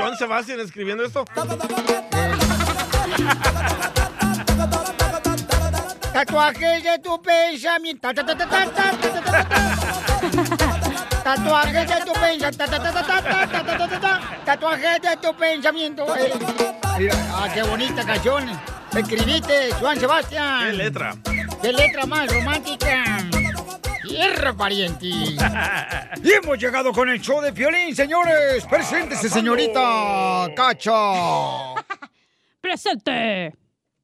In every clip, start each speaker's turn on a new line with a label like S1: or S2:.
S1: Eh, Sebastián escribiendo esto?
S2: Tatuajes de tu pensamiento. Ta, ta, ta, ta, ta, ta, ta, ta. Tatuajes de tu pensamiento. Ta, ta, ta, ta, ta, ta, ta, ta, ta, ta, ta. Tatuajes de tu pensamiento. Eh, eh, Ah, qué bonita canción. Escribiste, Juan Sebastián.
S1: ¿Qué letra?
S2: ¡Qué letra más romántica! ¡Hierro, pariente! y hemos llegado con el show de violín, señores. Preséntese, señorita Cacha.
S3: ¡Presente!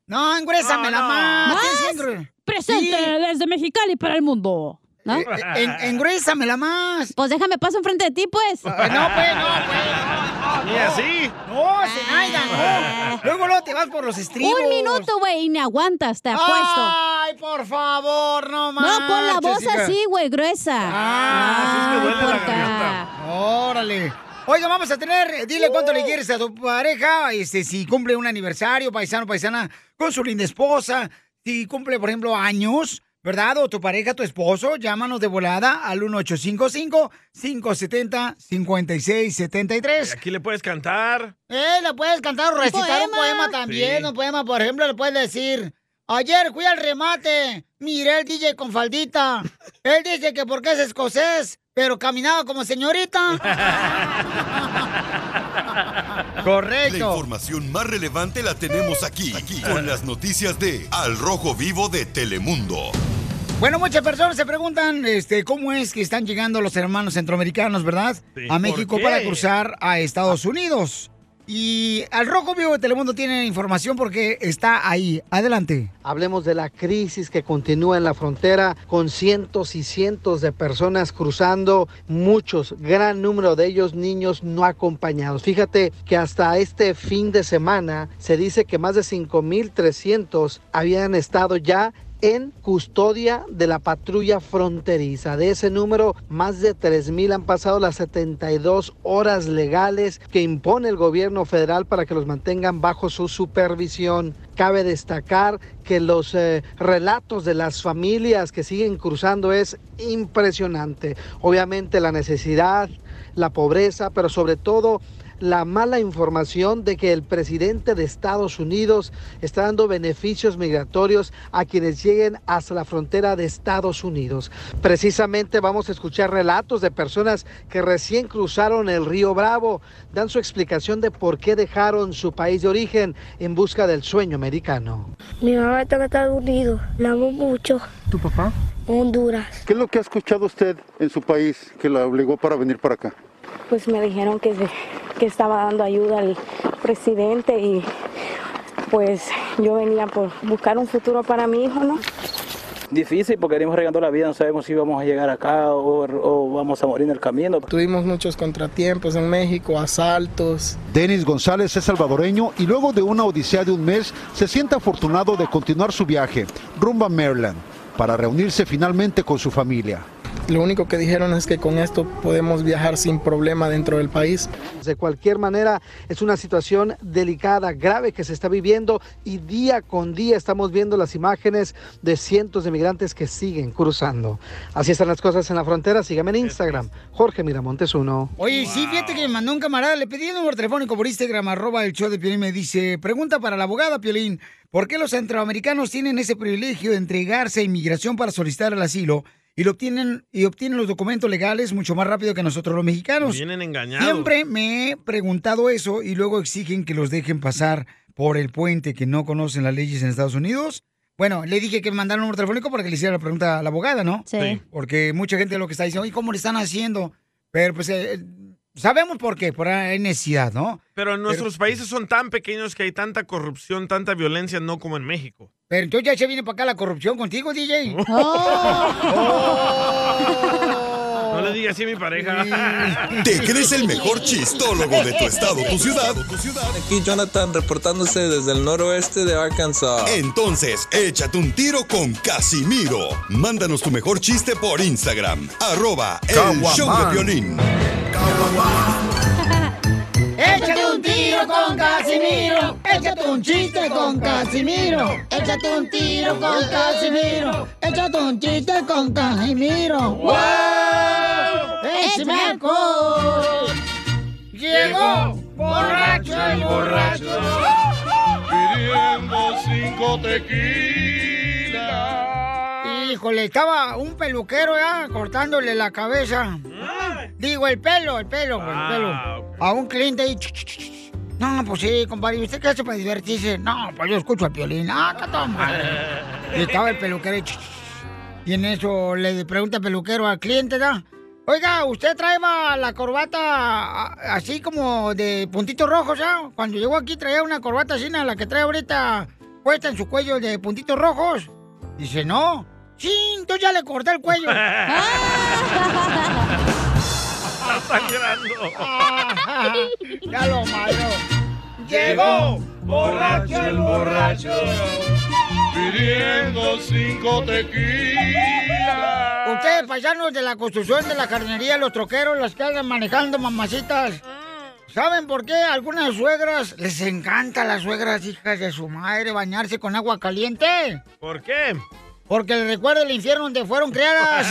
S2: No, engrésame la más. Tienes que engru-
S3: ¡Presente
S2: Sí.
S3: desde Mexicali para el mundo! ¿No?
S2: Eh, eh, en- engruésamela más.
S3: Pues déjame paso enfrente de ti, pues.
S2: Eh, No, pues, no, pues.
S1: ¿Y así?
S2: No, Zenaida, no. Luego luego te vas por los estribos.
S3: Ah. Un minuto, güey, y me aguantas, te apuesto.
S2: Ay, por favor, no más.
S3: no, con la voz así, güey, gruesa.
S2: Ah,
S1: así es que duele la
S3: puerca.
S1: garganta.
S2: Órale. Oiga, vamos a tener, dile cuánto le quieres a tu pareja, este, si cumple un aniversario, paisano, paisana, con su linda esposa, si cumple, por ejemplo, años, ¿verdad? O tu pareja, tu esposo, llámanos de volada al 1855-570-5673.
S1: Aquí le puedes cantar.
S2: Eh, le puedes cantar o recitar un
S3: poema.
S2: poema también,
S1: Sí.
S2: un poema, por ejemplo, le puedes decir, ayer fui al remate, miré al DJ con faldita, él dice que porque es escocés, pero caminaba como señorita.
S4: La
S2: Correcto.
S4: información más relevante la tenemos aquí, aquí, con las noticias de Al Rojo Vivo de Telemundo.
S2: Bueno, muchas personas se preguntan, este, cómo es que están llegando los hermanos centroamericanos, ¿verdad?
S1: Sí.
S2: A
S1: ¿Por
S2: México
S1: qué?
S2: para cruzar a Estados Unidos. Y al Rojo Vivo de Telemundo tiene información porque está ahí. Adelante.
S5: Hablemos de la crisis que continúa en la frontera con cientos y cientos de personas cruzando, muchos, gran número de ellos niños no acompañados. Fíjate que hasta este fin de semana se dice que más de 5.300 habían estado ya en custodia de la patrulla fronteriza. De ese número, más de 3.000 han pasado las 72 horas legales que impone el gobierno federal para que los mantengan bajo su supervisión. Cabe destacar que los eh, relatos de las familias que siguen cruzando es impresionante. Obviamente la necesidad, la pobreza, pero sobre todo la mala información de que el presidente de Estados Unidos está dando beneficios migratorios a quienes lleguen hasta la frontera de Estados Unidos. Precisamente vamos a escuchar relatos de personas que recién cruzaron el río Bravo, dan su explicación de por qué dejaron su país de origen en busca del sueño americano.
S6: Mi mamá está en Estados Unidos, la amo mucho.
S7: ¿Tu papá?
S6: Honduras,
S8: ¿Qué es lo que ha escuchado usted en su país que la obligó para venir para acá?
S6: pues me dijeron que, se- que estaba dando ayuda al presidente y pues yo venía por buscar un futuro para mi hijo, ¿no?
S9: Difícil porque venimos regando la vida, no sabemos si vamos a llegar acá o, o vamos a morir en el camino.
S7: Tuvimos muchos contratiempos en México, asaltos.
S8: Denis González es salvadoreño y luego de una odisea de un mes se siente afortunado de continuar su viaje rumbo a Maryland para reunirse finalmente con su familia.
S7: Lo único que dijeron es que con esto podemos viajar sin problema dentro del país.
S5: De cualquier manera, es una situación delicada, grave que se está viviendo y día con día estamos viendo las imágenes de cientos de migrantes que siguen cruzando. Así están las cosas en la frontera. Sígame en Instagram, Jorge Miramontes 1.
S2: Oye, sí, fíjate que me mandó un camarada, le pedí el número telefónico por Instagram, arroba el show de Piolín, me dice, pregunta para la abogada Piolín, ¿por qué los centroamericanos tienen ese privilegio de entregarse a inmigración para solicitar el asilo y lo obtienen, y obtienen los documentos legales mucho más rápido que nosotros los mexicanos?
S1: Vienen engañados.
S2: Siempre me he preguntado eso y luego exigen que los dejen pasar por el puente que no conocen las leyes en Estados Unidos. Bueno, le dije que me mandara el número telefónico para que le hiciera la pregunta a la abogada, ¿no?
S3: Sí.
S1: Sí.
S2: Porque mucha gente lo que está diciendo, ¿y cómo le están haciendo? Pero pues eh, sabemos por qué, por la necesidad, ¿no?
S1: Pero en nuestros países son tan pequeños que hay tanta corrupción, tanta violencia, no como en México.
S2: Pero entonces ya se viene para acá la corrupción contigo, DJ. Oh.
S1: No le digas así a mi pareja.
S4: ¿Te crees el mejor chistólogo de tu estado, tu ciudad?
S10: Aquí Jonathan reportándose desde el noroeste de Arkansas.
S4: Entonces, échate un tiro con Casimiro. Mándanos tu mejor chiste por Instagram, arroba el show de violín.
S2: Échate un tiro con Casimiro. Échate un chiste con Casimiro. Échate un tiro con Casimiro. Échate un chiste con Casimiro. ¡Wow! ¡Échame alcohol! Llegó Borracho el borracho.
S6: Pidiendo cinco tequilas.
S2: Híjole, estaba un peluquero ya cortándole la cabeza. Digo, el pelo, el pelo, el pelo. A un cliente ahí. ch, ch, ch, ch. No, pues sí, compadre. ¿y ¿Usted qué hace para divertirse? No, pues yo escucho al violín. Ah, qué tal madre. Y estaba el peluquero ahí. ch, ch, ch. Y en eso le pregunta el peluquero al cliente, ¿da? Oiga, ¿usted trae la corbata a- así como de puntitos rojos, ya? Cuando llegó aquí traía una corbata así, na, la que trae ahorita puesta en su cuello de puntitos rojos. Dice, no. Sí, entonces ya le corté el cuello.
S6: Ah. Está llorando.
S2: ya lo malo.
S6: Llegó borracho el borracho. Pidiendo cinco tequilas.
S2: Ustedes, paisanos de la construcción de la carnería, los troqueros, las que andan manejando mamacitas. ¿Saben por qué a algunas suegras les encanta a las suegras hijas de su madre bañarse con agua caliente?
S11: ¿Por qué?
S2: Porque les recuerda el infierno donde fueron criadas.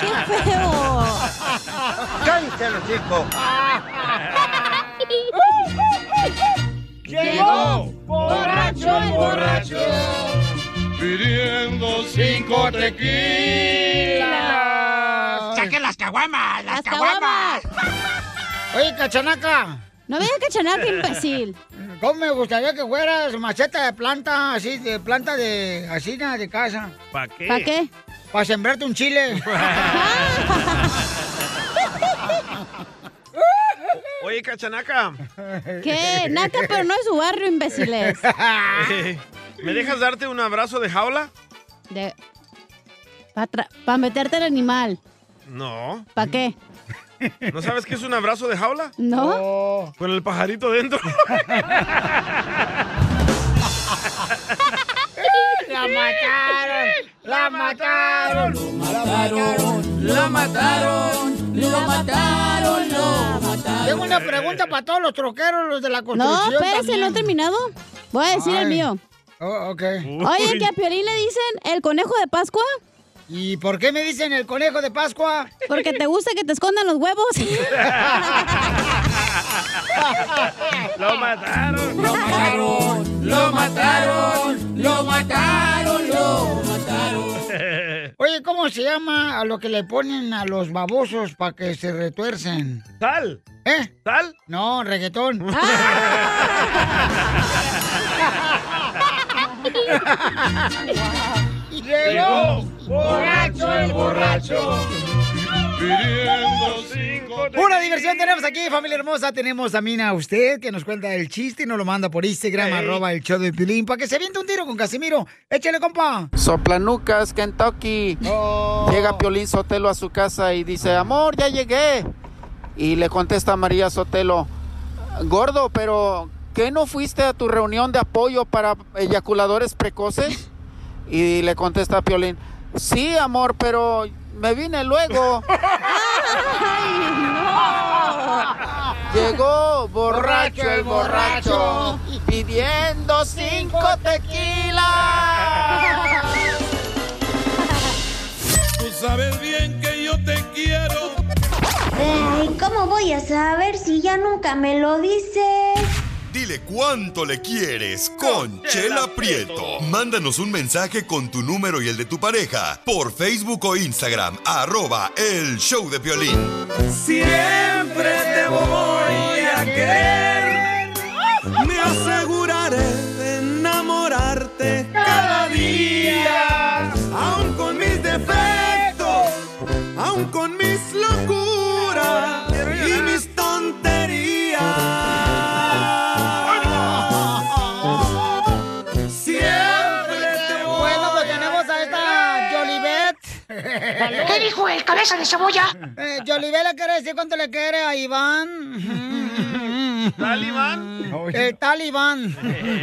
S2: ¡Qué feo!
S12: ¡Cántelo, chico!
S6: Llegó borracho el borracho. Pidiendo cinco tequilas.
S2: ¡Saquen las caguamas!
S6: ¡Las
S2: caguamas! Oye, cachanaca.
S3: No me digas cachanaca, imbécil.
S2: ¿Cómo me gustaría que fueras macheta de planta, así, de planta de asina de casa?
S11: ¿Para qué?
S2: ¿Para qué? Para sembrarte un chile.
S11: Oye, Cachanaca.
S3: ¿Qué? Naca, pero no es su barrio, imbéciles.
S2: Ah.
S11: Eh, ¿Me dejas darte un abrazo de jaula?
S3: De... Para meterte al animal.
S11: No.
S3: ¿Para qué?
S11: ¿No sabes qué es un abrazo de jaula?
S3: ¿No?
S11: Con el pajarito dentro.
S2: ¡La mataron! ¡La mataron! ¡La mataron! ¡La mataron! ¡La mataron! ¡La mataron! Tengo una pregunta para todos los troqueros, los de la
S3: No,
S2: construcción.
S3: espérese, ¿no ha
S2: también.
S3: terminado? Voy a decir
S2: Ay.
S3: el mío.
S2: Oh, ok.
S3: Oye, que a Piolín le dicen el conejo de Pascua.
S2: ¿Y por qué me dicen el conejo de Pascua?
S3: Porque te gusta que te escondan los huevos.
S6: Lo mataron. Lo mataron. Lo mataron. Lo mataron. Lo mataron.
S2: Oye, ¿cómo se llama a lo que le ponen a los babosos para que se retuercen?
S11: ¿Sal?
S2: ¿Eh?
S11: ¿Sal?
S2: No, reggaetón.
S6: Llegó borracho el borracho. Pidiendo cinco
S2: Pura diversión tenemos aquí, familia hermosa. Tenemos también a usted que nos cuenta el chiste y nos lo manda por Instagram, arroba el show de Pilín, para que se aviente un tiro con Casimiro. Échale, compa.
S13: Soplanucas, Kentucky. Llega Piolín Sotelo a su casa y dice, amor, ya llegué. Y le contesta María Sotelo, gordo, pero ¿qué no fuiste a tu reunión de apoyo para eyaculadores precoces? Y le contesta Piolín, sí, amor, pero me vine luego. Llegó borracho el borracho pidiendo cinco tequilas.
S6: Tú sabes bien que yo te quiero.
S5: Ay, ¿cómo voy a saber si ya nunca me lo dices?
S4: Dile cuánto le quieres con Chela Prieto. Mándanos un mensaje con tu número y el de tu pareja por Facebook o Instagram, arroba el show de violín.
S6: Siempre te voy a querer. Me aseguraré de enamorarte cada día. Aun con mis defectos, aun con mis locuras y mis tonterías. Siempre te voy
S2: Bueno, pues tenemos a esta Jolivet.
S6: ¿Qué dijo el cabeza de cebolla?
S2: Eh, Jolivet le quiere decir cuánto le quiere a Iván. Eh,
S11: ¿Talibán?
S2: El talibán.
S14: Mira,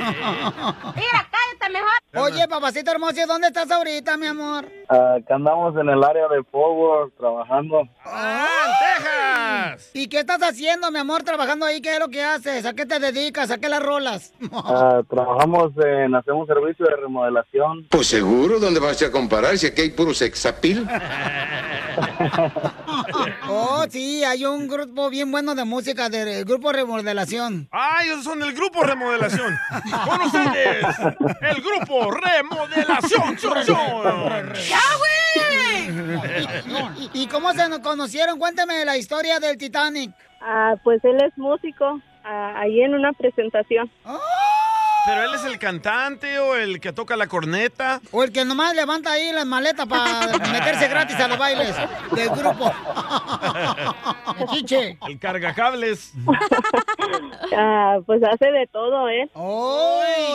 S14: cállate mejor.
S2: Oye, papacito hermoso, ¿y ¿dónde estás ahorita, mi amor?
S15: Acá Ah, andamos en el área de Forward trabajando.
S6: Ah,
S2: Texas! ¿Y qué estás haciendo, mi amor, trabajando ahí? ¿Qué es lo que haces? ¿A qué te dedicas? ¿A qué las rolas?
S15: Ah, trabajamos en, hacemos servicio de remodelación.
S16: Pues seguro, ¿dónde vas a comparar si aquí hay puro sexapil?
S2: Oh, sí, hay un grupo bien bueno de música, del grupo Remodelación.
S1: ¡Ay, esos son del grupo Remodelación! ¡Con ustedes! ¡El grupo Remodelación! ¡Chon, chon!
S2: ¡Ya, güey! ¿Y cómo se nos conocieron? Cuéntame la historia del Titanic.
S17: Ah, pues él es músico, ah, ahí en una presentación.
S1: ¿Pero él es el cantante o el que toca la corneta?
S2: O el que nomás levanta ahí las maletas para meterse gratis a los bailes del grupo. Chiche.
S1: El cargacables.
S17: Ah, pues hace de todo, ¿eh?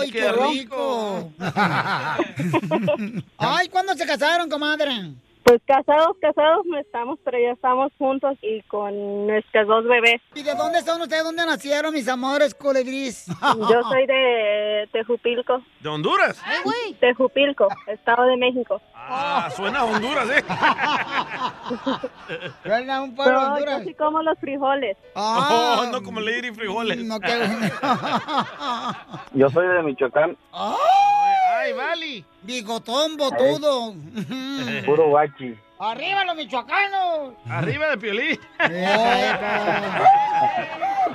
S2: ¡Ay, qué rico! Ay, ¿cuándo se casaron, comadre?
S17: Pues casados, casados no estamos, pero ya estamos juntos y con nuestros dos bebés.
S2: ¿Y de dónde son ustedes? ¿Dónde nacieron, mis amores, colibris?
S17: Yo soy de Tejupilco.
S1: ¿De Honduras?
S17: Tejupilco, Estado de México.
S1: Ah, suena a Honduras, ¿eh?
S2: Suena un
S1: pueblo de
S17: No,
S1: Honduras.
S17: yo sí como los frijoles.
S2: Ah,
S1: Oh, no como Lady Frijoles.
S2: No,
S15: Yo soy de Michoacán,
S2: ¡Ay, Vali! Bigotón, botudo.
S15: puro guachi.
S2: ¡Arriba los michoacanos!
S1: Arriba de Piolín.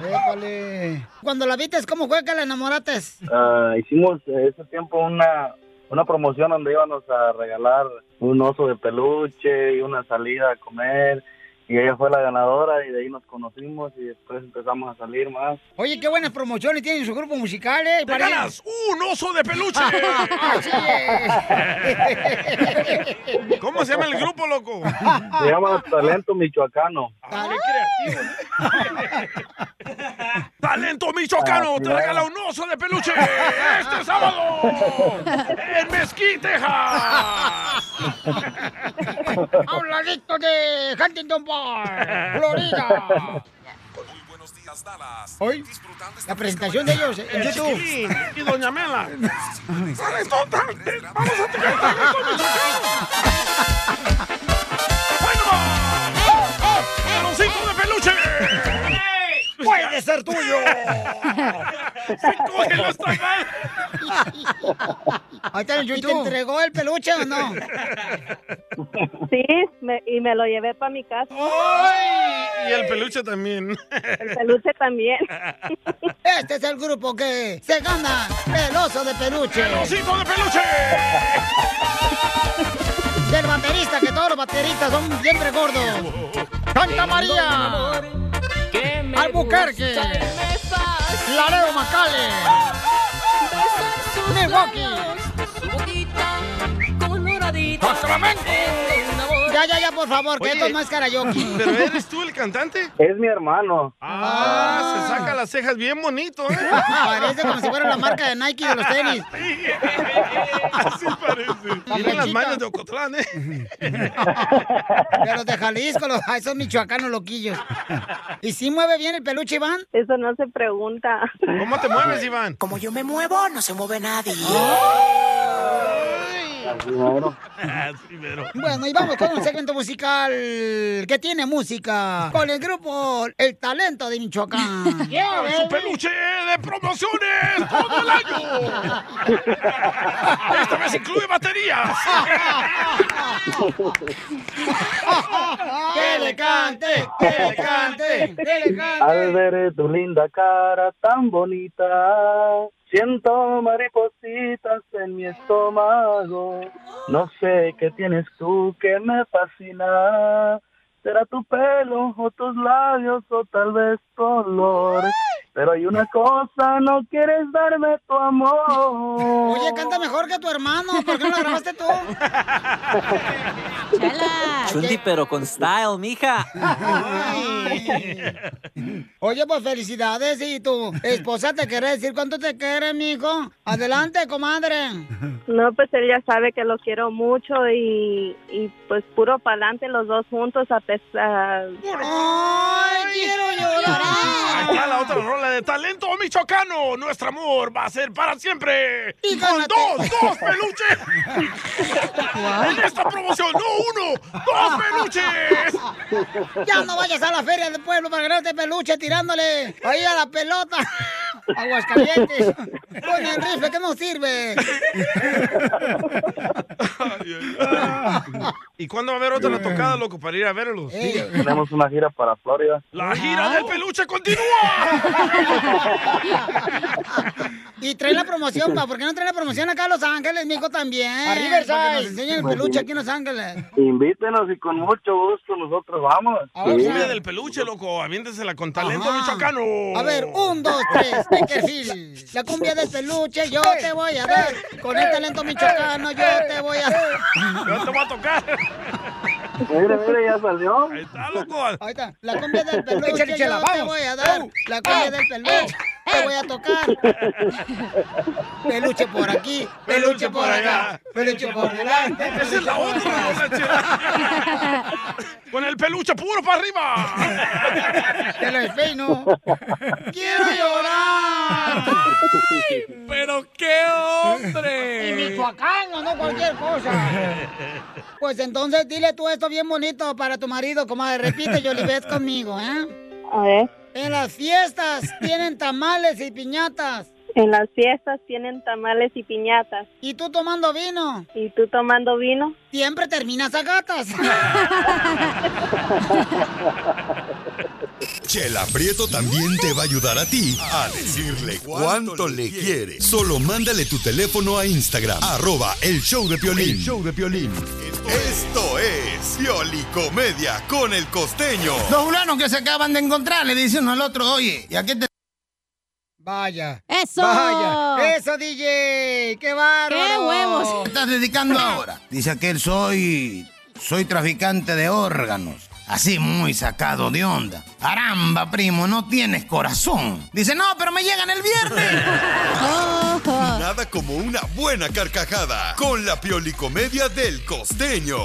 S2: Épale. Cuando la viste, ¿cómo fue que la enamoraste?
S15: Ah, hicimos eh, ese tiempo una, una promoción donde íbamos a regalar un oso de peluche y una salida a comer. Y ella fue la ganadora y de ahí nos conocimos y después empezamos a salir más.
S2: Oye, qué buenas promociones tienen su grupo musical, ¿eh? Parece-
S1: ganas ¡Un oso de peluche!
S2: Así es.
S1: ¿Cómo se llama el grupo, loco?
S15: Se llama Talento Michoacano.
S1: Ah. ¡Talento michoacano!
S15: Ah,
S1: ¡Te
S15: claro.
S1: regala un oso de peluche! ¡Este sábado! ¡En Mesquite,
S2: A un ladito de Huntington Park, Florida. Hoy, la presentación de ellos en YouTube.
S1: Y Doña Mela. ¡Cinco de peluche!
S2: ¡Puede ser tuyo! Ahí está en
S17: ¿Y te
S2: YouTube. entregó el peluche o no?
S17: Sí, me- y me lo llevé para mi casa.
S1: Y el peluche también.
S17: El peluche también.
S2: Este es el grupo que se gana el oso de peluche. ¡El
S1: osito de peluche!
S2: Del baterista, que todos los bateristas son siempre gordos. ¡Santa María! ¡Albuquerque! ¡Laredo Macale! ¡Milwaukee! ¡Sacramento! Ya, ya, ya, por favor, que
S1: Oye.
S2: esto no es karaoke.
S1: ¿Pero eres tú el cantante?
S15: Es mi hermano.
S1: Ah, se saca las cejas bien bonito, ¿eh?
S2: Parece como si fuera la marca de Nike de los tenis.
S1: Así parece. Tiene las manos de Ocotlán, ¿eh?
S2: De los de Jalisco, los, ah, esos michoacanos loquillos. ¿Y si mueve bien el peluche, Iván?
S17: Eso no se pregunta.
S1: ¿Cómo te mueves, Iván? Oh.
S2: Como yo me muevo, no se mueve nadie.
S1: Así mero.
S2: Bueno, y vamos con un segmento musical que tiene música. Con el grupo El Talento de Michoacán.
S1: ¡Su peluche de promociones todo el año! ¡Esta vez incluye baterías!
S2: ¡Que le cante! ¡Que le cante! ¡Que le cante!
S15: Al ver tu linda cara tan bonita, siento maripositas en mi estómago. No sé qué tienes tú que me fascina. Será tu pelo o tus labios o tal vez tu olor. Pero hay una cosa, no quieres darme tu amor.
S2: Oye, canta mejor que tu hermano. ¿Por qué no la grabaste tú?
S9: Chundi, pero con style, mija.
S2: Oye, pues felicidades. Y tu esposa te quiere decir cuánto te quiere, mijo. Adelante, comadre.
S17: No, pues él ya sabe que lo quiero mucho y, y pues puro pa'lante los dos juntos a, pe- es... ah,
S2: ¡Ay, quiero llorar!
S1: Ahí está la otra rola de talento michoacano. Nuestro amor va a ser para siempre.
S2: Y
S1: Con
S2: gánate.
S1: dos, dos peluches. en esta promoción, no uno, dos peluches.
S2: Ya no vayas a la feria del pueblo para ganarte peluche tirándole ahí a la pelota. Aguascalientes. Con el rifle que no sirve.
S1: ¿Y cuándo va a haber otra tocada, loco, para ir a verlos?
S15: Tenemos una gira para Florida.
S1: La gira del peluche continúa.
S2: Y trae la promoción, pa. ¿Por qué no trae la promoción acá a Los Ángeles, mijo, también? A
S6: Riverside.
S2: Para que nos enseñen el peluche aquí en Los Ángeles.
S15: Invítenos y con mucho gusto nosotros vamos.
S1: La cumbia del peluche, loco, aviéntesela con talento
S2: Ajá.
S1: michoacano.
S2: A ver, un, dos, tres, Beckerfield. La cumbia del peluche yo te voy a dar. Con el talento michoacano yo te voy a dar.
S1: Yo te voy a tocar.
S15: Mira, mira, ya salió.
S1: Ahí está, loco.
S2: Ahí está, la cumbia del peluche
S6: Échale, chela,
S2: yo te
S6: vamos.
S2: voy a dar. La cumbia del peluche te voy a tocar. Peluche por aquí, peluche por acá, peluche por delante.
S1: Esa es la otra, rola, chela. Con el peluche puro para arriba.
S2: Te lo despeino. ¡Quiero llorar!
S6: ¡Pero qué hombre!
S2: Y michoacano, no cualquier cosa. Pues entonces dile tú esto bien bonito para tu marido, comadre. Repite, Yolibet, conmigo, ¿eh?
S17: A ver.
S2: En las fiestas tienen tamales y piñatas.
S17: En las fiestas tienen tamales y piñatas.
S2: ¿Y tú tomando vino?
S17: ¿Y tú tomando vino?
S2: Siempre terminas a gatas.
S4: Chela Prieto también te va a ayudar a ti a decirle cuánto le quiere. Solo mándale tu teléfono a Instagram, arroba el show de Piolín. show de Piolín. Esto es Pioli Comedia con el costeño.
S16: Dos fulanos que se acaban de encontrar le dicen uno al otro, oye, ¿y a qué te
S2: Vaya.
S16: ¡Eso!
S2: Vaya. Eso, DJ. ¡Qué bárbaro!
S16: te estás dedicando ahora? Dice aquel, soy, soy traficante de órganos. Así muy sacado de onda. Caramba, primo, no tienes corazón. Dice, no, pero me llegan el viernes.
S4: Nada como una buena carcajada con la Pioli Comedia del costeño.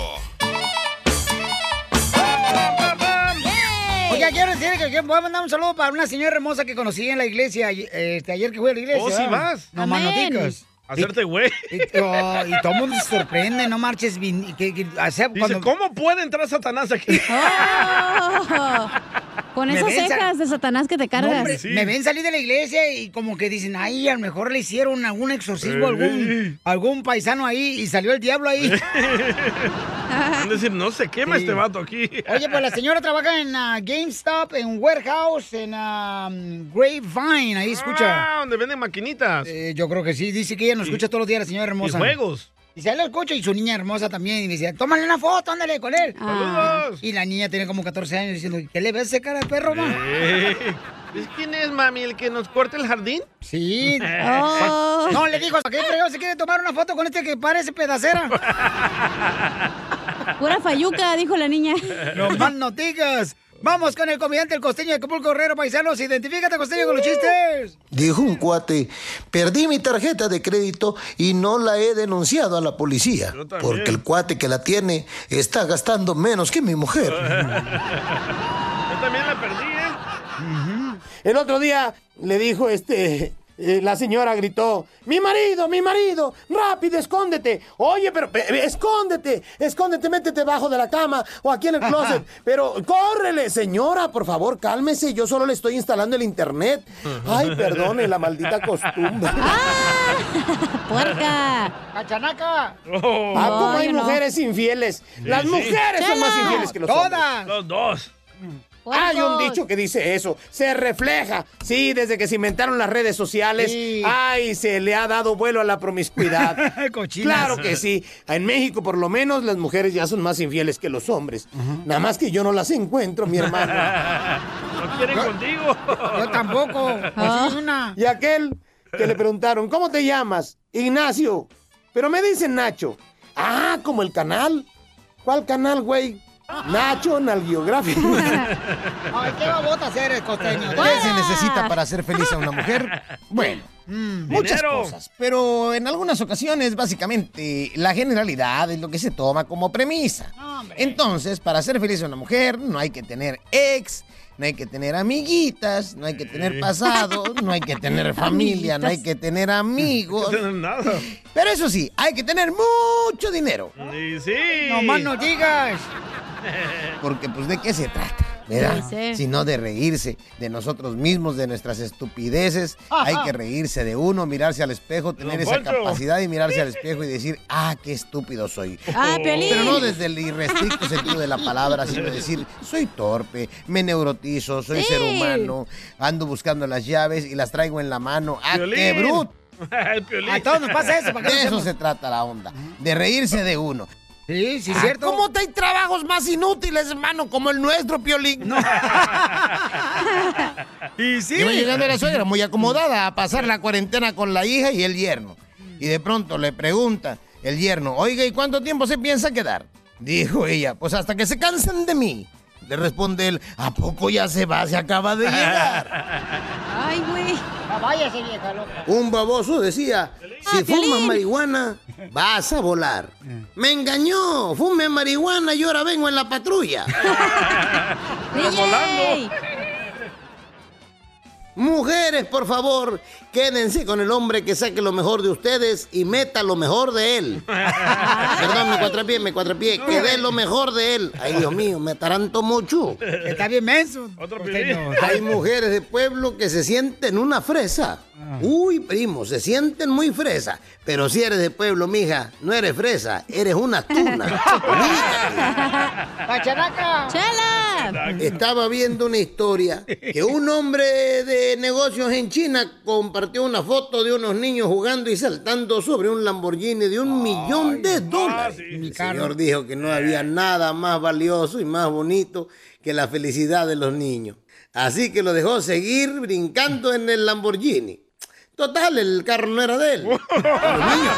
S2: Oiga, quiero decir que que voy a mandar un saludo para una señora hermosa que conocí en la iglesia ay- este, ayer que fui a la iglesia.
S1: Oh, sí
S2: ¿verdad?
S1: vas.
S2: No
S1: Amén.
S2: manoticas.
S1: Hacerte güey.
S2: Y, oh, y todo el mundo se sorprende, no marches bien. y que- que- o sea,
S1: Dice,
S2: cuando-
S1: ¿cómo puede entrar Satanás aquí?
S3: Oh, con
S2: Me
S3: esas
S2: ven sa-
S3: cejas de Satanás que te
S2: No,
S3: cargas.
S2: hombre, Me ven salir de la iglesia y como que dicen, ay, a lo mejor le hicieron algún exorcismo a algún, algún paisano ahí y salió el diablo ahí.
S1: Van a decir, no se quema
S2: Sí.
S1: este vato aquí.
S2: Oye, pues la señora trabaja en ah, GameStop, en Warehouse, en ah, Grapevine, ahí escucha.
S1: Ah, donde venden maquinitas.
S2: yo creo que sí, dice que ella nos escucha todos los días, la señora hermosa.
S1: Y juegos.
S2: Y se lo escucha y su niña hermosa también. Y me dice, tómale una foto, ándale con él.
S1: Ah.
S2: Y la niña tiene como 14 años diciendo, ¿qué le ves ese cara de perro, ma?
S1: ¿Quién es, mami, el que nos corta el jardín?
S2: Sí.
S3: Oh.
S2: Pa- No, le dijo, ¿qué fregado se quiere tomar una foto con este que parece pedacera?
S3: Pura fayuca, dijo la niña.
S2: No más noticas. Vamos con el comediante, el costeño de Acapulco Herrero, paisanos. Identifícate, costeño, con los
S3: Uh.
S2: chistes.
S18: Dijo un cuate, perdí mi tarjeta de crédito y no la he denunciado a la policía, porque el cuate que la tiene está gastando menos que mi mujer.
S1: Yo también la perdí, ¿eh?
S19: El otro día le dijo este. eh, la señora gritó, mi marido, mi marido, rápido, escóndete. Oye, pero pe- pe- escóndete, escóndete, métete bajo de la cama o aquí en el closet. Pero córrele, señora, por favor, cálmese, yo solo le estoy instalando el internet. Ay, perdone la maldita costumbre.
S3: ¡Puerca!
S2: ¡Cachanaca!
S19: Ah, como hay
S3: yo no.
S19: mujeres infieles. Las
S1: sí.
S19: mujeres son más
S1: Chela.
S19: infieles que los
S1: Todas.
S19: hombres.
S1: Los dos.
S19: Hay un
S1: Puercos.
S19: dicho que dice eso, se refleja. Sí, desde que se inventaron las redes sociales, ay, se le ha dado vuelo a la promiscuidad. claro que sí. En México, por lo menos, las mujeres ya son más infieles que los hombres. Nada más que yo no las encuentro, mi hermano.
S1: no quieren contigo.
S2: Yo tampoco.
S1: Pues
S19: ¿Ah?
S2: una.
S19: Y aquel que le preguntaron, ¿cómo te llamas? Ignacio. Pero me dicen Nacho. Ah, como el canal. ¿Cuál canal, güey?
S20: Nacho Nalgiográfico.
S2: Ay, qué babota eres, costeño.
S19: ¿Qué se necesita para hacer feliz a una mujer? Bueno,
S6: Mm.
S19: muchas
S2: dinero.
S19: cosas, pero en algunas ocasiones, básicamente, la generalidad es lo que se toma como premisa. Entonces, para ser feliz a una mujer, no hay que tener ex, no hay que tener amiguitas, no hay que tener pasado, no hay que tener familia, no hay que tener amigos.
S1: No hay que tener nada.
S19: Pero eso sí, hay que tener mucho dinero.
S1: Y sí.
S2: No más no digas.
S19: Porque, pues, ¿de qué se trata? ¿Verdad?
S2: Sí, sí.
S19: Sino de reírse de nosotros mismos, de nuestras estupideces. Hay que reírse de uno, mirarse al espejo, tener esa
S2: Poncho.
S19: capacidad de mirarse al espejo y decir, ah, qué estúpido soy.
S2: Ah, Piolín.
S19: Pero no desde el irrestricto sentido de la palabra, sino decir, soy torpe, me neurotizo, soy
S1: Sí.
S19: ser humano, ando buscando las llaves y las traigo en la mano. ¡Ah, qué
S1: Piolín.
S19: bruto!
S1: El Piolín.
S19: De eso se trata la onda, de reírse de uno. Ah,
S2: Sí, sí,
S19: cierto.
S20: ¿Cómo te hay trabajos más inútiles, hermano, como el nuestro, Piolín? No.
S1: y sí.
S19: Iba llegando la suegra muy acomodada a pasar la cuarentena con la hija y el yerno. Y de pronto le pregunta el yerno, oiga, ¿y cuánto tiempo se piensa quedar? Dijo ella, pues hasta que se cansen de mí. Le responde él, ¿a poco ya se va? Se acaba de llegar.
S2: Ay, güey. Váyase, vieja loca.
S16: Un baboso decía,
S19: Ah,
S3: Ah,
S16: si fumas marihuana, vas a volar.
S19: Eh.
S16: Me engañó, fume marihuana y ahora vengo en la patrulla.
S1: Pero volando.
S16: Mujeres, por favor, quédense con el hombre que saque lo mejor de ustedes y meta lo mejor de él. Perdón, me cuatrapié, me cuatrapié, que dé lo mejor de él. Ay, Dios mío, me ataranto mucho.
S2: Está bien menso.
S1: Otro
S2: costeño.
S16: Hay mujeres de pueblo que se sienten una fresa.
S2: Ah.
S16: Uy, primo, se sienten muy fresa. Pero si eres de pueblo, mija, no eres fresa, eres una tuna.
S2: ¡Pachanaca!
S3: ¡Chela!
S16: Estaba viendo una historia que un hombre de negocios en China compartió una foto de unos niños jugando y saltando sobre un Lamborghini de un millón de dólares. El señor dijo que no había nada más valioso y más bonito que la felicidad de los niños. Así que lo dejó seguir brincando en el Lamborghini. Total, el carro no era de él. Pero los niños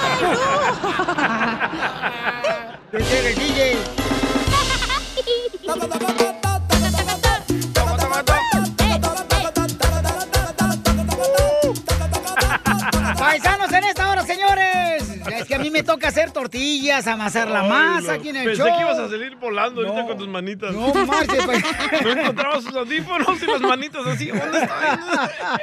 S2: Paisanos en esta hora, señores. Es que a mí me toca hacer tortillas, amasar la
S1: Ay,
S2: masa
S1: lo-
S2: aquí en el
S1: Pensé
S2: show.
S1: que ibas a salir volando ahorita con tus manitas.
S2: No marches, pues.
S1: No encontraba sus audífonos y las manitas así. ¿Dónde están?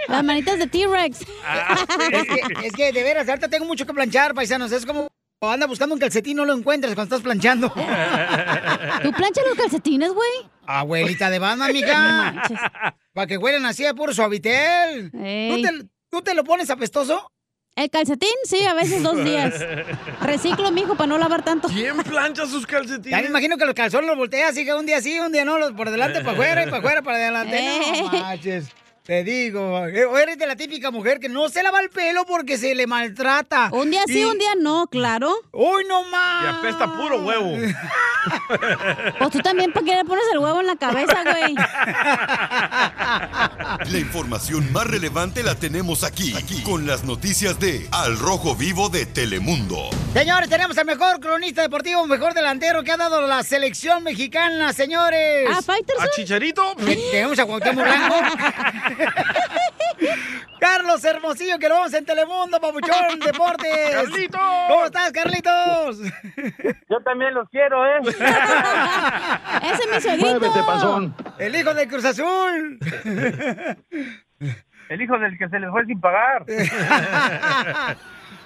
S3: Las manitas de T-Rex.
S1: Ah,
S2: Es que, es que, de veras, ahorita tengo mucho que planchar, paisanos. Es como cuando anda buscando un calcetín, no lo encuentras cuando estás planchando.
S3: ¿Tú planchas los calcetines, güey?
S2: Abuelita de Batman,
S3: No
S2: amiga.
S3: manches.
S2: Para que huelan así de puro suavitel.
S3: Ey.
S2: ¿Tú te, tú te lo pones apestoso?
S3: El calcetín, sí, a veces dos días. Reciclo, mijo, para no lavar tanto.
S1: ¿Quién plancha sus calcetines?
S2: Ya me imagino que los calzones los volteas, así que un día sí, un día no, los por delante, para afuera, y para afuera, para adelante. No
S3: Eh.
S2: manches. Te digo, eh, o eres de la típica mujer que no se lava el pelo porque se le maltrata.
S3: Un día sí, un día no, claro.
S2: ¡Uy, no
S1: Y
S2: más!
S1: apesta puro huevo.
S3: Pues tú también, ¿para qué le pones el huevo en la cabeza, güey?
S4: La información más relevante la tenemos aquí, aquí, con las noticias de Al Rojo Vivo de Telemundo.
S2: Señores, tenemos al mejor cronista deportivo, mejor delantero que ha dado la selección mexicana, señores.
S3: ¿A Faitelson? ¿A
S1: Chicharito?
S2: Tenemos a Cuauhtémoc Blanco. Carlos Hermosillo, que lo vamos en Telemundo, Papuchón, Deportes.
S1: ¡Carlitos!
S2: ¿Cómo estás, Carlitos?
S6: Yo también los quiero, ¿eh?
S2: Ese es mi
S6: suegrito. Muévete, panzón.
S2: El hijo del Cruz Azul.
S6: El hijo del que se les fue sin pagar.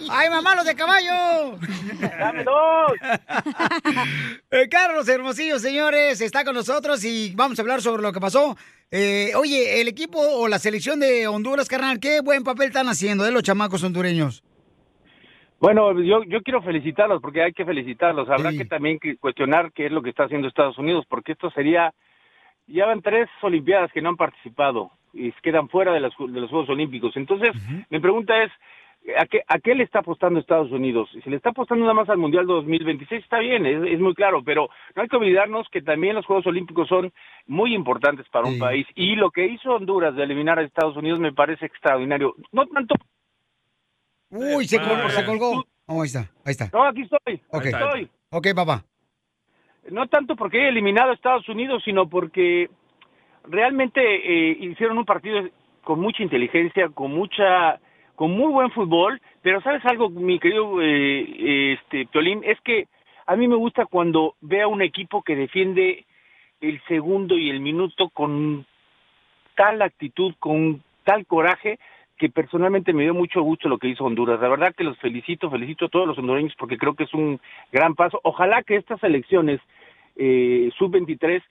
S2: ¡Ay, mamá, los de caballo! ¡Dame dos! Eh, Carlos Hermosillo, señores, está con nosotros y vamos a hablar sobre lo que pasó. Eh, oye, el equipo o la selección de Honduras, carnal, qué buen papel están haciendo de los chamacos hondureños.
S21: Bueno, yo, yo quiero felicitarlos porque hay que felicitarlos. Habrá que también que cuestionar qué es lo que está haciendo Estados Unidos porque esto sería, ya van tres Olimpiadas que no han participado y quedan fuera de, las- de los Juegos Olímpicos. Entonces, mi pregunta es, ¿a qué, ¿a qué le está apostando Estados Unidos? Si le está apostando nada más al Mundial 2026, está bien, es, es muy claro, pero no hay que olvidarnos que también los Juegos Olímpicos son muy importantes para un país y lo que hizo Honduras de eliminar a Estados Unidos me parece extraordinario. No tanto
S2: Uy, se colgó. Se colgó. Oh, ahí está, ahí está.
S21: No, aquí estoy.
S2: Ok.
S21: Aquí estoy.
S2: Ok, papá.
S21: no tanto porque haya eliminado a Estados Unidos, sino porque realmente eh, hicieron un partido con mucha inteligencia, con mucha, con muy buen fútbol. Pero sabes algo, mi querido eh, este Piolín, es que a mí me gusta cuando veo a un equipo que defiende el segundo y el minuto con tal actitud, con tal coraje, que personalmente me dio mucho gusto lo que hizo Honduras. La verdad que los felicito, felicito a todos los hondureños porque creo que es un gran paso. Ojalá que estas elecciones eh, sub-23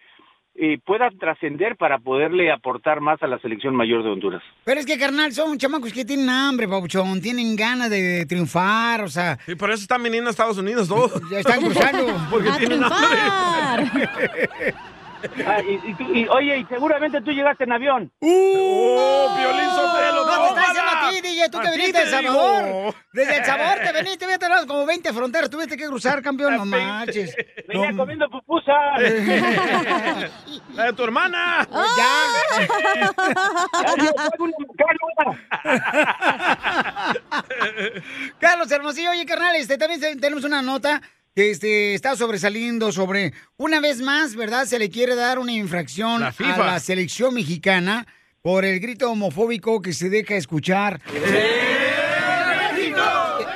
S21: eh, puedan trascender para poderle aportar más a la selección mayor de Honduras.
S2: Pero es que, carnal, son chamacos que tienen hambre, Pabuchón. Tienen ganas de triunfar, o sea.
S1: Y por eso están viniendo a Estados Unidos todos.
S2: Ya están cruzando.
S1: Porque
S2: A
S1: tienen hambre.
S21: Ah, y, y tú- y, oye, y seguramente tú llegaste en avión.
S1: ¡Oh, Piolín
S2: Uh, No,
S1: Sotelo!
S2: te está diciendo a ti, DJ, tú
S21: A
S2: te
S21: ti
S2: viniste
S21: te
S2: del Salvador.
S21: digo.
S2: Desde El Salvador te viniste, vete a como 20 fronteras, tuviste que cruzar, campeón, no manches.
S21: Venía comiendo pupusas.
S1: Eh, La de tu hermana.
S2: Carlos Hermosillo, oye, carnal, este, también se- tenemos una nota que este, está sobresaliendo sobre, una vez más, ¿verdad? Se le quiere dar una infracción
S1: La
S2: a
S1: FIFA.
S2: la selección mexicana por el grito homofóbico que se deja escuchar
S19: ¡Eh,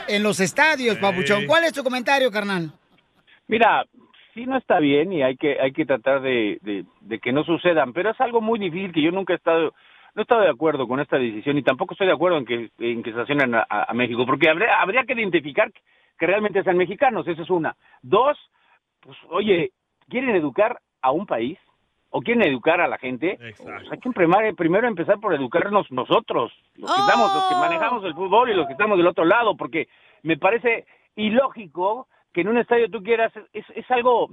S2: en los estadios, papuchón. ¿Cuál es tu comentario, carnal?
S21: Mira, sí no está bien y hay que hay que tratar de, de, de que no sucedan, pero es algo muy difícil que yo nunca he estado no he estado de acuerdo con esta decisión y tampoco estoy de acuerdo en que en que sancionen a, a México, porque habría habría que identificar que realmente sean mexicanos, esa es una. Dos, pues oye, quieren educar a un país o quieren educar a la gente, Pues, hay que primar- primero empezar por educarnos nosotros, los que estamos, los que manejamos el fútbol y los que estamos del otro lado, porque me parece ilógico que en un estadio tú quieras, es, es algo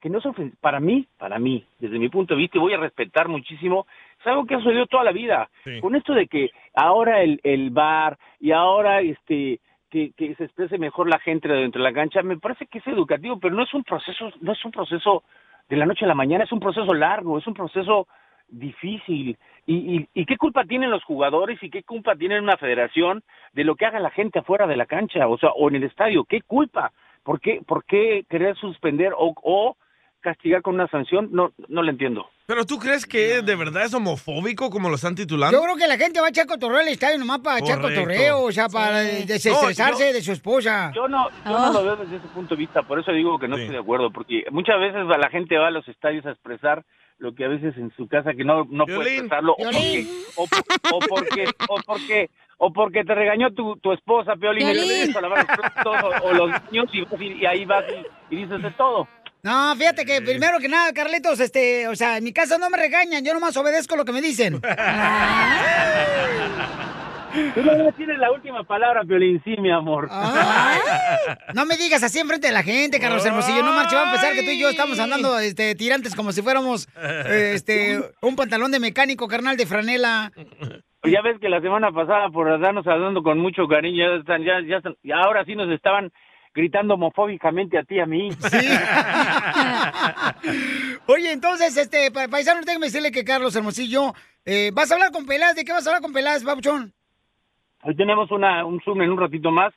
S21: que no es ofen- para mí, para mí, desde mi punto de vista, y voy a respetar muchísimo, es algo que ha sucedido toda la vida.
S1: Sí.
S21: Con esto de que ahora el, el bar y ahora este que, que se exprese mejor la gente dentro de la cancha, me parece que es educativo, pero no es un proceso, no es un proceso de la noche a la mañana, es un proceso largo, es un proceso difícil. ¿Y, y, y qué culpa tienen los jugadores y qué culpa tiene una federación de lo que haga la gente afuera de la cancha, o sea, o en el estadio? ¿Qué culpa? ¿Por qué, por qué querer suspender o, o castigar con una sanción? No, no lo entiendo.
S1: ¿Pero tú crees que de verdad es homofóbico como lo están titulando?
S2: Yo creo que la gente va a echar cotorreo al estadio nomás para echar
S1: Correcto.
S2: cotorreo, o sea, para
S1: Sí.
S2: desestresarse
S1: No, yo-
S2: de su esposa.
S21: Yo no, Yo
S2: Ah.
S21: no lo veo desde ese punto de vista, por eso digo que no estoy de acuerdo, porque muchas veces va- la gente va a los estadios a expresar lo que a veces en su casa que no, no puede
S1: Violín.
S21: expresarlo, o porque,
S1: Violín.
S21: o, por- o porque, o porque, o porque te regañó tu, tu esposa, Piolín, y le
S2: Violín.
S21: tienes que lavar los platos, o, o los niños, y, vas y- y ahí vas y, y dices de todo.
S2: No, fíjate que primero que nada, Carlitos, este, o sea, en mi casa no me regañan, yo nomás obedezco lo que me dicen.
S21: Tú no tienes la última palabra, Piolín, sí, mi amor.
S2: Ah,
S6: Ah.
S2: No me digas así enfrente de la gente, Carlos Hermosillo. No marche, va a empezar que tú y yo estamos andando este, tirantes como si fuéramos eh, este, un pantalón de mecánico, carnal, de franela.
S21: Ya ves que la semana pasada, por andarnos hablando con mucho cariño, ya están, ya, ya están- y ahora sí nos estaban gritando homofóbicamente a ti y a mí.
S2: Oye, entonces, este, pa- paisano, déjame decirle que Carlos Hermosillo, eh, ¿vas a hablar con Peláez? ¿De qué vas a hablar con Peláez, Babuchón?
S21: Hoy tenemos una, un Zoom en un ratito más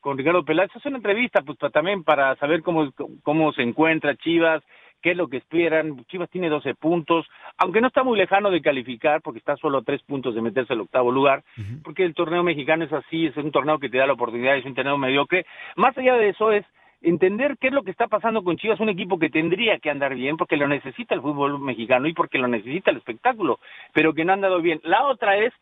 S21: con Ricardo Peláez. Es una entrevista pues pa- también para saber cómo, cómo se encuentra Chivas, qué es lo que esperan. Chivas tiene 12 puntos, aunque no está muy lejano de calificar porque está solo a 3 puntos de meterse al octavo lugar, porque el torneo mexicano es así, es un torneo que te da la oportunidad, es un torneo mediocre. Más allá de eso es entender qué es lo que está pasando con Chivas, un equipo que tendría que andar bien porque lo necesita el fútbol mexicano y porque lo necesita el espectáculo, pero que no ha andado bien. La otra es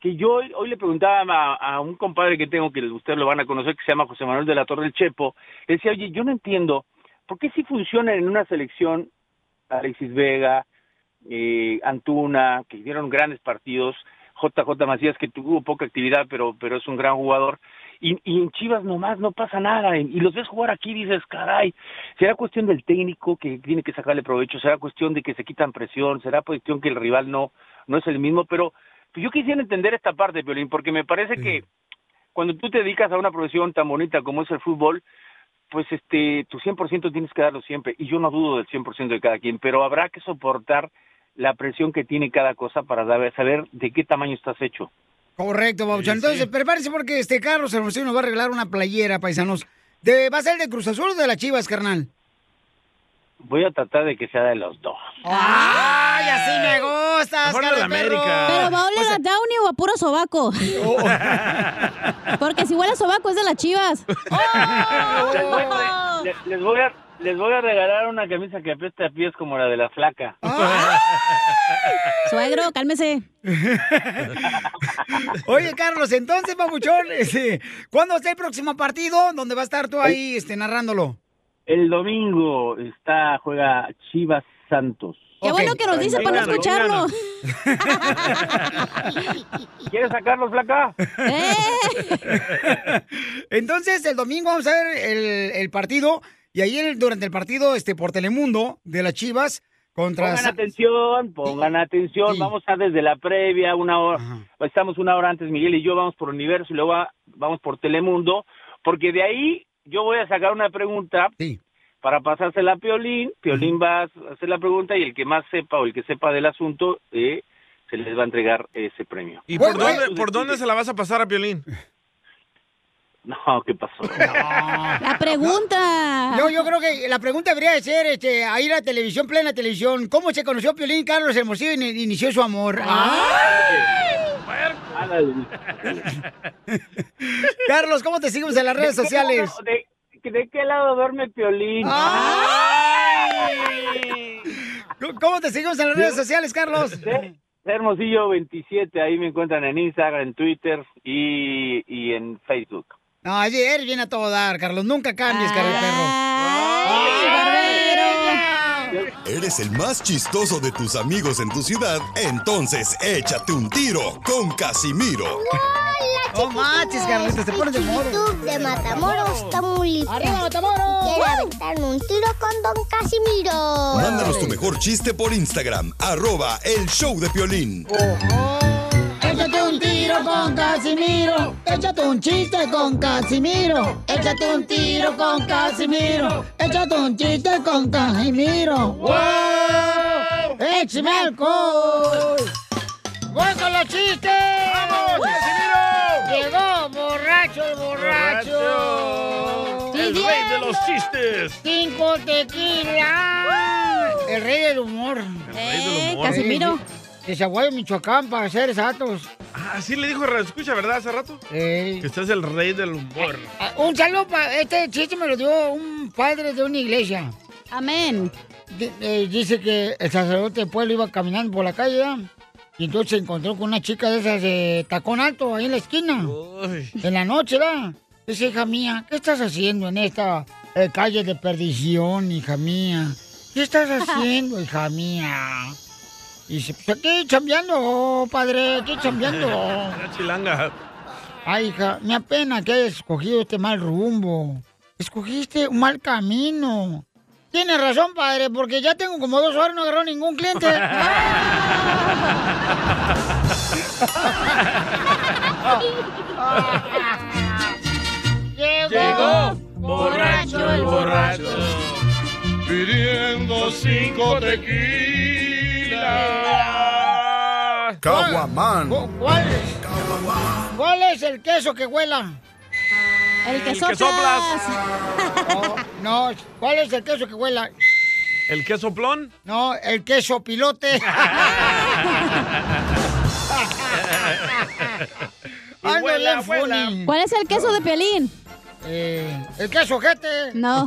S21: que yo hoy, hoy le preguntaba a, a un compadre que tengo, que ustedes lo van a conocer, que se llama José Manuel de la Torre del Chepo, le decía, oye, yo no entiendo, ¿por qué si funcionan en una selección Alexis Vega, eh, Antuna, que hicieron grandes partidos, JJ Macías, que tuvo poca actividad, pero, pero es un gran jugador, y, y en Chivas nomás no pasa nada, y, y los ves jugar aquí y dices, caray, será cuestión del técnico que tiene que sacarle provecho, será cuestión de que se quitan presión, será cuestión que el rival no, no es el mismo, pero pues, yo quisiera entender esta parte, Piolín, porque me parece que cuando tú te dedicas a una profesión tan bonita como es el fútbol, pues este, tu 100% tienes que darlo siempre, y yo no dudo del 100% de cada quien, pero habrá que soportar la presión que tiene cada cosa para dar- saber de qué tamaño estás hecho.
S2: Correcto, Babuchón. Entonces, prepárense porque este Carlos Hermosillo nos va a regalar una playera, paisanos. De, ¿Va a ser de Cruz Azul o de las Chivas, carnal?
S21: Voy a tratar de que sea de los dos.
S2: ¡Ay, así me gustas,
S21: Mejor
S2: cara de
S21: la
S2: perro!
S21: América.
S3: Pero va a oler a Downey o a puro sobaco. Porque si huele a sobaco es de las chivas.
S21: Les voy, le- les voy a, les voy a regalar una camisa que apesta a pies como la de la flaca.
S3: Ah. Suegro, cálmese.
S2: Oye, Carlos, entonces, papuchón, este, ¿cuándo es el próximo partido donde va a estar tú ahí este, narrándolo?
S21: El domingo está juega Chivas Santos.
S3: Qué bueno que nos dice para no escucharlo.
S21: ¿Quieres sacarlo, flaca?
S3: Eh.
S2: Entonces, el domingo vamos a ver el, el partido. Y ahí el- durante el partido este, por Telemundo de las Chivas contra...
S21: Pongan atención, pongan atención. Vamos a desde la previa, una hora. Estamos una hora antes, Miguel y yo vamos por Universo y luego va- vamos por Telemundo, porque de ahí yo voy a sacar una pregunta para pasársela a Piolín. Piolín va a hacer la pregunta y el que más sepa o el que sepa del asunto eh, se les va a entregar ese premio.
S1: ¿Y por dónde, por dónde se la vas a pasar a Piolín?
S21: No, ¿qué pasó?
S2: La pregunta. Yo, yo creo que la pregunta debería de ser, este, ahí la televisión, plena televisión, ¿cómo se conoció Piolín Carlos Hermosillo y ni- inició su amor?
S3: Ah,
S2: Carlos, ¿cómo te seguimos en las redes
S21: ¿De qué lado-
S2: sociales?
S21: de, de qué lado duerme Piolín?
S2: ¿Cómo te seguimos en las redes sociales, Carlos?
S21: Hermosillo 27, ahí me encuentran en Instagram, en Twitter y, y en Facebook.
S2: No, ayer viene a todo dar, Carlos. Nunca cambies, cara de perro.
S4: ¿Eres el más chistoso de tus amigos en tu ciudad? Entonces échate un tiro con Casimiro.
S2: No manches, Carlitos, te pones de moro.
S22: de Matamoros, está muy listo.
S2: ¡Arriba, Matamoros!
S22: Quiere aventarme un tiro con Don Casimiro.
S4: Mándanos tu mejor chiste por Instagram, arroba el show de Piolín.
S2: Échate un tiro con Casimiro. Échate un chiste con Casimiro. Échate un tiro con Casimiro. Échate un chiste con Casimiro. ¡Wow! ¡Échame alcohol! ¡Voy con los chistes! ¡Vamos, Casimiro! Llegó borracho el borracho.
S11: El rey de los chistes.
S2: Cinco tequila. El rey del humor.
S11: rey
S2: Eh,
S11: del humor. Casimiro.
S2: De Zaguayo, Michoacán, para ser exactos.
S1: Ah, Así le dijo Escucha, ¿verdad? Hace rato.
S2: Que
S1: usted es el rey del humor.
S2: Ah, Un saludo para este chiste me lo dio un padre de una iglesia. Amén. dice que el sacerdote del pueblo iba caminando por la calle ¿ya? y entonces se encontró con una chica de esas de tacón alto ahí en la esquina. En la noche, ¿verdad? Dice, hija mía, ¿qué estás haciendo en esta eh, calle de perdición, hija mía? ¿Qué estás haciendo, hija mía? Y dice, pues aquí chambeando, padre, aquí chambeando.
S1: La chilanga.
S2: Ay, hija, me apena que hayas escogido este mal rumbo. Escogiste un mal camino. Tienes razón, padre, porque ya tengo como dos horas y no agarró ningún cliente.
S11: Llegó borracho el borracho pidiendo cinco tequilas.
S2: Caguamán. ¿Cuál es? ¿Cuál es el queso que huela? El
S1: que El que soplas.
S2: No, no, ¿cuál es el queso que huela?
S1: ¿El queso plón?
S2: No, el queso pilote. Ay, no le funny.
S3: ¿Cuál es el queso de Pelín?
S2: Eh, el queso jete.
S3: No.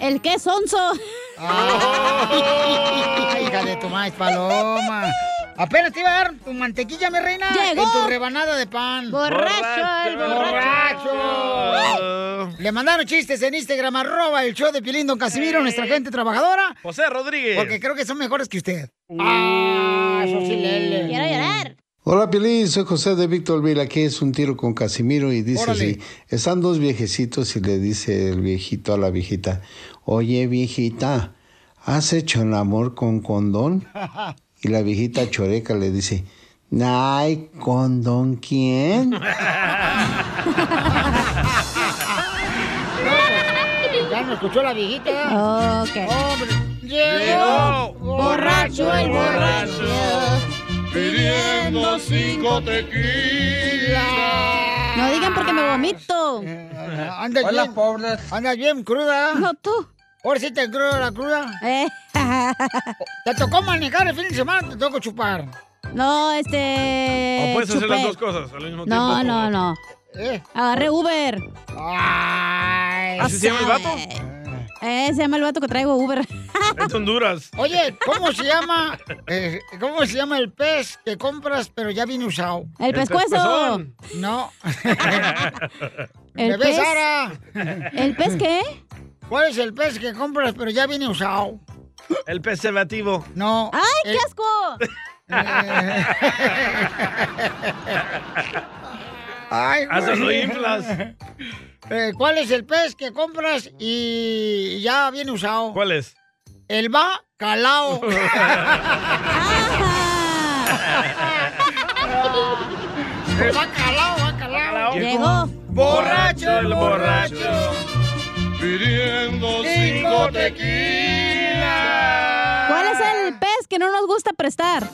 S3: El queso onzo. Oh.
S2: Ah. Ay, hija de tu madre, paloma. Apenas te iba a dar tu mantequilla, mi reina.
S3: Llegó.
S2: En tu rebanada de pan.
S3: Borracho, el borracho.
S2: Borracho. Le mandaron chistes en Instagram, arroba el show de Piolín, Don Casimiro, nuestra gente trabajadora.
S1: José Rodríguez.
S2: Porque creo que son mejores que usted. Ah, eso sí, Lele.
S3: Quiero llorar.
S7: Hola Piolín, soy José de Victorville, aquí es un tiro con Casimiro y dice
S2: Órale.
S7: así, están dos viejecitos y le dice el viejito a la viejita, oye viejita, ¿has hecho el amor con condón? Y la viejita choreca le dice, ay, condón quién?
S2: Ya no escuchó la viejita.
S3: Ok.
S2: Hombre.
S11: Llegó
S2: Llegó borracho el borracho
S11: pidiendo cinco tequilas.
S3: No digan porque me vomito.
S2: Eh, Andas bien. pobres. Andas bien cruda.
S3: No, tú. Eh.
S2: Ahora sí te crudo la cruda. ¿Te tocó manejar el fin de semana o te tocó chupar?
S3: No, este.
S2: Eh,
S1: O puedes hacer
S3: chupé.
S1: las dos cosas al mismo
S3: No,
S1: tiempo.
S3: no, no. Agarré Uber.
S1: ¿Así se llama el vato?
S3: Eh, se llama el vato que traigo Uber.
S1: Es de Honduras.
S2: Oye, ¿cómo se llama? eh, ¿Cómo se llama el pez que compras pero ya viene usado?
S3: El El pescuezo. pezpezón.
S2: No.
S3: El
S2: ¿Me ves,
S3: pez-
S2: Sara?
S3: ¿El pez qué?
S2: ¿Cuál es el pez que compras pero ya viene usado?
S1: El preservativo.
S2: No.
S3: ¡Ay, qué
S2: el- Eh.
S3: asco!
S2: Ay, güey.
S1: Hasta lo inflas.
S2: Eh, ¿Cuál es el pez que compras y ya viene usado?
S1: ¿Cuál es?
S2: El bacalao. el bacalao, bacalao.
S11: Llegó.
S2: Borracho,
S11: el borracho. Pidiendo cinco tequilas.
S3: ¿Cuál es el pez que no nos gusta prestar?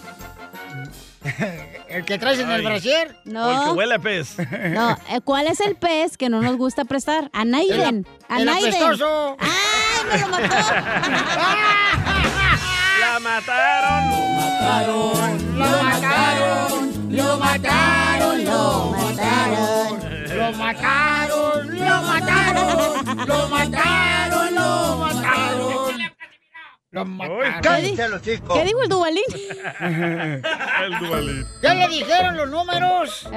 S2: ¿El que traes en el
S3: Ay.
S2: brasier?
S3: No. O el que huele
S1: a pez.
S3: No, eh, ¿cuál es el pez que no nos gusta prestar? A Naiden. A
S2: el
S3: Naiden.
S2: apestoso.
S3: ¡Ay, me lo mató!
S1: ¡La mataron!
S11: mataron! ¡Lo mataron! ¡Lo mataron! ¡Lo mataron!
S2: ¡Lo mataron! ¡Lo mataron! ¡Lo mataron! ¡Lo mataron! ¡Lo mataron!
S3: ¡Cállense
S2: los
S3: ¿Qué dijo el Dubalín?
S1: el dualín.
S2: ¿Qué le dijeron los números?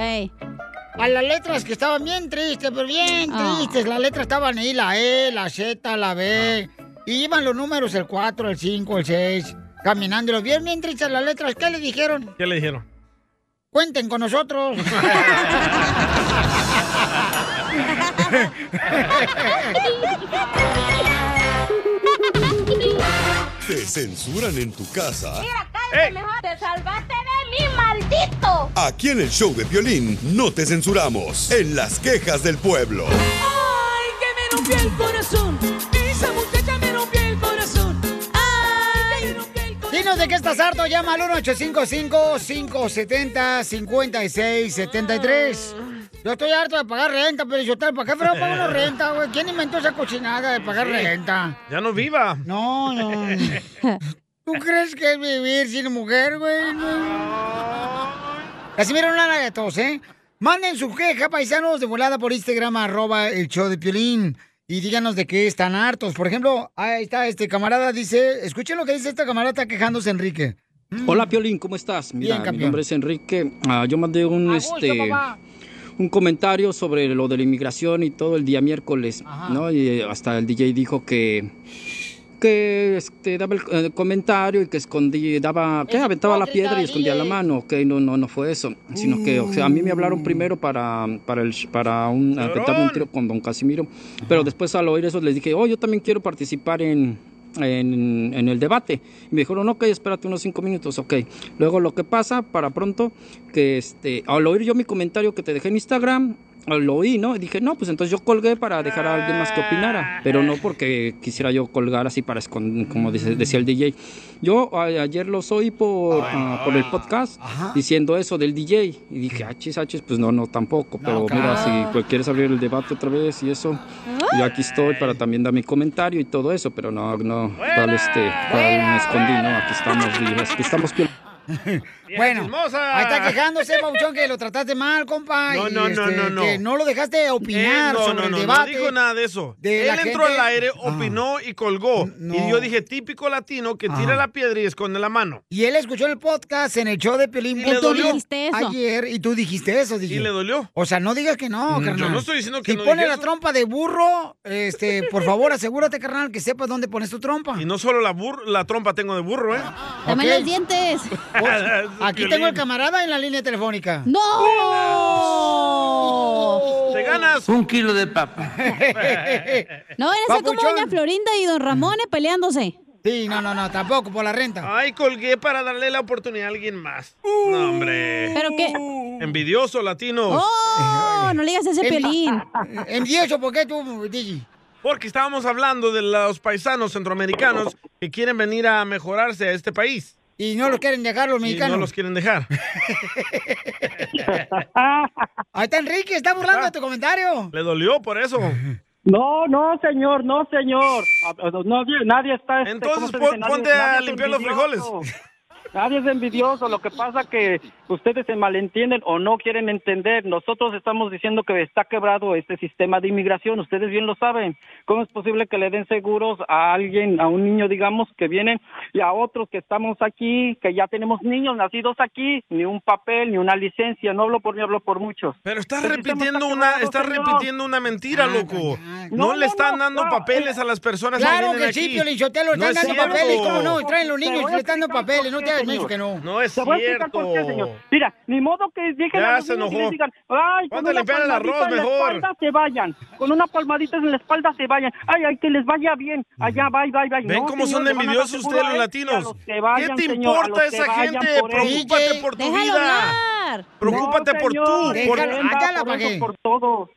S2: A las letras que estaban bien tristes, pero bien tristes. Las letras estaban ahí, la E, la Z, la B. Y iban los números, el 4, el 5, el 6. Caminando, bien, bien tristes las letras. ¿Qué le dijeron?
S1: ¿Qué le dijeron?
S2: Cuenten con nosotros.
S4: Te censuran en tu casa.
S11: mejor! ¡Te salvaste de mí, maldito!
S4: Aquí en el show de violín no te censuramos. En las quejas del pueblo.
S11: ¡Ay, que me rompió el corazón! ¡Esa muchacha me rompió el corazón! ¡Ay!
S2: Dinos de qué estás harto, llama al 1-855-570-5673. Yo estoy harto de pagar renta, pero yo tal, ¿para qué frego pago una renta, güey? ¿Quién inventó esa cochinada de pagar
S1: Sí.
S2: renta?
S1: Ya no viva.
S2: No, no. ¿Tú crees que es vivir sin mujer, güey? Casi mira una de todos, ¿eh? Manden su queja, paisanos, de volada por Instagram, arroba el show de Piolín. Y díganos de qué están hartos. Por ejemplo, ahí está este camarada, dice... Escuchen lo que dice esta camarada, está quejándose Enrique.
S23: Hola Piolín, ¿cómo estás? Mira, mi
S2: campeón.
S23: nombre es Enrique. Ah, yo mandé un este
S2: papá.
S23: un comentario sobre lo de la inmigración y todo el día miércoles, ¿no? Y eh, hasta el DJ dijo que que este daba el eh, comentario y que escondí daba que aventaba la piedra y escondía la mano, que no no no fue eso, sino que o sea, a mí me hablaron primero para para el sh- para un aventarme un tiro con Don Casimiro, pero después al oír eso les dije, "Oh, yo también quiero participar en en, en el debate. Y me dijeron, ok, espérate unos cinco minutos, ok. Luego lo que pasa, para pronto, que este, al oír yo mi comentario que te dejé en Instagram, Ah, lo oí, ¿no? Y dije, no, pues entonces yo colgué para dejar a alguien más que opinara, pero no porque quisiera yo colgar así para esconder, como dice- decía el DJ. Yo a- ayer los oí por, ah, por el podcast diciendo eso del DJ y dije, achis, achis, pues no, no, tampoco, pero mira, si pues, quieres abrir el debate otra vez y eso, yo aquí estoy para también dar mi comentario y todo eso, pero no, no, para este, cuál me escondí, no, aquí estamos, libres, aquí estamos. piol-
S2: Bueno, ahí está quejándose, Pauchón, que lo trataste mal, compa.
S23: No,
S2: y, este,
S23: no, no, no, no.
S2: Que no lo dejaste opinar
S1: Eh, no,
S2: sobre
S1: no,
S2: el
S1: no,
S2: debate.
S1: no dijo nada de eso.
S2: de
S1: Él
S2: la
S1: entró
S2: gente. Ah.
S1: al aire, opinó y colgó. Y yo dije, típico latino que tira la piedra y esconde la mano.
S2: Y él escuchó el podcast en el show de Pelín.
S1: Y le dolió.
S3: Dijiste eso.
S2: Ayer, y tú dijiste eso, dije.
S1: Y le dolió.
S2: O sea, no digas que no,
S1: Mm,
S2: carnal.
S1: yo no estoy diciendo que
S2: si
S1: no
S2: pone
S1: dije
S2: la
S1: eso.
S2: trompa de burro, este, por favor, asegúrate, carnal, que sepas dónde pones tu trompa.
S1: Y no solo la, bur- la trompa tengo de burro, ¿eh?
S2: También
S1: Ok.
S2: los dientes. Pues, Aquí
S1: Piolín.
S2: tengo el camarada en la línea telefónica.
S3: ¡No!
S1: ¡Te ganas!
S16: Un kilo de papa.
S3: No, van a ser como
S2: Papuchón.
S3: Doña Florinda y Don Ramón eh, peleándose.
S2: Sí, no, no, no, tampoco por la renta.
S1: Ay, colgué para darle la oportunidad a alguien más. No, hombre.
S3: ¿Pero qué?
S2: Uh.
S1: Envidioso latino.
S3: ¡Oh! No le digas ese
S11: Eh,
S3: pelín.
S2: Envidioso, ¿por qué tú, DJ?
S1: Porque estábamos hablando de los paisanos centroamericanos que quieren venir a mejorarse a este país.
S2: Y no los quieren dejar los
S1: Y
S2: mexicanos.
S1: no los quieren dejar.
S2: Ahí está Enrique, está burlando de tu comentario.
S1: Le dolió por eso.
S24: No, no, señor, no, señor. A- a- no, Nadie, nadie está... este,
S1: Entonces,
S24: ¿cómo se dice?
S1: pon-
S24: Nadie-
S1: ponte a
S24: nadie es
S1: limpiar los
S24: envidioso. Nadie es envidioso, lo que pasa que ustedes se malentienden o no quieren entender. Nosotros estamos diciendo que está quebrado este sistema de inmigración, ustedes bien lo saben. ¿Cómo es posible que le den seguros a alguien, a un niño, digamos, que vienen y a otros que estamos aquí, que ya tenemos niños nacidos aquí, ni un papel, ni una licencia? No hablo por mí, hablo por muchos.
S1: Pero estás
S24: El sistema
S1: repitiendo
S24: está
S1: una,
S24: quebrado,
S1: estás
S24: señor.
S1: repitiendo una
S2: Ah,
S1: mentira, loco. No,
S24: No,
S1: le
S24: no,
S1: están
S24: no,
S1: dando
S24: no,
S1: papeles
S24: eh,
S1: a las personas
S2: Claro
S1: que
S2: que
S1: vienen
S2: sí,
S1: aquí.
S2: Piolín Sotelo,
S1: No
S2: están
S1: es
S2: dando
S1: cierto.
S2: papeles, ¿cómo no? Y traen los
S24: Te
S2: niños,
S24: voy
S2: le
S24: a
S2: están dando
S24: explicar
S2: papeles, no
S24: por
S2: te
S24: qué,
S2: has dicho
S24: señor.
S2: que no.
S1: No es
S24: Te voy a explicar por qué, señor.
S1: cierto.
S24: Mira, ni modo que dejen
S1: Ya
S24: a los
S1: se
S24: niños y
S1: enojó.
S24: les digan, ay, con
S1: Ponte a
S24: una
S1: limpiar el
S24: palmadita
S1: arroz
S24: en la
S1: mejor.
S24: espalda se vayan, con una palmadita en la espalda se vayan, ay, ay, que les vaya bien, allá, bye, bye, bye.
S1: ¿Ven
S24: No,
S1: cómo
S24: señor,
S1: son
S24: le van a dar
S1: envidiosos
S24: seguro a
S1: ustedes los
S24: él y a
S1: latinos?
S24: los que
S1: ¿Qué
S24: vayan,
S1: te
S24: señor, a
S1: importa
S24: los
S1: esa
S24: que vayan
S1: gente?
S24: por él.
S1: Preocúpate por tu
S3: Déjalo
S1: vida.
S3: hablar.
S1: Preocúpate
S24: No,
S1: por
S24: señor,
S1: tú.
S24: de
S1: por-
S24: verdad, por, eso, por todo.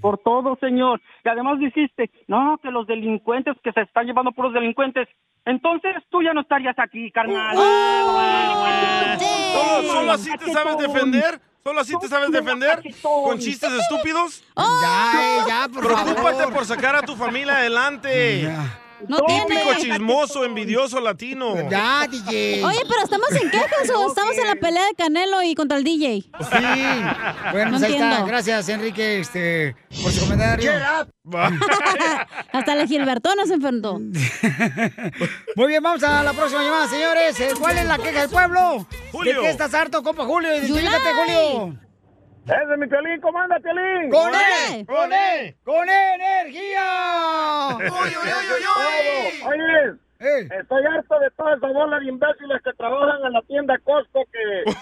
S24: Por todo, señor. Y además dijiste, no, que los delincuentes que se están llevando por los delincuentes. Entonces tú ya no estarías aquí, carnal.
S2: Oh,
S1: ¿Solo, solo así te sabes defender? ¿Solo así te sabes defender? ¿Con chistes estúpidos?
S2: Ya, eh, ya, por
S1: Preocúpate
S2: favor.
S1: por sacar a tu familia adelante.
S3: No
S1: Típico
S3: tiene.
S1: chismoso, envidioso latino.
S2: Ya, DJ.
S3: Oye, pero estamos en qué, Jesús? Estamos en la pelea de Canelo y contra el DJ.
S2: Sí. Bueno,
S3: No
S2: pues ahí está.
S3: entiendo.
S2: Gracias, Enrique, este, por su comentario.
S3: Hasta la Gilbertón nos enfrentó.
S2: Muy bien, vamos a la próxima llamada, señores. Eh, ¿Cuál es la queja del pueblo?
S11: Julio.
S2: ¿De qué estás harto, compa Julio? Identifícate,
S11: Yulai.
S2: Julio.
S11: Es de mi Piolín, ¿cómo anda, Piolín? E,
S2: ¡Con él! ¡Con él! ¡Con E, energía!
S11: Oye, estoy harto de toda esa bola de imbéciles que trabajan en la tienda Costco que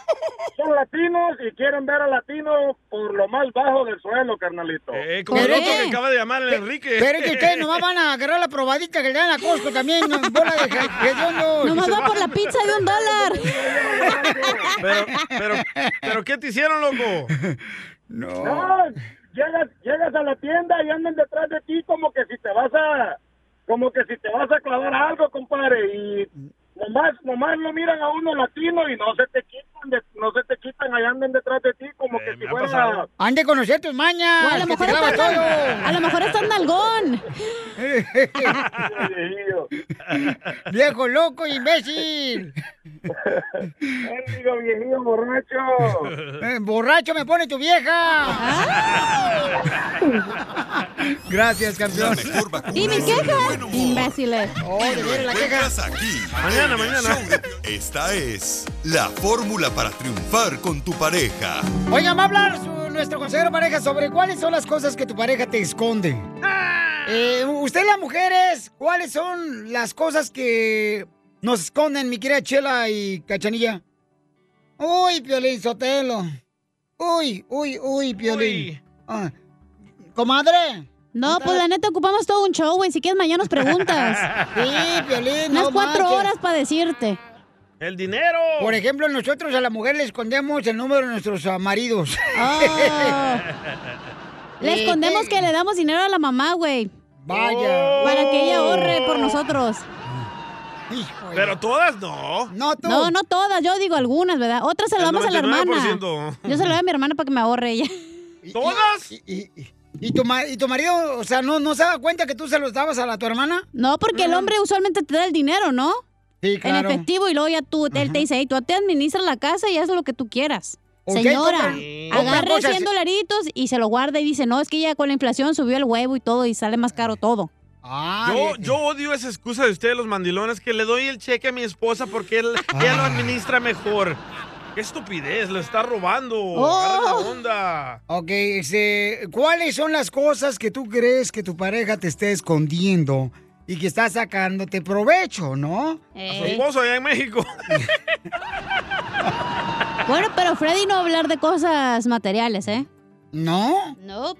S11: son latinos y quieren ver a latinos por lo más bajo del suelo, carnalito.
S1: Eh, Como el
S2: ¿Por
S1: otro
S2: qué?
S1: que acaba de llamar el Enrique.
S2: Pero es que ustedes nomás van a agarrar la probadita que le dan a Costco también, ¿no? bola de hediondos.
S3: Nomás va por la pizza de un dólar.
S1: Pero, pero, pero, ¿qué te hicieron, loco?
S11: No, llegas, llegas a la tienda y andan detrás de ti como que si te vas a, como que si te vas a clavar algo, compadre, y nomás, nomás lo miran a uno latino y no se te quitan, de- no se te quitan, ahí andan detrás de ti como que si fuera...
S2: Han de conocer tus mañas.
S3: O a lo
S2: que te
S3: mejor
S2: clavas
S3: están-
S2: todo.
S3: a lo mejor están nalgón.
S2: Viejo loco, imbécil.
S11: Digo, viejillo borracho.
S2: Eh, borracho me pone tu vieja. Gracias, campeón.
S3: Dime quejas, imbéciles.
S4: Encuentras aquí.
S1: Mañana,
S4: en el
S1: mañana.
S4: show de- Esta es la fórmula para triunfar con tu pareja.
S2: Oigan, va a hablar su- nuestro consejero pareja sobre cuáles son las cosas que tu pareja te esconde. Eh, usted, las mujeres, ¿cuáles son las cosas que nos esconden, mi querida Chela y Cachanilla? Uy, Piolín Sotelo. Uy, uy, uy, Piolín. Ah, Comadre.
S3: No, pues la neta ocupamos todo un show, güey. Si quieres, mañana nos preguntas.
S2: Sí, Piolín,
S3: Unas
S2: no
S3: cuatro
S2: marches.
S3: horas para decirte.
S1: ¡El dinero!
S2: Por ejemplo, nosotros a la mujer le escondemos el número de nuestros ah, maridos.
S3: Le
S2: Sí,
S3: escondemos que le damos dinero a la mamá, güey.
S2: Vaya.
S3: Para que ella ahorre por nosotros.
S1: Pero todas no.
S2: No,
S3: No, no todas, yo digo algunas, ¿verdad? Otras se lo
S1: El
S3: damos a la hermana.
S1: 99%.
S3: Yo se lo doy a mi hermana para que me ahorre ella.
S1: ¿Todas?
S2: Y, y- y- y tu, ma- y tu marido, o sea, ¿no, ¿no se da cuenta que tú se los dabas a la tu hermana? Ah.
S3: No, porque el hombre usualmente te da el dinero, ¿no?
S2: Sí, claro.
S3: En efectivo y luego ya tú, él te dice, "Ey, tú te administras la casa y haz lo que tú quieras.
S2: Ok,
S3: Señora,
S2: compren- compren
S3: agarre
S2: cosas.
S3: 100 dolaritos y se lo guarda y dice, no, es que ya con la inflación subió el huevo y todo y sale más caro todo.
S25: Ah,
S1: Yo, yo odio esa excusa de ustedes, los mandilones, que le doy el cheque a mi esposa porque él,
S25: Ah.
S1: ella lo administra mejor. ¡Qué estupidez! Lo está robando.
S3: Oh.
S1: Agarra la onda!
S2: Oh. Ok, este, ¿cuáles son las cosas que tú crees que tu pareja te esté escondiendo y que está sacándote provecho, no?
S1: A
S3: Eh.
S1: su esposo ¿eh? allá en México.
S3: Bueno, pero Freddy no va a hablar de cosas materiales, ¿eh?
S2: ¿No?
S3: No.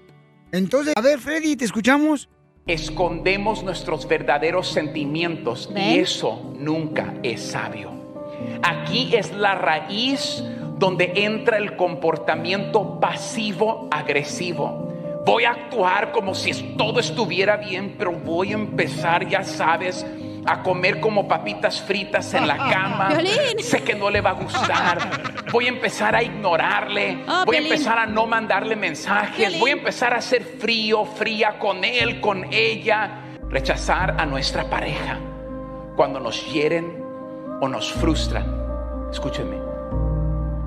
S2: Entonces, a ver, Freddy, ¿te escuchamos?
S26: Escondemos nuestros verdaderos sentimientos y
S2: ¿Ven?
S26: eso nunca es sabio. Aquí es la raíz donde entra el comportamiento pasivo-agresivo. Voy a actuar como si todo estuviera bien, pero voy a empezar, ya sabes, a comer como papitas fritas en la cama.
S3: Piolín.
S26: Sé que no le va a gustar. Voy a empezar a ignorarle.
S3: Ah,
S26: Voy a
S3: Piolín.
S26: empezar a no mandarle mensajes. Voy a empezar a ser frío, fría con él, con ella. Rechazar a nuestra pareja cuando nos hieren o nos frustran. Escúchenme.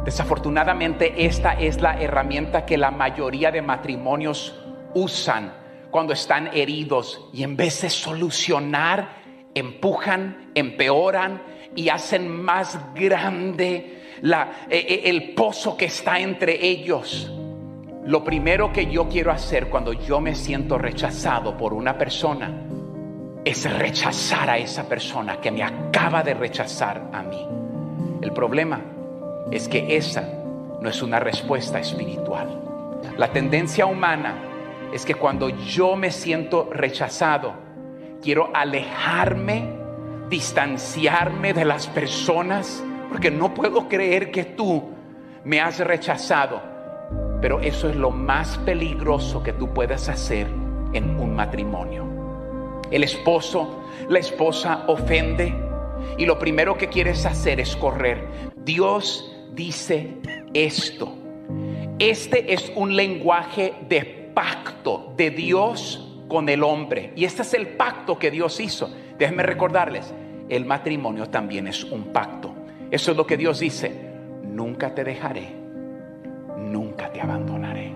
S26: Desafortunadamente esta es la herramienta que la mayoría de matrimonios usan cuando están heridos y en vez de solucionar, empujan, empeoran y hacen más grande la- e- e- el pozo que está entre ellos. Lo primero que yo quiero hacer cuando yo me siento rechazado por una persona es rechazar a esa persona que me acaba de rechazar a mí. El problema es que esa no es una respuesta espiritual. La tendencia humana es que cuando yo me siento rechazado, quiero alejarme, distanciarme de las personas, porque no puedo creer que tú me has rechazado. Pero eso es lo más peligroso que tú puedes hacer en un matrimonio. El esposo, la esposa ofende y lo primero que quieres hacer es correr. Dios dice esto. Este es un lenguaje de pacto de Dios con el hombre. Y este es el pacto que Dios hizo. Déjenme recordarles, el matrimonio también es un pacto. Eso es lo que Dios dice. Nunca te dejaré, nunca te abandonaré.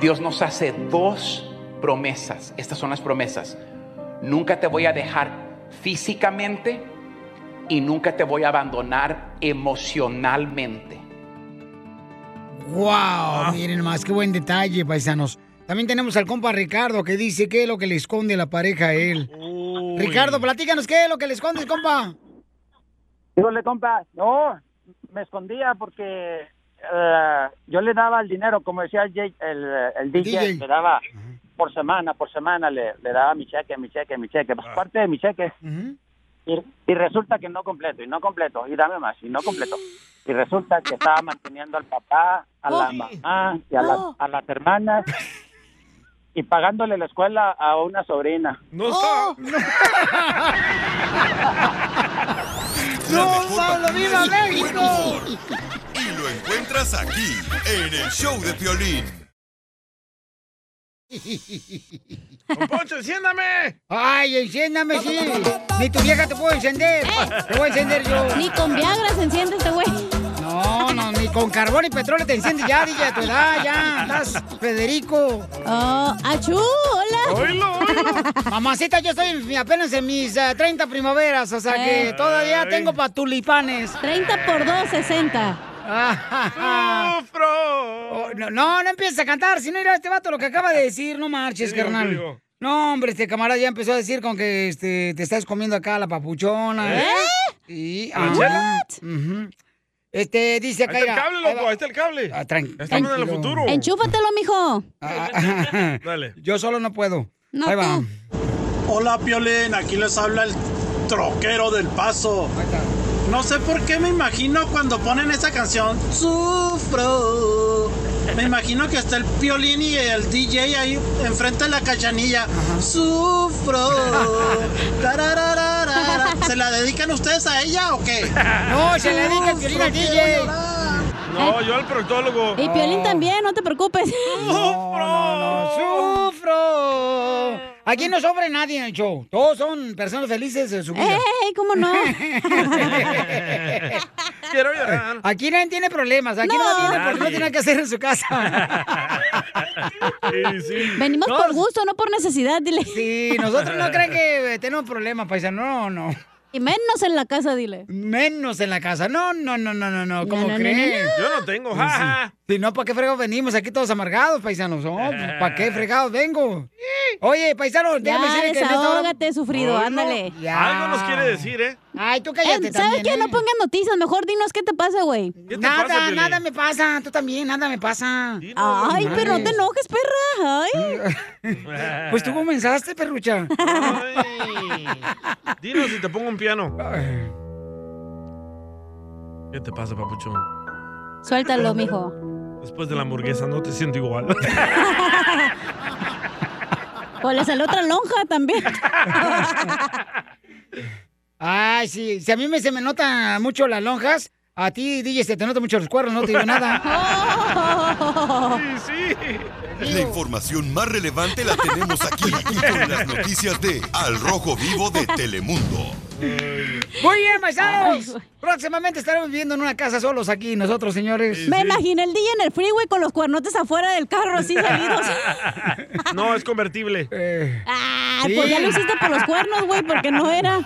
S26: Dios nos hace dos promesas. Estas son las promesas. Nunca te voy a dejar físicamente y nunca te voy a abandonar emocionalmente.
S2: ¡Wow!
S1: Ah.
S2: Miren más, qué buen detalle, paisanos. También tenemos al compa Ricardo que dice qué es lo que le esconde la pareja a él. Ricardo, platícanos qué es lo que le escondes, compa.
S13: Dígole, compa, no, me escondía porque eh, yo le daba el dinero, como decía el, J- el, eh, el DJ,
S5: DJ.
S13: le daba por semana, por semana le, le daba mi cheque, mi cheque, mi cheque,
S1: Ah.
S13: pues, parte de mi cheque. Y, y resulta que no completo, y no completo, y dame más, y no completo. Y resulta que estaba manteniendo al papá, a la
S5: Ay.
S13: mamá y a, la-
S5: No.
S13: a las hermanas y pagándole la escuela a una sobrina. Oh.
S1: No
S2: ¡No,
S4: Pablo,
S2: viva México!
S4: Y lo encuentras aquí, en el show de Piolín.
S2: ¡Don Poncho, enciéndame! ¡Ay, enciéndame, sí! Ni tu vieja te puedo encender. Te voy a encender yo.
S3: Eh. Ni con Viagra se enciende este güey.
S2: No, no, ni con carbón y petróleo te enciendes ya, DJ, a tu edad, ya. Estás Federico.
S3: Oh, achú, hola.
S2: Mamacita, yo estoy en- apenas en mis eh, 30 primaveras, o sea que
S3: Eh.
S2: todavía
S3: Ay.
S2: tengo para tulipanes.
S3: 30 por 2, 60.
S2: Oh, No, no, no empieces a cantar, si no irá este vato lo que acaba de decir, no marches,
S5: ¿Qué digo, qué
S2: carnal.
S5: digo?
S2: No, hombre, este camarada ya empezó a decir con que este, te estás comiendo acá la papuchona.
S5: ¿Eh?
S2: Y,
S5: ¿La
S2: ah,
S5: chela?
S2: ujú. Este, dice acá.
S1: Ahí está el
S2: mira,
S1: cable,
S2: ahí va. Ah,
S1: loco, ahí está el cable. Estamos en el futuro.
S3: Enchúfatelo, mijo.
S1: Dale.
S2: Yo solo no puedo.
S3: No,
S2: Ahí va.
S3: tú.
S25: Hola Piolín, aquí les habla el troquero del paso. No sé por qué me imagino cuando ponen esa canción, sufro. Me imagino que está el Piolín y el DJ ahí enfrente de la cachanilla. Sufro. Tarararara. ¿Se la dedican ustedes a ella o qué?
S2: No, se la dedica el
S25: Piolín
S2: al DJ.
S1: No, yo al proctólogo.
S3: Y Piolín también, no te preocupes.
S2: ¡Sufro! Aquí no sobra nadie en el show. Todos son personas felices de su vida.
S3: ¡Ey! ¿Cómo no?
S1: Quiero llorar.
S2: Aquí nadie tiene problemas. Aquí
S3: No.
S2: no, viene porque no tiene nada que hacer en su casa.
S3: Venimos por gusto, no por necesidad, dile.
S2: Sí, nosotros no creen que eh, tenemos problemas, paisano. No, no.
S3: Y menos en la casa, dile.
S2: Menos en la casa. No, no, no, no, no, no. ¿Cómo
S3: no, no, no,
S2: creen?
S3: no.
S1: Yo no tengo,
S2: Sí,
S1: jaja.
S2: sí. Si no, ¿para qué fregados venimos aquí todos amargados, paisanos? No, pues, ¿Para qué fregados vengo? Oye, paisano, déjame
S3: Ya,
S2: decirle que en esta hora-
S3: desahógate, sufrido,
S2: Ay, no.
S3: ándale.
S1: Algo nos quiere decir, ¿eh?
S2: Ay, tú
S3: Eh, ¿Sabes
S2: cállate también,
S3: qué?
S2: ¿eh?
S3: No pongas noticias, mejor dinos qué te pasa, güey.
S2: Nada, nada me pasa. Tú también, nada me pasa.
S3: Ay,
S2: Madres.
S3: pero no te enojes, perra. Ay.
S2: Pues tú comenzaste, perrucha.
S1: Dinos si te pongo un piano. ¿Qué te pasa, papuchón?
S3: Suéltalo, mijo.
S1: Después de la hamburguesa no te siento igual.
S3: O le salió otra lonja también.
S2: Ay, sí. Si a mí me, se me nota mucho las lonjas, a ti, DJ, se te nota mucho los cuernos, no te digo nada.
S4: Sí, sí. La información más relevante la tenemos aquí, aquí con las noticias de Al Rojo Vivo de Telemundo.
S2: Muy bien, paisanos. Próximamente estaremos viviendo en una casa solos aquí nosotros, señores.
S3: Me imaginé el día en el freeway con los cuernotes afuera del carro, así salidos.
S1: No, es convertible.
S2: Eh,
S3: Ah, pues ya lo hiciste por los cuernos, güey, porque no era.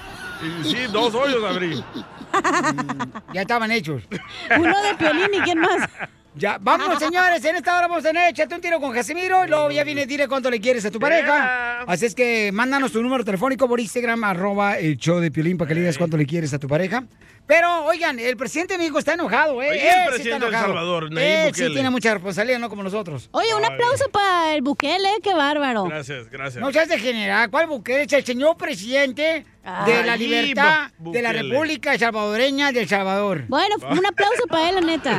S1: Sí, dos hoyos abrí.
S2: Mm, Ya estaban hechos.
S3: Uno de Piolín y quién más.
S2: Ya, vamos, señores, en esta hora vamos a tener échate un tiro con Casimiro y luego
S1: Mm.
S2: ya viene dile cuánto le quieres a tu pareja. Así es que mándanos tu número telefónico por Instagram, arroba el show de Piolín para que le digas cuánto le quieres a tu pareja. Pero, oigan, el presidente de México está enojado, ¿eh? Él
S1: Oye, el
S2: sí está
S1: presidente de El
S2: enojado.
S1: Salvador, Nayib
S2: Él sí
S1: Bukele.
S2: tiene mucha responsabilidad, no como nosotros.
S3: Oye, un aplauso para el Bukele, qué bárbaro.
S1: Gracias, gracias.
S2: No seas de general, ¿cuál Bukele? Es El señor presidente de la
S3: Nayib
S2: libertad de la
S3: Bukele.
S2: República Salvadoreña de El Salvador.
S3: Bueno, un aplauso para él, la neta.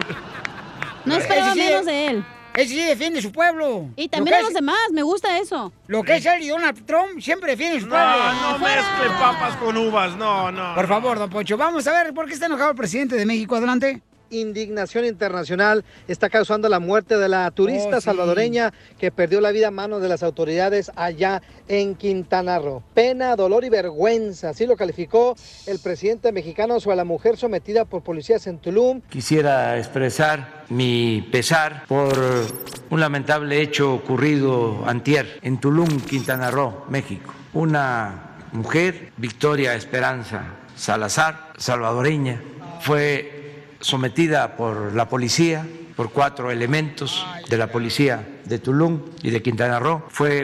S3: No esperaba
S2: Ese sí-
S3: menos de él.
S2: Ese sí defiende su pueblo.
S3: Y
S2: Lo que
S3: también a
S2: es-
S3: los demás, me gusta eso.
S2: Lo que es él y Donald Trump siempre defienden su pueblo.
S1: No, no mezcle papas con uvas, no, no.
S2: Por favor, don Poncho, vamos a ver por qué está enojado el presidente de México. Adelante.
S5: Indignación internacional está causando la muerte de la turista
S2: Oh, sí.
S5: salvadoreña que perdió la vida a manos de las autoridades allá en Quintana Roo. Pena, dolor y vergüenza, así lo calificó el presidente mexicano sobre la mujer sometida por policías en Tulum.
S27: Quisiera expresar mi pesar por un lamentable hecho ocurrido antier en Tulum, Quintana Roo, México. Una mujer, Victoria Esperanza Salazar, salvadoreña, fue sometida por la policía, por cuatro elementos de la policía de Tulum y de Quintana Roo. Fue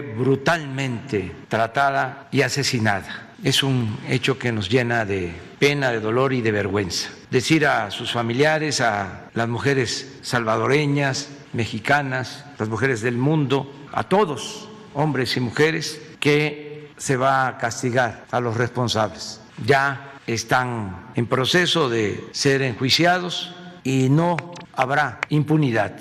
S27: brutalmente tratada y asesinada. Es un hecho que nos llena de pena, de dolor y de vergüenza. Decir a sus familiares, a las mujeres salvadoreñas, mexicanas, las mujeres del mundo, a todos, hombres y mujeres, que se va a castigar a los responsables. Ya están en proceso de ser enjuiciados y no habrá impunidad.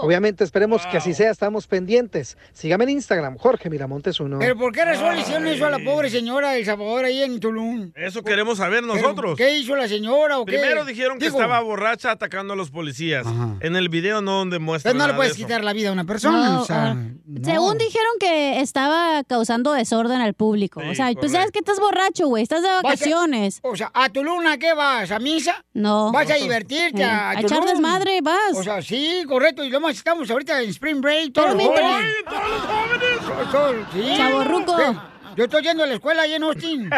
S5: Obviamente esperemos que así sea, estamos pendientes. Sígame en Instagram, Jorge Miramontes uno.
S2: Pero ¿por qué razón le hicieron eso a la pobre señora El Salvador ahí en Tulum?
S1: Eso queremos saber
S2: ¿Pero
S1: Eh, nosotros.
S2: ¿Qué hizo la señora o qué?
S1: Primero dijeron que
S2: Digo,
S1: estaba borracha atacando a los policías. En el video no demuestra.
S2: Entonces no le
S1: nada
S2: puedes
S1: de eso.
S2: quitar la vida a una persona.
S3: No,
S2: o sea,
S3: ah, Según dijeron que estaba causando desorden al público. o sea, pues sabes que estás borracho, güey, estás de vacaciones.
S2: O sea, ¿a Tulum a qué vas? ¿A misa?
S3: No.
S2: Vas a divertirte
S3: Eh,
S2: a,
S3: a echar
S2: Tulum.
S3: desmadre, vas.
S2: O sea, sí, correcto. Y lo más estamos ahorita en Spring Break.
S3: Pero
S2: Todos los
S3: mientras-
S2: jóvenes. Todos- todos- sí.
S3: Chavorruco.
S2: Sí. Yo estoy yendo a la escuela ahí en Austin.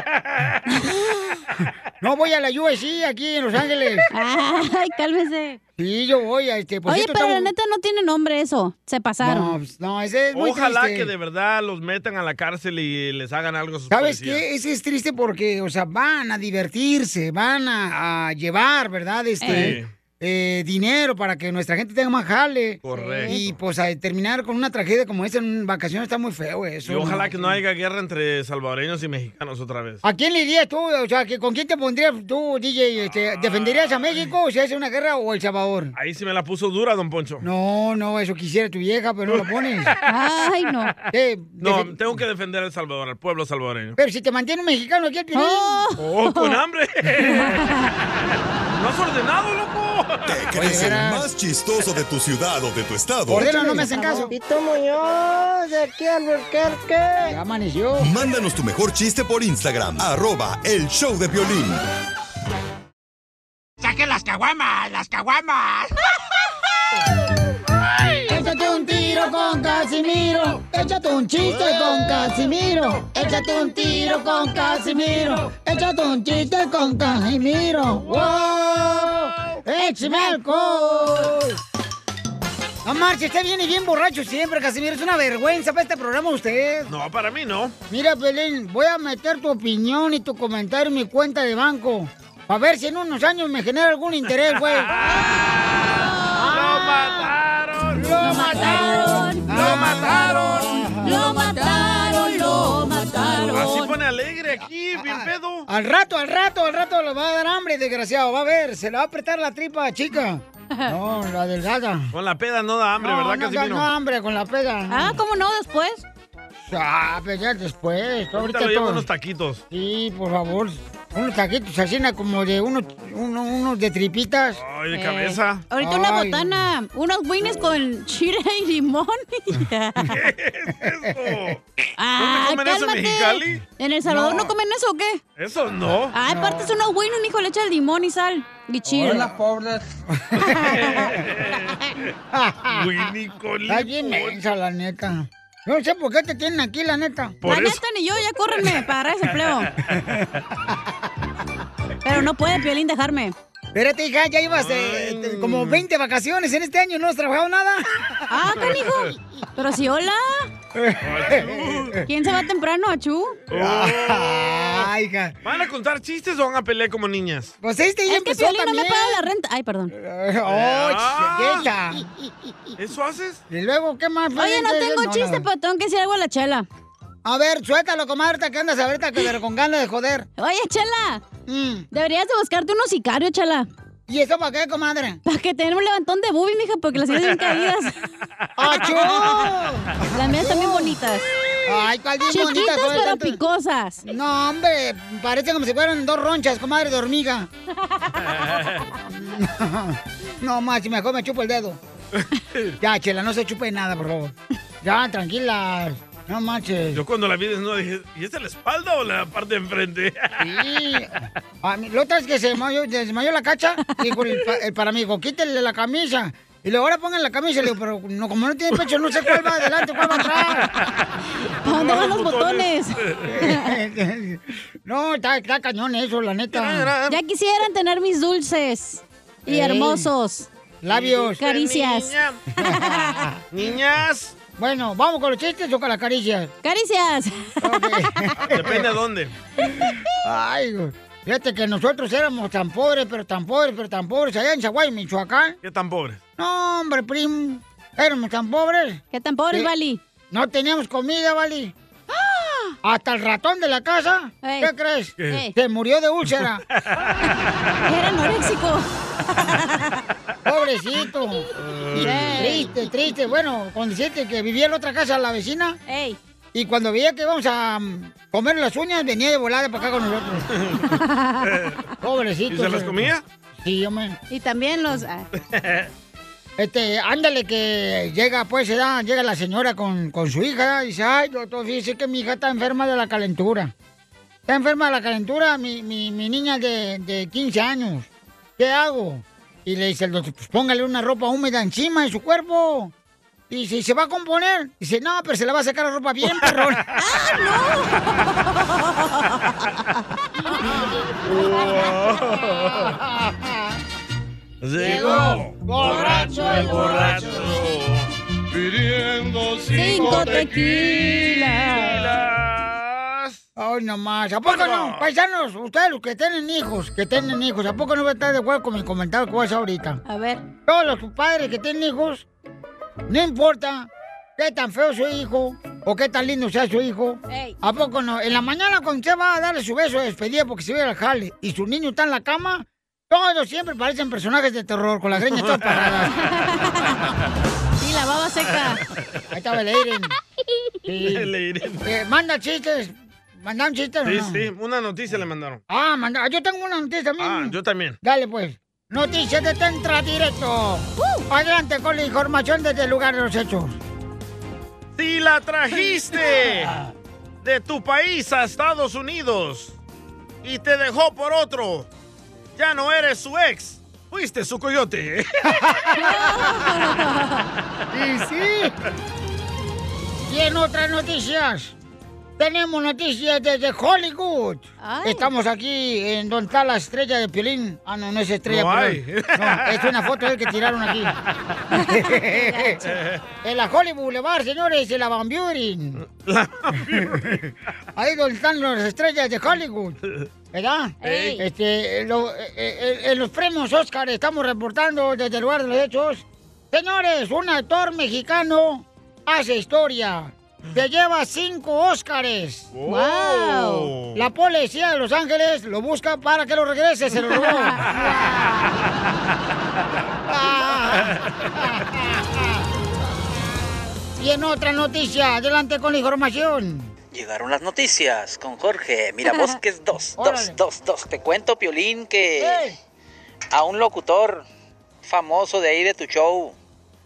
S2: No voy a la USC aquí en Los Ángeles.
S3: Ah. Ay, cálmese.
S2: Sí, yo voy a este.
S3: Oye, pero la neta no tiene nombre eso. Se pasaron.
S2: No, pues, no, ese es muy
S1: Ojalá
S2: triste.
S1: que de verdad los metan a la cárcel y les hagan algo a sus
S2: ¿Sabes
S1: policías.
S2: qué? Ese es triste porque, o sea, van a divertirse, van a, a llevar, ¿verdad? Este,
S1: Sí.
S2: eh, dinero para que nuestra gente tenga más jale.
S1: Correcto.
S2: Y pues a terminar con una tragedia como esa en vacaciones está muy feo eso.
S1: Y ojalá que no
S2: haya...
S1: haya guerra entre salvadoreños y mexicanos otra vez.
S2: ¿A quién le irías tú? O sea, que ¿con quién te pondrías tú, DJ? Este, ¿Defenderías a México o si hace una guerra o El Salvador?
S1: Ahí sí me la puso dura, don Poncho.
S2: No, no, eso quisiera tu vieja, pero no la pones. Eh,
S3: Ay, no.
S1: No, tengo que defender a El Salvador, al pueblo salvadoreño.
S2: Pero si te mantiene un mexicano aquí al Piolín.
S1: ¡Oh, con hambre! ¡No has ordenado, loco!
S4: ¿Te crees el más chistoso de tu ciudad o de tu estado?
S2: Pito
S5: Muñoz, de aquí al
S2: Ya amaneció.
S4: Mándanos tu mejor chiste por Instagram, arroba el show de violín.
S2: ¡Saque las caguamas! ¡Las caguamas! Échate un tiro con Casimiro. Échate un chiste con Casimiro. Échate un tiro con Casimiro. Échate un chiste con Casimiro. ¡Wow! ¡Échame alcohol! No marche, usted viene bien borracho siempre, Casimiro. Es una vergüenza para este programa usted.
S1: No, para mí no.
S2: Mira, Pelín, voy a meter tu opinión y tu comentario en mi cuenta de banco. A ver si en unos años me genera algún interés, güey.
S6: ¡Lo mataron! ¡Lo mataron! ¡Lo mataron! ¡Lo mataron!
S1: Así pone alegre aquí, bien pedo.
S2: Al rato, al rato, al rato le va a dar hambre, desgraciado. Va a ver, se le va a apretar la tripa, chica. No, la delgada.
S1: Con la peda no da hambre,
S2: No,
S1: ¿verdad,
S2: no,
S1: Casimiro?
S2: no, hambre con la peda.
S3: Ah, ¿cómo no después?
S2: Ah, pero ya después. tú Ahorita
S1: Ahorita lo llevo
S2: todo.
S1: unos taquitos.
S2: Sí, por favor. Unos taquitos, así na, como de unos, uno- unos de tripitas.
S1: Ay, de cabeza.
S3: Eh, ahorita una
S2: Ay.
S3: botana, unos wines con chile y limón. y ya. Ah,
S6: ¿Dónde comen eso en
S3: cálmate.
S6: Mexicali?
S3: ¿En El Salvador no,
S6: No.
S3: comen eso o qué?
S1: Eso no.
S3: Ah, aparte es unos wines, mijo, le echa limón y sal. Y chile.
S6: Hola,
S2: pobres.
S1: Winnie con
S2: Está bien
S1: pues.
S2: mensa, la neta. No sé por qué te tienen aquí, la neta.
S3: la neta ni yo, ya córrenme para ese empleo. Pero no puede Piolín dejarme.
S2: Espérate, hija, ya ibas eh, te- como 20 vacaciones en este año, no has trabajado nada.
S3: Ah, canijo. Pero si hola. ¿Quién se va temprano, Achú?
S2: Ay, hija.
S1: Oh. ¿Van a contar chistes o van a pelear como niñas?
S2: Pues este ya
S3: Es que
S2: empezó
S3: Piolín no me
S2: también. Eh, oh,
S3: paga la renta. Ay, perdón.
S1: Ah.
S2: ¿Eso haces? Y luego, ¿qué más?
S3: Oye, no tengo chiste, pues.
S2: pero tengo que decir algo a la chela. A ver, suéltalo, comadre, que andas ahorita que- pero con ganas de joder. Mm.
S3: Oye, chela. Deberías de buscarte unos sicarios, chela.
S2: ¿Y eso para qué, comadre?
S3: Para que tener un levantón de booby, mija, porque las tienes bien caídas. ¡Ah,
S2: ¡Achú!
S3: Las mías también bonitas.
S2: Ay, cuál bien
S3: Chiquitas,
S2: bonita, comadre,
S3: pero
S2: tanto-
S3: picosas.
S2: No, hombre, parece como si fueran dos ronchas, comadre, de hormiga.
S6: ¡Ah,
S2: No, más, si mejor me chupo el dedo. Ya, chela, no se chupe nada, por favor. Ya, tranquila. No manches.
S1: Yo cuando la vi desnuda dije, ¿y es la espalda o la parte de enfrente?
S2: Sí. A mí- la otra es que se desmayó, se desmayó la cacha, dijo el, pa- el paramigo, quítenle la camisa. Y luego ahora pongan la camisa, le digo, pero no, como no tiene pecho, no sé cuál va adelante, cuál va atrás.
S3: ¿Para dónde van los botones?
S2: no, está, está cañón eso, la neta.
S3: Ya quisieran tener mis dulces y
S2: Ey.
S3: hermosos.
S2: Labios.
S3: Caricias.
S1: Niñas.
S2: Bueno, ¿vamos con los chistes o con las caricias?
S3: Caricias.
S1: Depende de dónde.
S2: Ay, güey. Fíjate que nosotros éramos tan pobres, pero tan pobres, pero tan pobres, allá en Chihuahua, Michoacán.
S1: ¿Qué tan pobres?
S2: No, hombre, primo. Éramos tan pobres.
S3: ¿Qué tan pobres,
S2: Vali? No teníamos comida, Vali.
S3: ¡Ah!
S2: Hasta el ratón de la casa. ¿Qué crees?
S6: ¿Qué?
S2: Se murió de úlcera.
S3: Era anoréxico.
S2: Pobrecito. Y
S6: Ey.
S2: triste, triste. Bueno, con decirte que vivía en la otra casa la vecina. Y cuando veía que íbamos a mm, comer las uñas, venía de volada para acá con nosotros. Pobrecito.
S1: ¿Y se las comía?
S2: Sí, hombre.
S3: Y también los... ah,
S2: Este, ándale que llega, pues, se da, llega la señora con, con su hija y dice, ay, doctor, fíjese que mi hija está enferma de la calentura. Está enferma de la calentura, mi, mi, mi niña de, de 15 años. ¿Qué hago? Y le dice el doctor, pues póngale una ropa húmeda encima de su cuerpo. Y dice, "¿Y se va a componer. Dice, no, pero se le va a sacar la ropa bien, perrón.
S6: Llegó borracho el borracho
S2: pidiendo
S6: cinco
S2: tequilas. Ay, nomás. ¿A poco no? Paisanos, ustedes los que tienen hijos, que tienen hijos, ¿a poco no van a estar de acuerdo con mi comentario que voy a hacer ahorita?
S3: A ver.
S2: Todos los padres que tienen hijos, no importa qué tan feo su hijo o qué tan lindo sea su hijo,
S6: Ey.
S2: ¿a poco no? En la mañana cuando usted va a darle su beso de despedida porque se va a ir al jale y su niño está en la cama, todos siempre parecen personajes de terror con las greñas todas paradas.
S3: Sí, la baba seca.
S2: Ahí estaba el Eiren. Sí.
S1: El Eiren.
S2: Eh, manda chistes. ¿Mandaron chistes o
S1: Sí,
S2: no?
S1: sí, una noticia le mandaron.
S2: Ah, manda. Yo tengo una noticia también.
S1: Ah, yo también.
S2: Dale, pues. Noticias de Tentra Directo.
S3: Uh.
S2: Adelante con la información desde el lugar de los hechos.
S1: Si la trajiste de tu país a Estados Unidos y te dejó por otro, ya no eres su ex, fuiste su coyote.
S2: Y sí. Y en otras noticias, tenemos noticias desde Hollywood. Estamos aquí en donde está la estrella de Piolín. Ah, no, no es estrella.
S6: No hay.
S2: perdón. No, es una foto de él que tiraron aquí. en la Hollywood Boulevard, señores, en la Van Buren. Ahí donde están las estrellas de Hollywood. ¿Verdad?
S6: Ey.
S2: Este, lo- eh, eh, en los premios Oscar estamos reportando desde el lugar de los hechos. Señores, un actor mexicano hace historia. Se lleva cinco Óscares.
S6: Wow.
S2: La policía de Los Ángeles lo busca para que lo regrese, se lo robó. Y en otra noticia, adelante con la información.
S14: Llegaron las noticias con Jorge. Mira, Bosques 2, 2, 2, 2. Te cuento, Piolín, que a un locutor famoso de ahí de tu show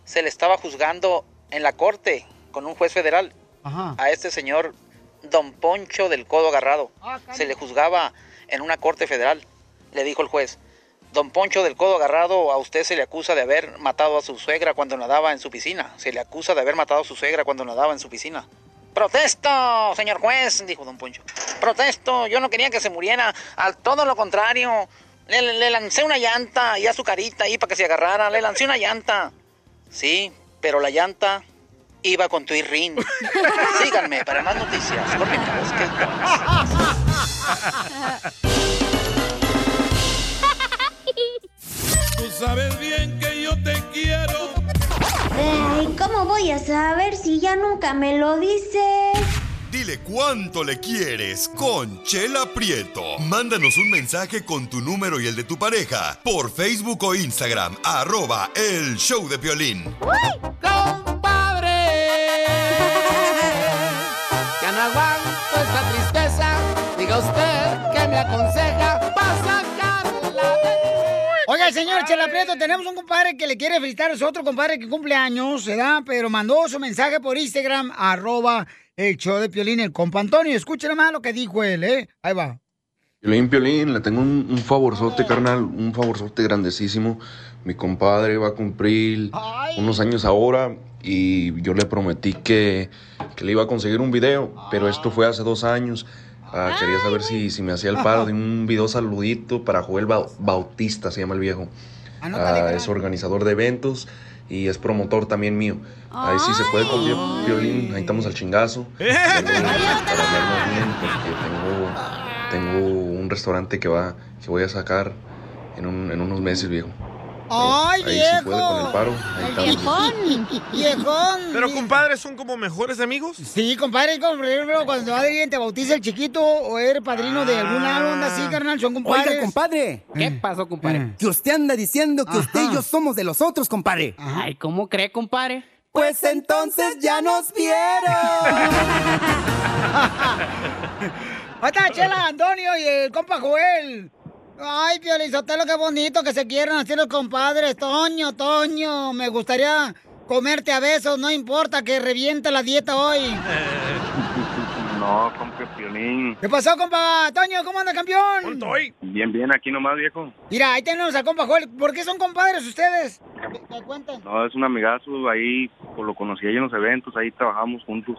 S14: se le estaba juzgando en la corte con un juez federal
S6: Ah.
S14: a este señor Don Poncho del Codo Agarrado. Se le juzgaba en una corte federal. Le dijo el juez, Don Poncho del Codo Agarrado, a usted se le acusa de haber matado a su suegra cuando nadaba en su piscina. Se le acusa de haber matado a su suegra cuando nadaba en su piscina. Protesto, señor juez, dijo don Poncho. Protesto, yo no quería que se muriera. Al todo lo contrario, le, le lancé una llanta y a su carita ahí para que se agarrara. Le lancé una llanta. Sí, pero la llanta iba con tu irrín. Síganme para más noticias. Jorge Mirabosques.
S6: Tú sabes bien que yo te quiero.
S22: Ay, ¿cómo voy a saber si ya nunca me lo dices?
S4: Dile cuánto le quieres con Chela Prieto. Mándanos un mensaje con tu número y el de tu pareja por Facebook o Instagram, arroba el show de violín.
S6: Ya no aguanto esta tristeza. Diga usted que me aconseja para sacarla
S2: Oiga, señor Chela Prieto, tenemos un compadre que le quiere felicitar a su otro compadre que cumple años, ¿verdad? Pero mandó su mensaje por Instagram, arroba el show de Piolín, el compa Antonio. Escuchen más lo que dijo él, ¿eh? Ahí va.
S28: Piolín, Piolín, le tengo un, un favorzote, carnal, un favorzote grandecísimo. Mi compadre va a cumplir unos años ahora y yo le prometí que, que le iba a conseguir un video, pero esto fue hace dos años. Ah, quería saber si, si me hacía el paro de un video saludito para Joel Bau- Bautista, se llama el viejo.
S6: Anótale,
S28: Ah, es organizador de eventos y es promotor también mío. Ahí sí se puede con Pio- Piolín, ahí estamos al chingazo.
S3: Eh,
S28: para hablarnos bien, porque tengo, tengo un restaurante que va, que voy a sacar en, un- en unos meses, viejo.
S2: ¡Ay,
S28: Ahí sí puede con el paro. Ahí estamos.
S2: ¡Viejón!
S1: Pero compadres son como mejores amigos.
S2: Sí, compadre, como, por ejemplo, cuando alguien te bautiza el chiquito o eres padrino de
S1: Ah.
S2: alguna onda así, carnal, son compadres.
S9: Oiga, compadre. ¿Qué pasó, compadre? Que usted anda diciendo que usted y yo somos de los otros, compadre. Ay, ¿cómo cree, compadre? Pues entonces ya nos vieron.
S2: Ahí está Chela, Antonio y el compa Joel. Ay, Piolizotelo, qué bonito que se quieran así los compadres. Toño, Toño, me gustaría comerte a besos, no importa que reviente la dieta hoy.
S10: No, compa Piolín.
S2: ¿Qué pasó, compa Toño? ¿Cómo anda, campeón?
S10: Bien, bien, aquí nomás, viejo.
S2: Mira, ahí tenemos al compa Joel. ¿Por qué son compadres ustedes? ¿Te cuentan?
S10: No, es un amigazo, ahí pues, lo conocí ahí en los eventos, ahí trabajamos juntos.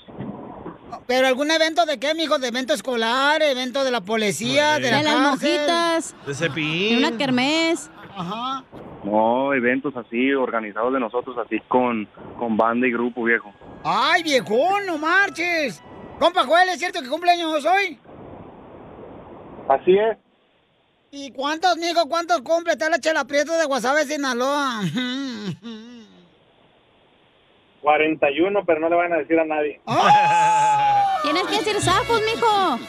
S2: ¿Pero algún evento de qué, mijo? ¿De evento escolar? ¿Evento de la policía? ¿De, la
S3: De las
S2: cárcel?
S3: mojitas.
S10: De
S3: En
S10: cepillín.
S3: una kermés.
S2: Ajá.
S10: No, eventos así, organizados de nosotros, así con, con banda y grupo, viejo.
S2: ¡Ay, viejón, no marches! Compa Joel, ¿es cierto que cumpleaños hoy?
S10: Así es.
S2: ¿Y cuántos, mijo? ¿Cuántos cumple? Está la Chela Prieto de Guasave, Sinaloa.
S10: 41, pero no le van a decir a nadie.
S2: Ah. Tienes que decir sapos, mijo.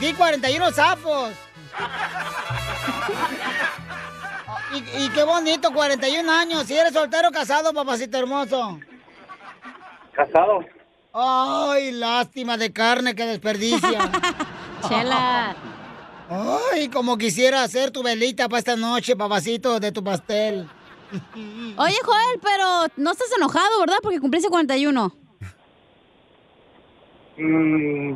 S2: Di 41 sapos. Y, y qué bonito, 41 años. Si eres soltero o casado, papacito hermoso.
S10: Casado.
S2: Ay, lástima de carne que desperdicia.
S3: Chela.
S2: Ay, como quisiera hacer tu velita para esta noche, papacito, de tu pastel.
S3: Oye, Joel, pero no estás enojado, ¿verdad? Porque cumpliste 41.
S10: Mm,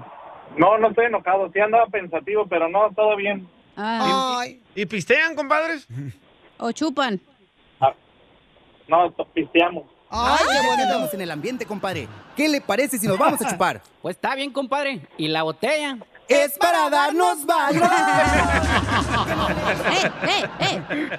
S10: no, no estoy enojado, sí andaba pensativo, pero no, todo bien.
S2: Ay.
S1: ¿Y pistean, compadres?
S3: O chupan.
S10: No, pisteamos.
S2: Ay,
S9: qué bonito. Estamos en el ambiente, compadre. ¿Qué le parece si nos vamos a chupar? Pues está bien, compadre. ¿Y la botella? Es para darnos valor.
S3: eh,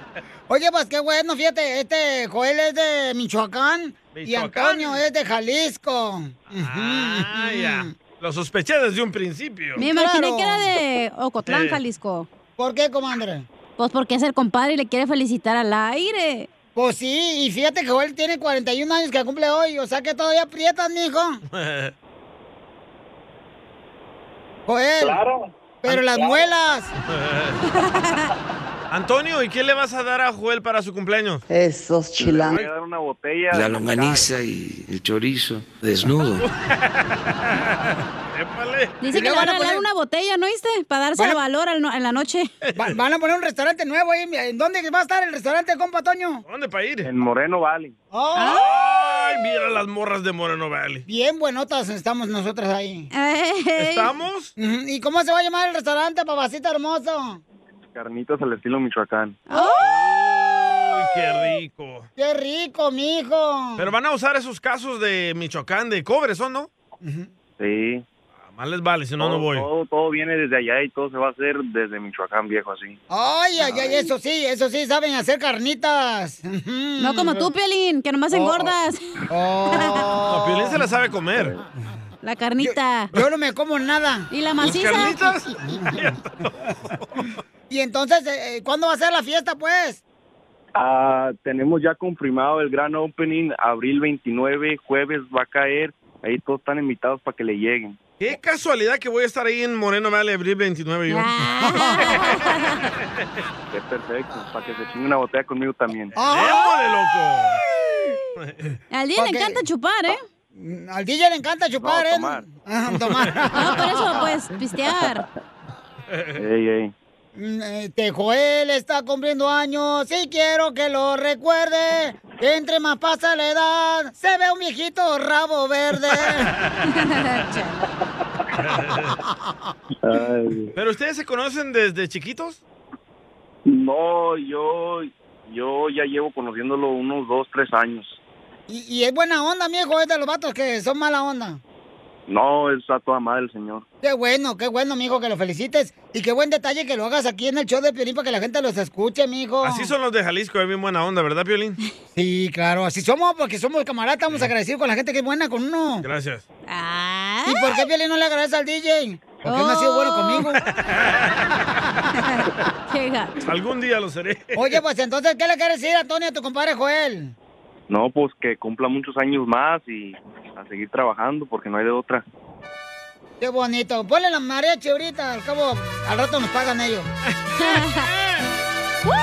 S2: Oye, pues qué bueno, fíjate, este Joel es de Michoacán, y
S1: Michoacán.
S2: Antonio es de Jalisco.
S1: Ah, ya. Lo sospeché desde un principio.
S3: Me imaginé
S2: Claro.
S3: que era de Ocotlán,
S1: Sí.
S3: Jalisco.
S2: ¿Por qué, comandante?
S3: Pues porque es el compadre y le quiere felicitar al aire.
S2: Pues sí, y fíjate que Joel tiene 41 años que cumple hoy, o sea que todavía aprietas, mijo.
S3: eh.
S2: Joel.
S10: Claro.
S2: Pero las
S1: Ah,
S10: Claro.
S2: muelas.
S1: Antonio, ¿y qué le vas a dar a Joel para su cumpleaños?
S9: Esos
S1: Le voy a dar una
S10: botella.
S27: La longaniza y el chorizo desnudo.
S3: Dice que le van a regalar una botella, ¿no viste? Para darse el valor al no- en la noche.
S2: van a poner un restaurante nuevo ahí. ¿En dónde va a estar el restaurante, compa Toño?
S1: ¿Dónde para ir?
S10: En Moreno Valley.
S1: ¡Ay! Mira las morras de Moreno Valley.
S2: Bien buenotas estamos nosotras ahí.
S1: ¿Estamos?
S2: Ujú, ¿Y cómo se va a llamar el restaurante, papacito hermoso?
S10: Carnitas al estilo Michoacán.
S1: ¡Ay, qué rico!
S2: ¡Qué rico, mijo!
S1: Pero van a usar esos casos de Michoacán, de cobre, ¿son, no?
S10: Sí.
S1: Ah, Más les vale, si no, no
S10: Todo-
S1: voy.
S10: Todo, todo viene desde allá y todo se va a hacer desde Michoacán, viejo, así.
S2: Ay, ay, ay, eso sí, eso sí, saben hacer carnitas. Oh, No
S3: como tú, Piolín, que nomás engordas.
S2: Oh.
S1: No, Piolín se la sabe comer.
S3: La carnita.
S2: Yo, no me como nada.
S3: ¿Y la
S2: ¿Las
S3: maciza?
S2: carnitas? Y entonces, eh, ¿cuándo va a ser la fiesta, pues?
S10: Ah, tenemos ya confirmado el gran opening, abril 29, jueves va a caer. Ahí todos están invitados para que le lleguen.
S1: Qué casualidad que voy a estar ahí en Moreno Valley abril 29 yo.
S10: Qué perfecto, para que se chingue una botella conmigo también.
S3: Ah,
S10: ¿Eh?
S1: ¡Démosle, loco!
S3: Al DJ
S2: Ok.
S3: le encanta chupar, ¿eh?
S2: Mm, Al DJ le encanta chupar,
S10: No, tomar.
S2: ¿eh? Ah, tomar.
S3: No, por eso, pues, pistear.
S10: Ey, ey.
S2: Mm, Este Joel está cumpliendo años y quiero que lo recuerde. Que entre más pasa la edad, se ve un viejito rabo verde.
S1: ¿Pero ustedes se conocen desde chiquitos?
S10: No, yo, yo ya llevo conociéndolo unos dos, tres años.
S2: y, y es buena onda, mijo, es de los vatos que son mala onda.
S10: No, es a toda madre el señor.
S2: Qué bueno, qué bueno, mijo, que lo felicites. Y qué buen detalle que lo hagas aquí en el show de Piolín para que la gente los escuche, mijo.
S1: Así son los de Jalisco, es bien buena onda, ¿verdad, Piolín?
S2: Sí, claro, así somos, porque Pues somos camaradas, estamos agradecidos con la gente que es buena con uno.
S1: Gracias.
S2: ¿Y por qué Piolín no le agradece al DJ? Porque él no ha sido bueno conmigo.
S1: Algún día lo seré.
S2: Oye, pues entonces, ¿qué le quieres decir, Antonio, a tu compadre Joel?
S10: No, pues que cumpla muchos años más y a seguir trabajando porque no hay de otra.
S2: Qué bonito. Ponle la mariachi ahorita, al cabo, al rato nos pagan ellos. ¡Woo!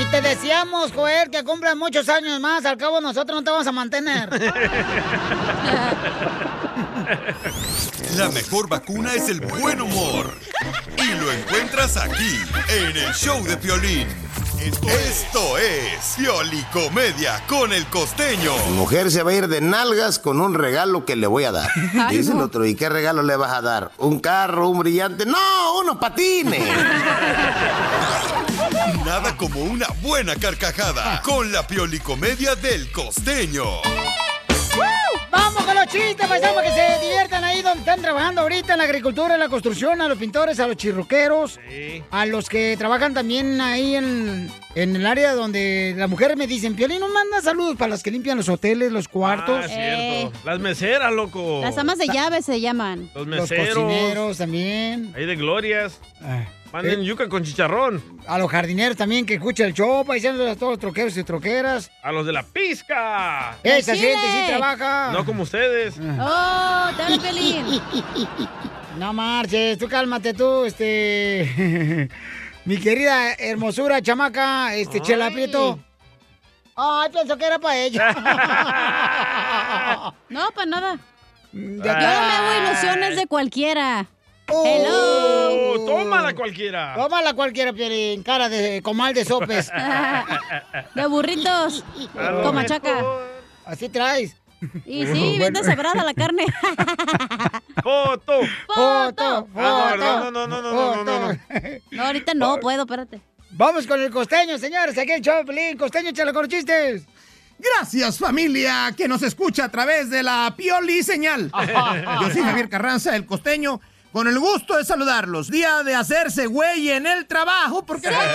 S2: y te deseamos, Joel, que cumplan muchos años más, al cabo nosotros no te vamos a mantener.
S4: La mejor vacuna es el buen humor. Y lo encuentras aquí, en el show de Piolín. Esto es Piolicomedia con el costeño.
S12: Mi mujer se va a ir de nalgas con un regalo que le voy a dar.
S4: Ay,
S12: Dice el
S4: no.
S12: otro, ¿y qué regalo le vas a dar? ¿Un carro, un brillante? No, unos patines.
S4: Nada como una buena carcajada con la Piolicomedia del costeño.
S2: ¡Vamos con los chistes, paisanos, para que se diviertan ahí donde están trabajando ahorita, en la agricultura, en la construcción, a los pintores, a los chirroqueros, a los que trabajan también ahí en, en el área donde las mujeres me dicen, Piolín, no manda saludos para las que limpian los hoteles, los cuartos.
S1: Ah, cierto. Las meseras, loco.
S3: Eh. Las amas de llaves se llaman.
S1: Los
S2: Los
S1: meseros.
S2: cocineros también.
S1: Ahí de glorias.
S2: Eh.
S1: Manden yuca con chicharrón.
S2: A los jardineros también que escuchan el show, paisanos, a todos los troqueros y troqueras.
S1: A los de la pizca.
S2: Esa gente sí trabaja.
S1: No como ustedes.
S2: ¡Oh, dale, Pelín! No marches, tú cálmate tú, este... Mi querida hermosura, chamaca, este, Chela Prieto. Ay, pensó que era para ella.
S3: No, para nada.
S2: Yo
S3: no me hago ilusiones de cualquiera. Hello.
S1: Oh, tómala cualquiera.
S2: Uh, Tómala cualquiera, Piolín, cara de comal de sopes. De burritos,
S3: Claro. con machaca.
S2: Así traes.
S3: Y sí, bien
S2: Bueno.
S3: deshebrada la carne.
S1: ¡Foto!
S2: ¡Foto!
S3: Ah, no, ¿verdad?
S2: ¡Foto!
S3: No, no, no, no, no, no, no. No, ahorita no puedo, espérate.
S2: Vamos con el costeño, señores. Aquí el Choplin. Costeño, échale con los chistes.
S19: Gracias familia que nos escucha a través de la Pioli señal. Yo soy Javier Carranza, el costeño, con el gusto de saludarlos. Día de hacerse güey en el trabajo, porque no hay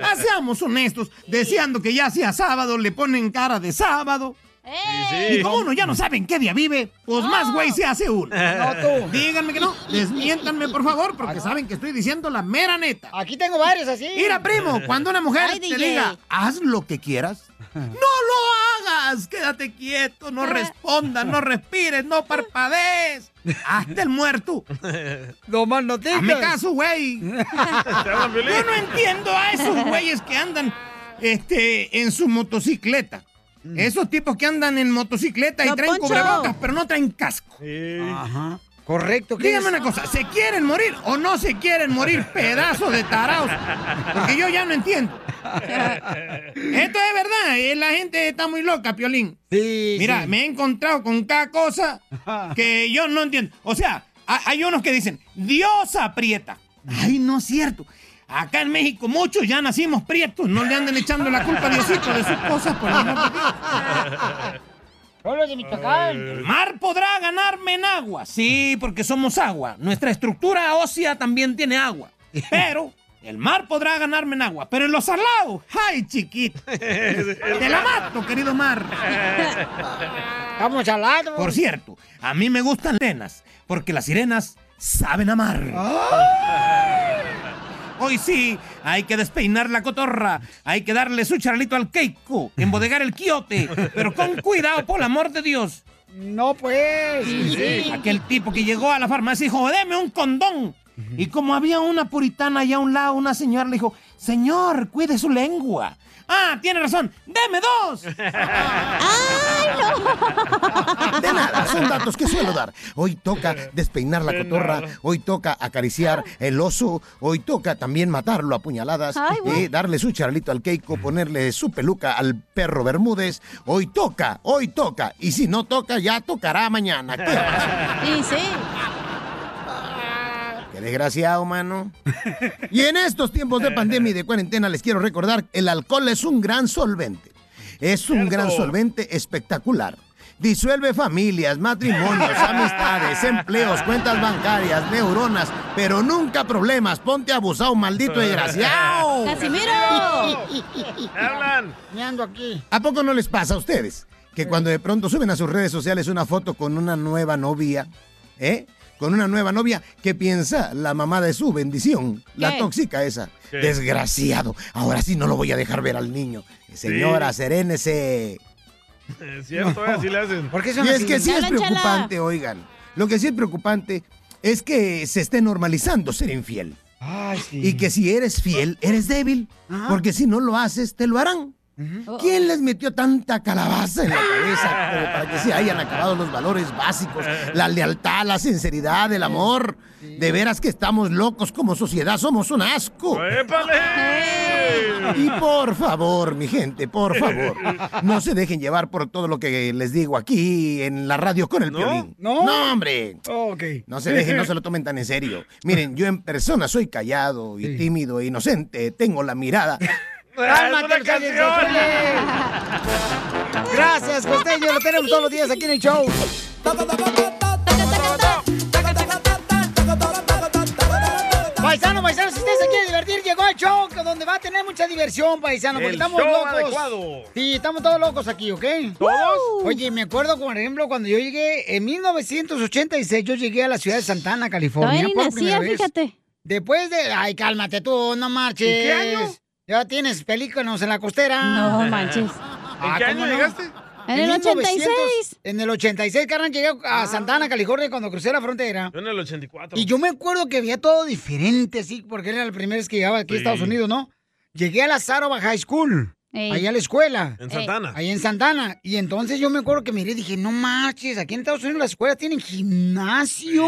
S19: más. Ah, seamos honestos, deseando que ya sea sábado, le ponen cara de sábado.
S2: Eh.
S19: Y como uno ya no sabe en qué día vive, pues más güey se hace uno.
S2: No,
S19: Díganme que no, desmiéntanme por favor, porque saben que estoy diciendo la mera neta.
S2: Aquí tengo varios así.
S19: Mira, primo, cuando una mujer
S2: Ay,
S19: te
S2: DJ.
S19: diga, haz lo que quieras, ¡No lo hagas! Quédate quieto, no respondas, no respires, no parpadees. Hazte el muerto.
S2: No más no te
S19: Hazme caso, güey.
S1: hablan, Piolín.
S19: Yo no entiendo a esos güeyes que andan este, en su motocicleta. Esos tipos que andan en motocicleta y
S1: Don
S19: traen
S1: Poncho.
S19: cubrebocas, pero no traen casco.
S1: Ajá.
S19: Correcto. Dígame una cosa, ¿se quieren morir o no se quieren morir, pedazos de taraos? Porque yo ya no entiendo. Esto es verdad, eh, la gente está muy loca, Piolín. Mira,
S6: sí.
S19: me he encontrado con cada cosa que yo no entiendo. O sea, ha- hay unos que dicen, Dios aprieta. Ay, no es cierto. Acá en México muchos ya nacimos prietos, no le andan echando la culpa a Diosito de sus cosas por el amor de Dios.
S2: Solo de Michoacán.
S19: El mar podrá ganarme en agua. Sí, porque somos agua. Nuestra estructura ósea también tiene agua. Pero el mar podrá ganarme en agua. Pero en los salados, ¡ay, chiquito! Te la mato, querido mar.
S2: Estamos salados.
S19: Por cierto, a mí me gustan lenas, porque las sirenas saben amar.
S2: ¡Ah!
S19: Hoy sí, hay que despeinar la cotorra, hay que darle su charlito al keiko, embodegar el quiote, pero con cuidado, por el amor de Dios.
S2: No, pues. sí.
S19: Aquel tipo que llegó a la farmacia y dijo, deme un condón. Y como había una puritana allá a un lado, una señora le dijo, señor, cuide su lengua. Ah, tiene razón, deme dos.
S16: De nada, son datos que suelo dar. Hoy toca despeinar la
S19: De
S16: cotorra,
S19: nada.
S16: hoy toca acariciar el oso, hoy toca también matarlo a puñaladas,
S6: Ay, güey.
S16: eh, darle su charlito al Keiko, ponerle su peluca al perro Bermúdez. Hoy toca, hoy toca. Y si no toca, ya tocará mañana. ¿Qué pasa?
S3: Y sí.
S16: Qué desgraciado, mano. Y en estos tiempos de pandemia y de cuarentena les quiero recordar, el alcohol es un gran solvente. Es un gran solvente espectacular. Disuelve familias, matrimonios, amistades, empleos, cuentas bancarias, neuronas, pero nunca problemas. Ponte abusado, maldito desgraciado.
S2: hablan? Me ando aquí.
S16: ¿A poco no les pasa a ustedes que cuando de pronto suben a sus redes sociales una foto con una nueva novia, ¿eh? Con una nueva novia, ¿qué piensa la mamá de su bendición? La
S6: ¿Qué?
S16: tóxica esa.
S6: ¿Qué?
S16: Desgraciado. Ahora sí no lo voy a dejar ver al niño. Señora, serénese.
S1: Es cierto, eh, así le hacen.
S16: Y es que sí es preocupante, oigan. Lo que sí es preocupante es que se esté normalizando ser infiel. Y que si eres fiel, eres débil. Porque si no lo haces, te lo harán. ¿Quién les metió tanta calabaza en la cabeza como para que se hayan acabado los valores básicos? La lealtad, la sinceridad, el amor. De veras que estamos locos como sociedad, somos un asco. Y por favor, mi gente, por favor, no se dejen llevar por todo lo que les digo aquí en la radio con el violín. No, hombre. No se dejen, no se lo tomen tan en serio. Miren, yo en persona soy callado y tímido e inocente. Tengo la mirada.
S3: Ah,
S2: ¡Cálmate, el caliente! Gracias, Costeño. Lo tenemos todos los días aquí en el show. Paisano, paisano, si usted se quiere divertir, llegó el show que donde va a tener mucha diversión, paisano, porque
S6: El
S2: estamos
S6: show
S2: locos.
S6: adecuado.
S2: Sí, estamos todos locos aquí, ¿ok?
S6: ¿Todos?
S2: Oye, me acuerdo, por ejemplo, cuando yo llegué en 1986, yo llegué a la ciudad de Santana, California.
S3: Todavía ni
S2: por
S3: nacía,
S2: primera vez.
S3: fíjate.
S2: Después de. Ay, cálmate tú, no marches.
S3: ¿En qué año?
S2: Ya tienes pelícanos en la costera.
S3: No manches.
S2: Ah,
S3: qué
S2: ¿cómo
S3: año
S2: no?
S3: llegaste? En el 86.
S2: En el 86, carnal, llegué
S3: Ah.
S2: a Santana, California, cuando crucé la frontera.
S1: Yo en el 84.
S2: Y yo me acuerdo que veía todo diferente, sí, porque era la primera vez que llegaba aquí a
S1: Sí.
S2: Estados Unidos, ¿no? Llegué a la Sarova High School,
S1: Ey.
S2: ahí a la escuela.
S1: En Santana.
S2: Ahí en Santana. Y entonces yo me acuerdo que miré y dije, no marches, aquí en Estados Unidos las escuelas tienen gimnasio,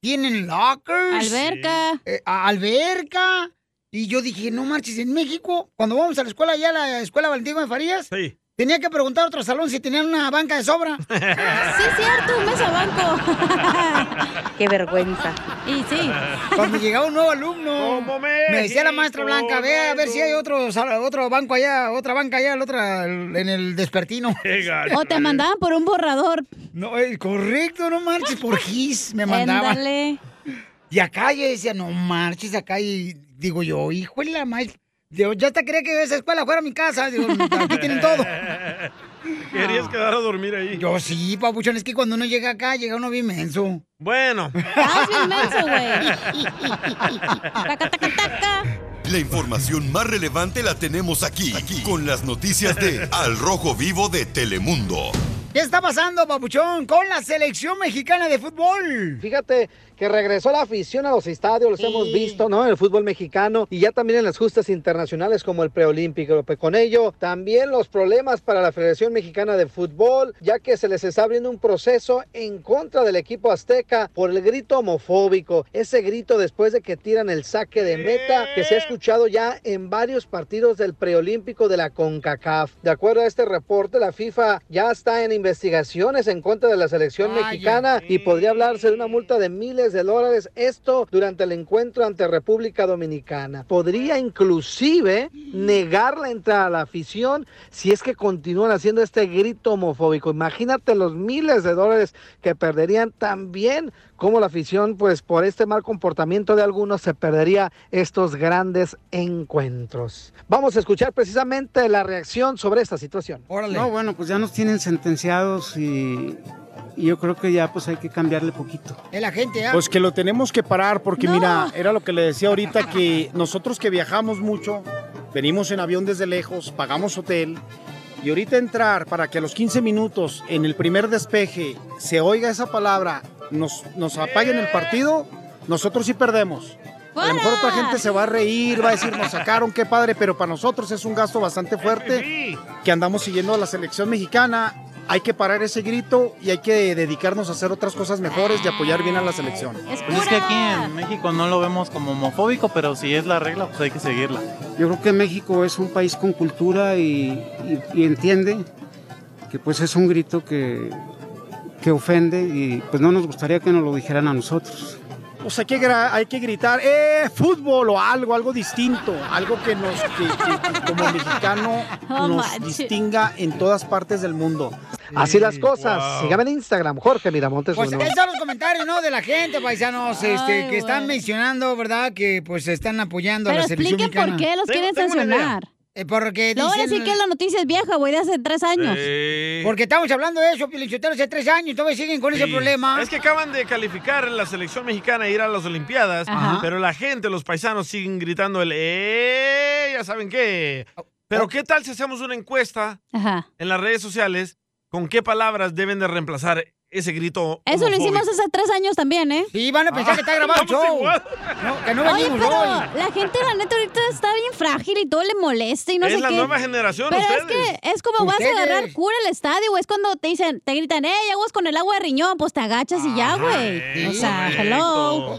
S2: tienen lockers.
S3: Alberca.
S2: eh, a- alberca. Y yo dije, no marches, en México, cuando vamos a la escuela, allá a la escuela Valentín de Farías, tenía que preguntar a otro salón si tenían una banca de sobra.
S3: Sí, es cierto, un mesa banco.
S2: Qué vergüenza.
S3: Y sí.
S2: Cuando llegaba un nuevo alumno,
S3: Como
S2: me decía la maestra
S3: México,
S2: Blanca, ve a ver si hay otro, sal- otro banco allá, otra banca allá, la otra en el despertino.
S3: O te mandaban por un borrador.
S2: No, eh, correcto, no marches, por GIS me mandaban.
S3: Ándale.
S2: Y acá yo decía, no marches acá y digo yo, hijo de la maestra. Digo, ya te creía que esa escuela fuera mi casa. Digo, aquí tienen todo.
S1: Querías quedar a dormir ahí.
S2: Yo sí, papuchón, es que cuando uno llega acá, llega uno bien menso.
S3: Ah,
S1: Bueno.
S2: Estás
S3: bien menso,
S2: güey.
S4: La información más relevante la tenemos aquí, aquí, con las noticias de Al Rojo Vivo de Telemundo.
S2: ¿Qué está pasando, papuchón, con la selección mexicana de fútbol?
S5: Fíjate que regresó la afición a los estadios, los hemos visto, ¿no? En el fútbol mexicano y ya también en las justas internacionales como el preolímpico. Pues con ello, también los problemas para la Federación Mexicana de Fútbol, ya que se les está abriendo un proceso en contra del equipo azteca por el grito homofóbico. Ese grito después de que tiran el saque de meta que se ha escuchado ya en varios partidos del preolímpico de la CONCACAF. De acuerdo a este reporte, la FIFA ya está en investigaciones en contra de la selección mexicana y podría hablarse de una multa de miles de dólares. Esto durante el encuentro ante República Dominicana. Podría inclusive negar la entrada a la afición si es que continúan haciendo este grito homofóbico. Imagínate los miles de dólares que perderían también como la afición, pues por este mal comportamiento de algunos se perdería estos grandes encuentros. Vamos a escuchar precisamente la reacción sobre esta situación.
S23: No, bueno, pues ya nos tienen sentenciados y, y yo creo que ya pues hay que cambiarle poquito.
S2: El agente, ¿ah?
S7: Pues que lo tenemos que parar porque mira, era lo que le decía ahorita que nosotros que viajamos mucho, venimos en avión desde lejos, pagamos hotel y ahorita entrar para que a los 15 minutos en el primer despeje se oiga esa palabra, nos, nos apaguen el partido, nosotros sí perdemos. A lo mejor otra gente se va a reír, va a decir, nos sacaron, qué padre, pero para nosotros es un gasto bastante fuerte que andamos siguiendo a la selección mexicana. Hay que parar ese grito y hay que dedicarnos a hacer otras cosas mejores y apoyar bien a la selección.
S29: Pues es que aquí en México no lo vemos como homofóbico, pero si es la regla, pues hay que seguirla.
S23: Yo creo que México es un país con cultura y, y- y entiende que pues es un grito que, que ofende y pues no nos gustaría que nos lo dijeran a nosotros.
S7: O sea, hay que, gra- hay que gritar, ¡eh, fútbol! o algo, algo distinto, algo que nos, que- que- que como mexicano,
S23: No
S7: nos
S23: manches.
S7: distinga en todas partes del mundo.
S5: Así las cosas. Sígame en Instagram, Jorge Miramontes.
S2: Pues
S5: uno.
S2: esos son los comentarios, ¿no? De la gente, paisanos,
S5: Ay,
S2: este, que
S5: güey.
S2: están mencionando, ¿verdad? Que pues están apoyando a
S3: Pero
S2: la selección
S3: expliquen por
S2: mexicana.
S3: qué los Tengo- quieren tengo una idea. sancionar.
S2: Eh, porque
S3: Luego van a
S2: dicen-
S3: decir que la noticia es vieja, güey, de hace tres años.
S2: Porque estamos hablando de eso, Pilichotero, hace tres años, todavía siguen con ese
S1: Sí.
S2: problema.
S1: Es que acaban de calificar la selección mexicana a ir a las Olimpiadas,
S2: Ajá.
S1: pero la gente, los paisanos, siguen gritando el ¡Eh! ¿Ya saben qué? Pero ¿qué tal si hacemos una encuesta
S3: Ajá.
S1: en las redes sociales con qué palabras deben de reemplazar ese grito?
S3: Eso lo
S1: homofóbico?
S3: hicimos hace tres años también, ¿eh?
S2: Sí, van a
S1: pensar que está grabado el Ah, Estamos show. igual.
S2: No,
S1: que no
S3: Oye,
S1: venimos
S3: pero
S1: hoy.
S3: la gente, la neta, ahorita está bien frágil y todo le molesta y no
S1: Es
S3: sé
S1: la
S3: qué.
S1: nueva generación,
S3: Pero
S1: ustedes.
S3: es que es como vas a agarrar
S1: Ustedes.
S3: cura el estadio, güey. Es cuando te dicen, te gritan, ¡Ey, aguas con el agua de riñón! Pues te agachas y ya,
S1: eh,
S3: güey. O sea, hello.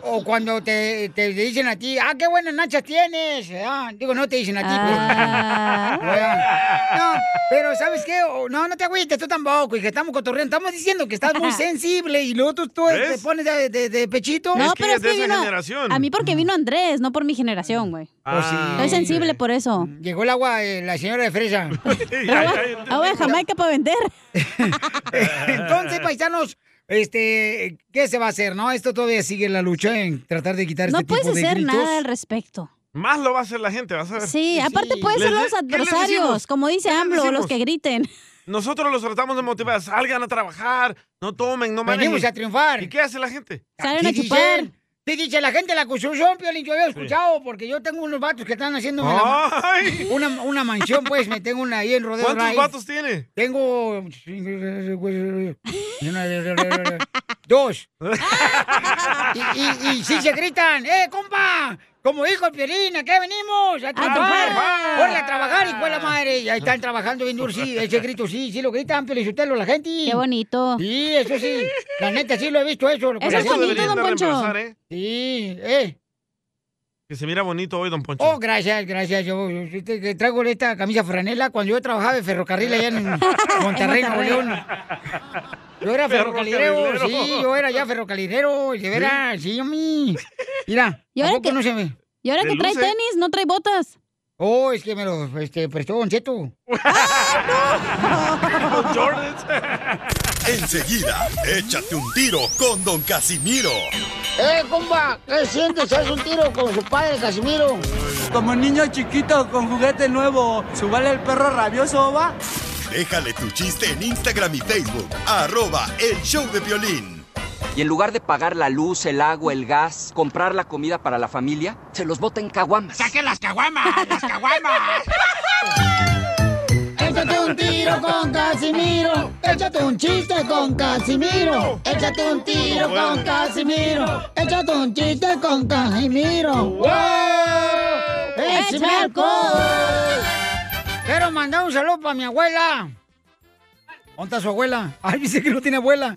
S2: O, o cuando te, te dicen a ti, ah, qué buenas nachas tienes. Ah, digo, no te dicen a ti.
S3: Ah.
S2: pero- Oigan, no, pero ¿sabes qué? O- No, no te agüites, tú tampoco, y que estamos cotorreando. Estamos diciendo que estás muy sensible y luego tú, tú,
S3: ¿Ves?
S2: te pones de, de- de pechito.
S3: No, pero es que vino- A mí porque vino Andrés, no por mi generación, güey.
S2: Pues sí.
S3: Estoy sensible por eso.
S2: Llegó el agua, eh, la señora de fresa.
S3: Agua de Jamaica para vender.
S2: Entonces, paisanos, este, ¿qué se va a hacer, no? Esto todavía sigue la lucha en tratar de quitar
S3: No
S2: este tipo
S3: puedes
S2: de
S3: hacer
S2: gritos.
S3: nada al respecto.
S1: Más lo va a hacer la gente, vas a ver.
S3: Sí, aparte pueden ser
S1: Les-
S3: los
S1: ¿qué les
S3: adversarios,
S1: decimos?
S3: como dice AMLO, los
S1: decimos?
S3: que griten.
S1: Nosotros los tratamos de motivar, salgan a trabajar, no tomen, no manejen.
S2: Venimos a triunfar.
S1: ¿Y qué hace la gente?
S2: Salen a chupar. Sí, dice la gente, la construcción, Piolín, yo había escuchado, porque yo tengo unos vatos que están haciendo
S6: Oh.
S1: Ay.
S2: una, una mansión, pues, me tengo una ahí en Rodeo
S1: ¿Cuántos
S2: Drive.
S1: vatos tiene?
S2: Tengo... Dos. Y, y, y sí se gritan, ¡eh, compa! Como dijo el Piolín, ¿a qué venimos? ¡A trabajar!
S6: trabajar.
S2: ¡Órale, a trabajar, hijo de la madre! Y ahí están trabajando bien duro, sí, ese grito sí, sí lo gritan, Piolín, Sotelo, la gente. ¡Qué
S3: bonito!
S2: Sí, eso sí, la neta sí lo he visto eso.
S1: Eso es bonito, Deberían don de Poncho. reemplazar, ¿eh?
S2: Sí, eh.
S1: Que se mira bonito hoy, don Poncho.
S2: Oh, gracias, gracias. Yo, yo- yo te- que traigo esta camisa franela cuando yo trabajaba de ferrocarril allá en Monterrey, Nuevo León. Yo era ferrocarrilero,
S6: Ferrocarrilero.
S2: sí, yo era ya ferrocarrilero, de veras, sí, mi. Mira,
S3: ¿Y ahora
S2: ¿a poco
S3: que-
S2: no se ve?
S3: y ahora De que trae luces. tenis, no trae botas.
S2: Oh, es que me los este, prestó Don Cheto.
S4: Enseguida, échate un tiro con Don Casimiro.
S2: ¡Eh, compa! ¿Qué sientes? ¿Haz un tiro con su padre, Casimiro?
S21: Como niño chiquito con juguete nuevo, subale el perro rabioso, va.
S4: Déjale tu chiste en Instagram y Facebook, arroba el show de violín.
S23: Y en lugar de pagar la luz, el agua, el gas, comprar la comida para la familia, se los bota en caguamas.
S6: ¡Saquen las caguamas! ¡Las caguamas!
S2: Échate un tiro con Casimiro. Échate un chiste con Casimiro. Échate un tiro con Casimiro. Échate un chiste con Casimiro. ¡Wow! ¡Échame alcohol! Quiero mandar un saludo para mi abuela. ¿Dónde está su abuela? Ay, dice que no tiene abuela.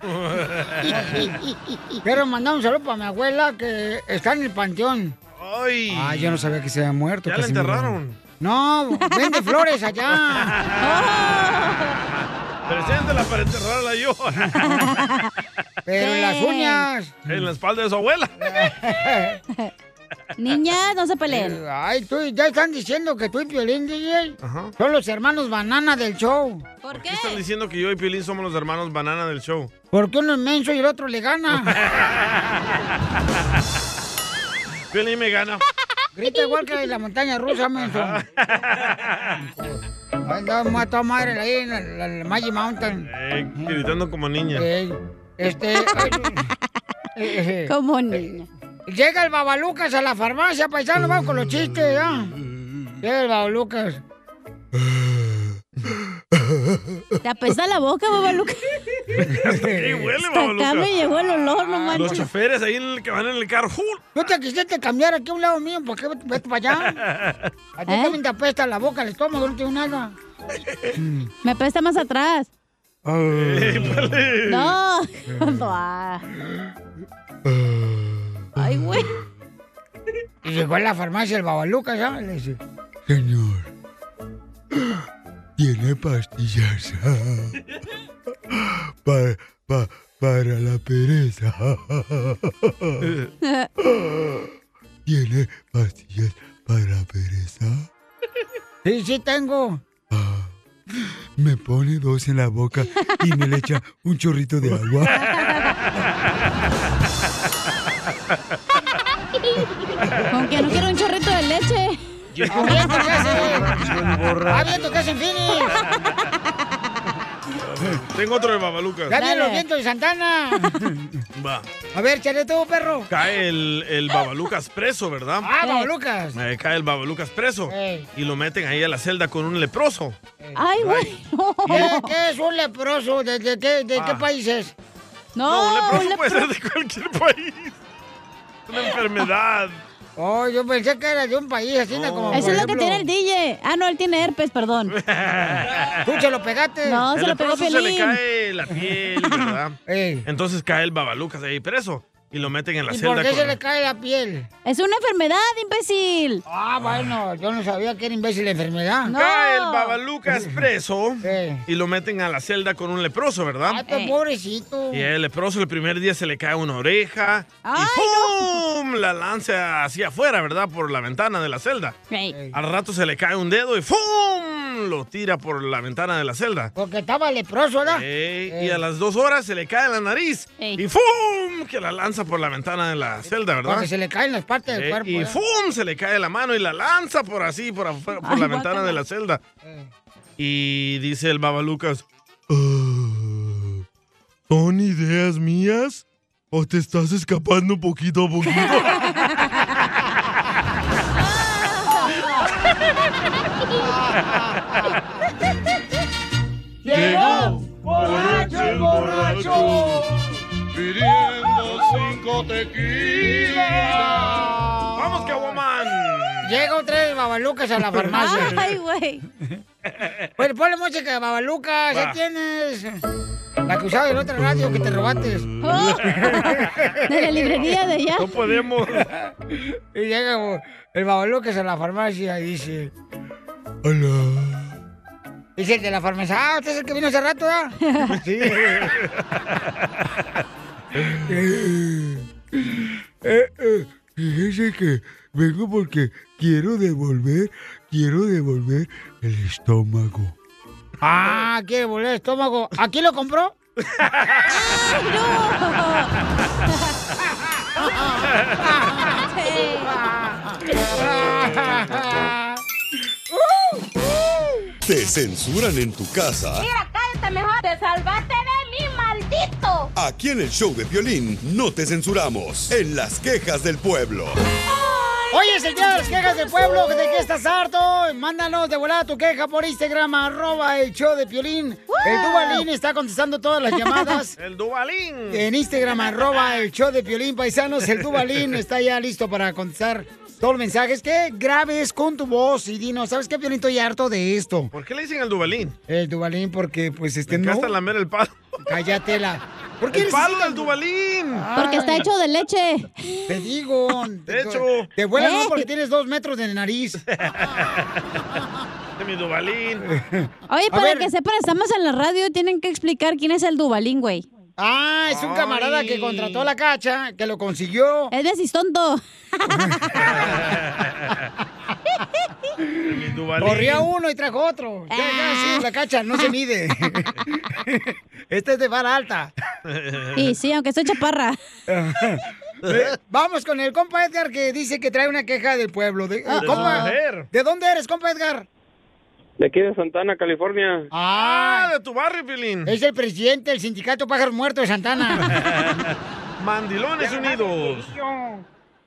S2: Quiero mandar un saludo para mi abuela que está en el panteón.
S1: Ay.
S7: Ah,
S2: Ay, yo no sabía que se había muerto.
S1: Ya la
S2: Casimiro.
S1: enterraron.
S2: No, vende flores allá.
S1: Preséntala para enterrarla yo.
S2: Pero en las uñas.
S1: En la espalda de su abuela.
S2: Niñas, no se peleen. Eh, Ay, tú, ya están diciendo que tú y Piolín, DJ, son los hermanos banana del show.
S1: ¿Por qué? Están diciendo que yo y Piolín somos los hermanos banana del show.
S2: Porque uno es menso y el otro le gana.
S1: Piolín me gana.
S2: Grita igual que la montaña rusa, menso. Anda, mata a madre ahí en la, la- la Magic Mountain.
S1: Eh, gritando como niña.
S2: Ey, este... ay,
S3: Como niña.
S2: Llega el Babalucas a la farmacia, paisano, vamos con los chistes, ya. Llega el Babalucas.
S3: Te apesta la boca, babaluca.
S1: ¿Qué huele,
S3: Hasta acá me
S1: babaluca?
S3: llegó el olor, no
S1: Los
S3: manches.
S1: choferes ahí en el que van en el carro. ¡uh!
S2: ¿No te quisiste cambiar aquí a un lado mío? ¿Por qué vete vete para allá? A
S3: ¿Eh?
S2: ti también te apesta la boca, el estómago, no tengo nada.
S3: Me apesta más atrás. No. Ay, güey.
S2: Y llegó a la farmacia el Babalucas, ya. Le dice,
S30: Señor, tiene pastillas para, pa- para la pereza. ¿Tiene pastillas para pereza? Ah.
S2: Sí, sí tengo.
S30: Me pone dos en la boca y me le echa un chorrito de agua.
S3: Aunque no quiero un chorrito de leche.
S2: ¡Aviento que hace!
S1: borracho.
S2: ¡Aviento que hace en Phoenix!
S1: Tengo otro de Babaluca.
S2: ¡Ya vienen los vientos de Santana!
S1: Va.
S2: A ver, échale tú, perro.
S1: Cae el, el Babalucas preso, ¿verdad?
S2: ¡Ah, Babalucas!
S1: Eh, cae el Babalucas preso.
S2: Ey.
S1: Y lo meten ahí a la celda con un leproso.
S3: Ay, güey.
S2: ¿Qué, qué es un leproso? ¿De, de qué, de qué
S1: Ah.
S2: país es?
S1: No, un leproso puede ser de cualquier país. Es Una enfermedad.
S2: Oh, yo pensé que era de un país, así no. como.
S3: Eso
S2: por
S3: es lo que
S2: ejemplo,
S3: tiene el DJ. Ah, no, él tiene herpes, perdón.
S2: Tú se lo pegaste.
S3: No, se
S1: El
S3: lo pegó
S1: leproso se le
S3: Pelín.
S1: cae la piel, ¿verdad? Entonces cae el Babalucas ahí preso. Y lo meten en la
S2: ¿Y
S1: celda
S2: por qué
S1: con...
S2: se le cae la piel?
S3: Es una enfermedad, imbécil.
S2: Ah, bueno, yo no sabía que era imbécil la enfermedad.
S1: Cae el Babalucas preso. Y lo meten a la celda con un leproso, ¿verdad?
S2: Ay,
S3: Eh.
S2: pues, pobrecito.
S1: Y el leproso el primer día se le cae una oreja
S2: Ay,
S1: y ¡pum! la lanza hacia afuera, ¿verdad? Por la ventana de la celda. Al rato se le cae un dedo y ¡pum! lo tira por la ventana de la celda.
S2: Porque estaba leproso, ¿verdad?
S1: Ey, Y a las dos horas se le cae la nariz y ¡pum! que la lanza por la ventana de la celda, ¿verdad?
S2: Porque se le caen las partes del
S1: Ey,
S2: cuerpo.
S1: Eh,
S2: ¿eh?
S1: y
S2: ¿verdad?
S1: ¡pum! se le cae la mano y la lanza por así, por, afuera, por
S2: Ay,
S1: la ventana
S2: guácala. Eh.
S1: de la celda. Y dice el Babalucas,
S30: Ah, ¿Son ideas mías? ¿O te estás escapando poquito a poquito?
S6: Llegó borracho el borracho pidiendo cinco tequilas.
S1: ¡Vamos, Caguaman!
S2: Llega otra vez Babalucas a la farmacia.
S3: Ay, güey.
S2: Pues ponle música de Babalucas,
S6: Va.
S2: ya tienes. La que usaba en otra radio que te robaste.
S3: Oh. de la librería de allá.
S2: ya.
S3: No podemos.
S2: Y llega el Babalucas a la farmacia y dice.
S30: Hola.
S2: Dice el de la farmacia, ah, usted es el que vino hace rato, ¿verdad? Sí.
S30: Eh, eh, eh, fíjese que vengo porque quiero devolver, quiero devolver el estómago.
S2: Ah, quiere volver el estómago. ¿Aquí lo compró?
S31: Te censuran en tu casa.
S11: Uh. cállate mejor. Te salvaste de mí, maldito.
S4: Aquí en el show de violín no te censuramos. En las quejas del pueblo.
S2: Hoy es el día de las quejas del pueblo, ¿de qué estás harto? Mándanos de volada tu queja por Instagram, arroba el show de Piolín. El Dubalín está contestando todas las llamadas.
S1: El Dubalín.
S2: En Instagram, arroba el show de Piolín, paisanos. El Dubalín está ya listo para contestar todos los mensajes que grabes con tu voz y dinos, ¿sabes qué, Piolín? Estoy harto de esto.
S1: ¿Por qué le dicen el Dubalín?
S2: El Dubalín porque, pues, este
S1: Me
S2: no...
S1: encanta lamer el palo.
S2: Cállate la... ¿Por qué
S1: El
S2: necesitas-
S1: palo del Dubalín.
S3: Porque está hecho de leche.
S2: Te digo.
S1: De hecho.
S2: Te vuelas
S3: ¿Eh?
S2: no porque tienes dos metros de nariz.
S1: De mi Dubalín.
S3: Oye,
S2: A
S3: para
S2: ver.
S3: que sepan, estamos en la radio y tienen que explicar quién es el Dubalín, güey.
S2: Ah, es un camarada que contrató a la cacha, que lo consiguió.
S3: Es desistonto.
S1: De mi Dubalín.
S2: Corría uno y trajo otro. Ya,
S3: Ah.
S2: ya, sí, la cacha no se mide. Este es de vara alta.
S3: Y sí, aunque soy chaparra.
S2: Eh, Vamos con el compa Edgar que dice que trae una queja del pueblo. De, eh,
S3: De su
S2: compa,
S1: mujer.
S2: ¿De dónde eres, compa Edgar?
S32: De aquí de Santana, California.
S2: Ah,
S1: de tu barrio, Pilín.
S2: Es el presidente del sindicato Pájaros Muertos de Santana.
S1: Mandilones Unidos.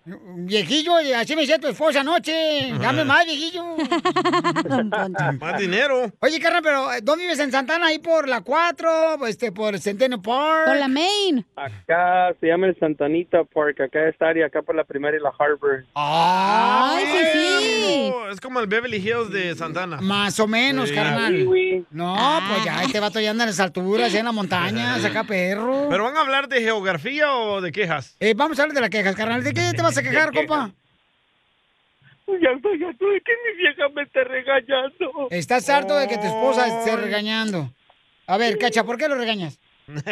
S2: Viejillo, y así me decía tu esposa anoche. Dame más, viejillo.
S1: Más dinero.
S2: Oye, carnal, pero eh, ¿dónde vives en Santana? Ahí por la 4, este, por Centeno Park. Por la
S3: Main.
S32: Acá se llama el Santanita Park, acá está área, acá por la primera y la Harbor.
S2: ¡Ay,
S1: sí, Es como el Beverly Hills de Santana.
S2: Más o menos,
S1: Sí. Ah.
S2: carnal.
S1: Sí,
S2: No, pues ya, este vato ya anda en las alturas, ya en la montaña, saca perro.
S1: ¿Pero van a hablar de geografía o de quejas?
S2: Eh, vamos a hablar de las quejas, carnal. ¿De qué te vas a quejar, compa?
S32: Ya estoy harto de que mi vieja me esté regañando.
S2: Estás harto de que tu esposa esté regañando. A ver, cacha, ¿por qué lo regañas?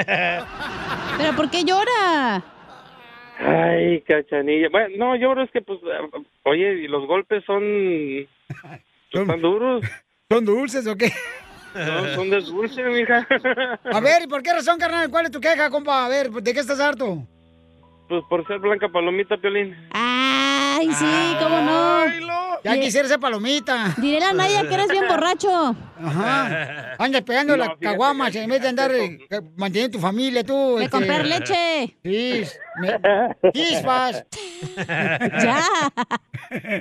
S2: Ah.
S3: Pero ¿por qué llora?
S32: Ay, cachanilla. Bueno, no, yo creo es que, pues, eh, oye, y los golpes son. son tan duros.
S2: ¿Son dulces o qué?
S32: Son, son de dulce, mija.
S2: A ver, ¿y por qué razón, carnal? ¿Cuál es tu queja, compa? A ver, ¿de qué estás harto?
S32: Pues por ser blanca palomita, Piolín.
S3: Ay, sí, cómo no.
S2: Ya quisiera ser palomita.
S3: Diré a la Naya que eres bien borracho.
S2: Ajá. Andas pegando
S3: No,
S2: las
S3: fíjate,
S2: caguamas en vez de andar eh, manteniendo tu familia, tú.
S3: De
S2: este.
S3: comprar leche.
S2: Sí. me- Chispas.
S32: ya.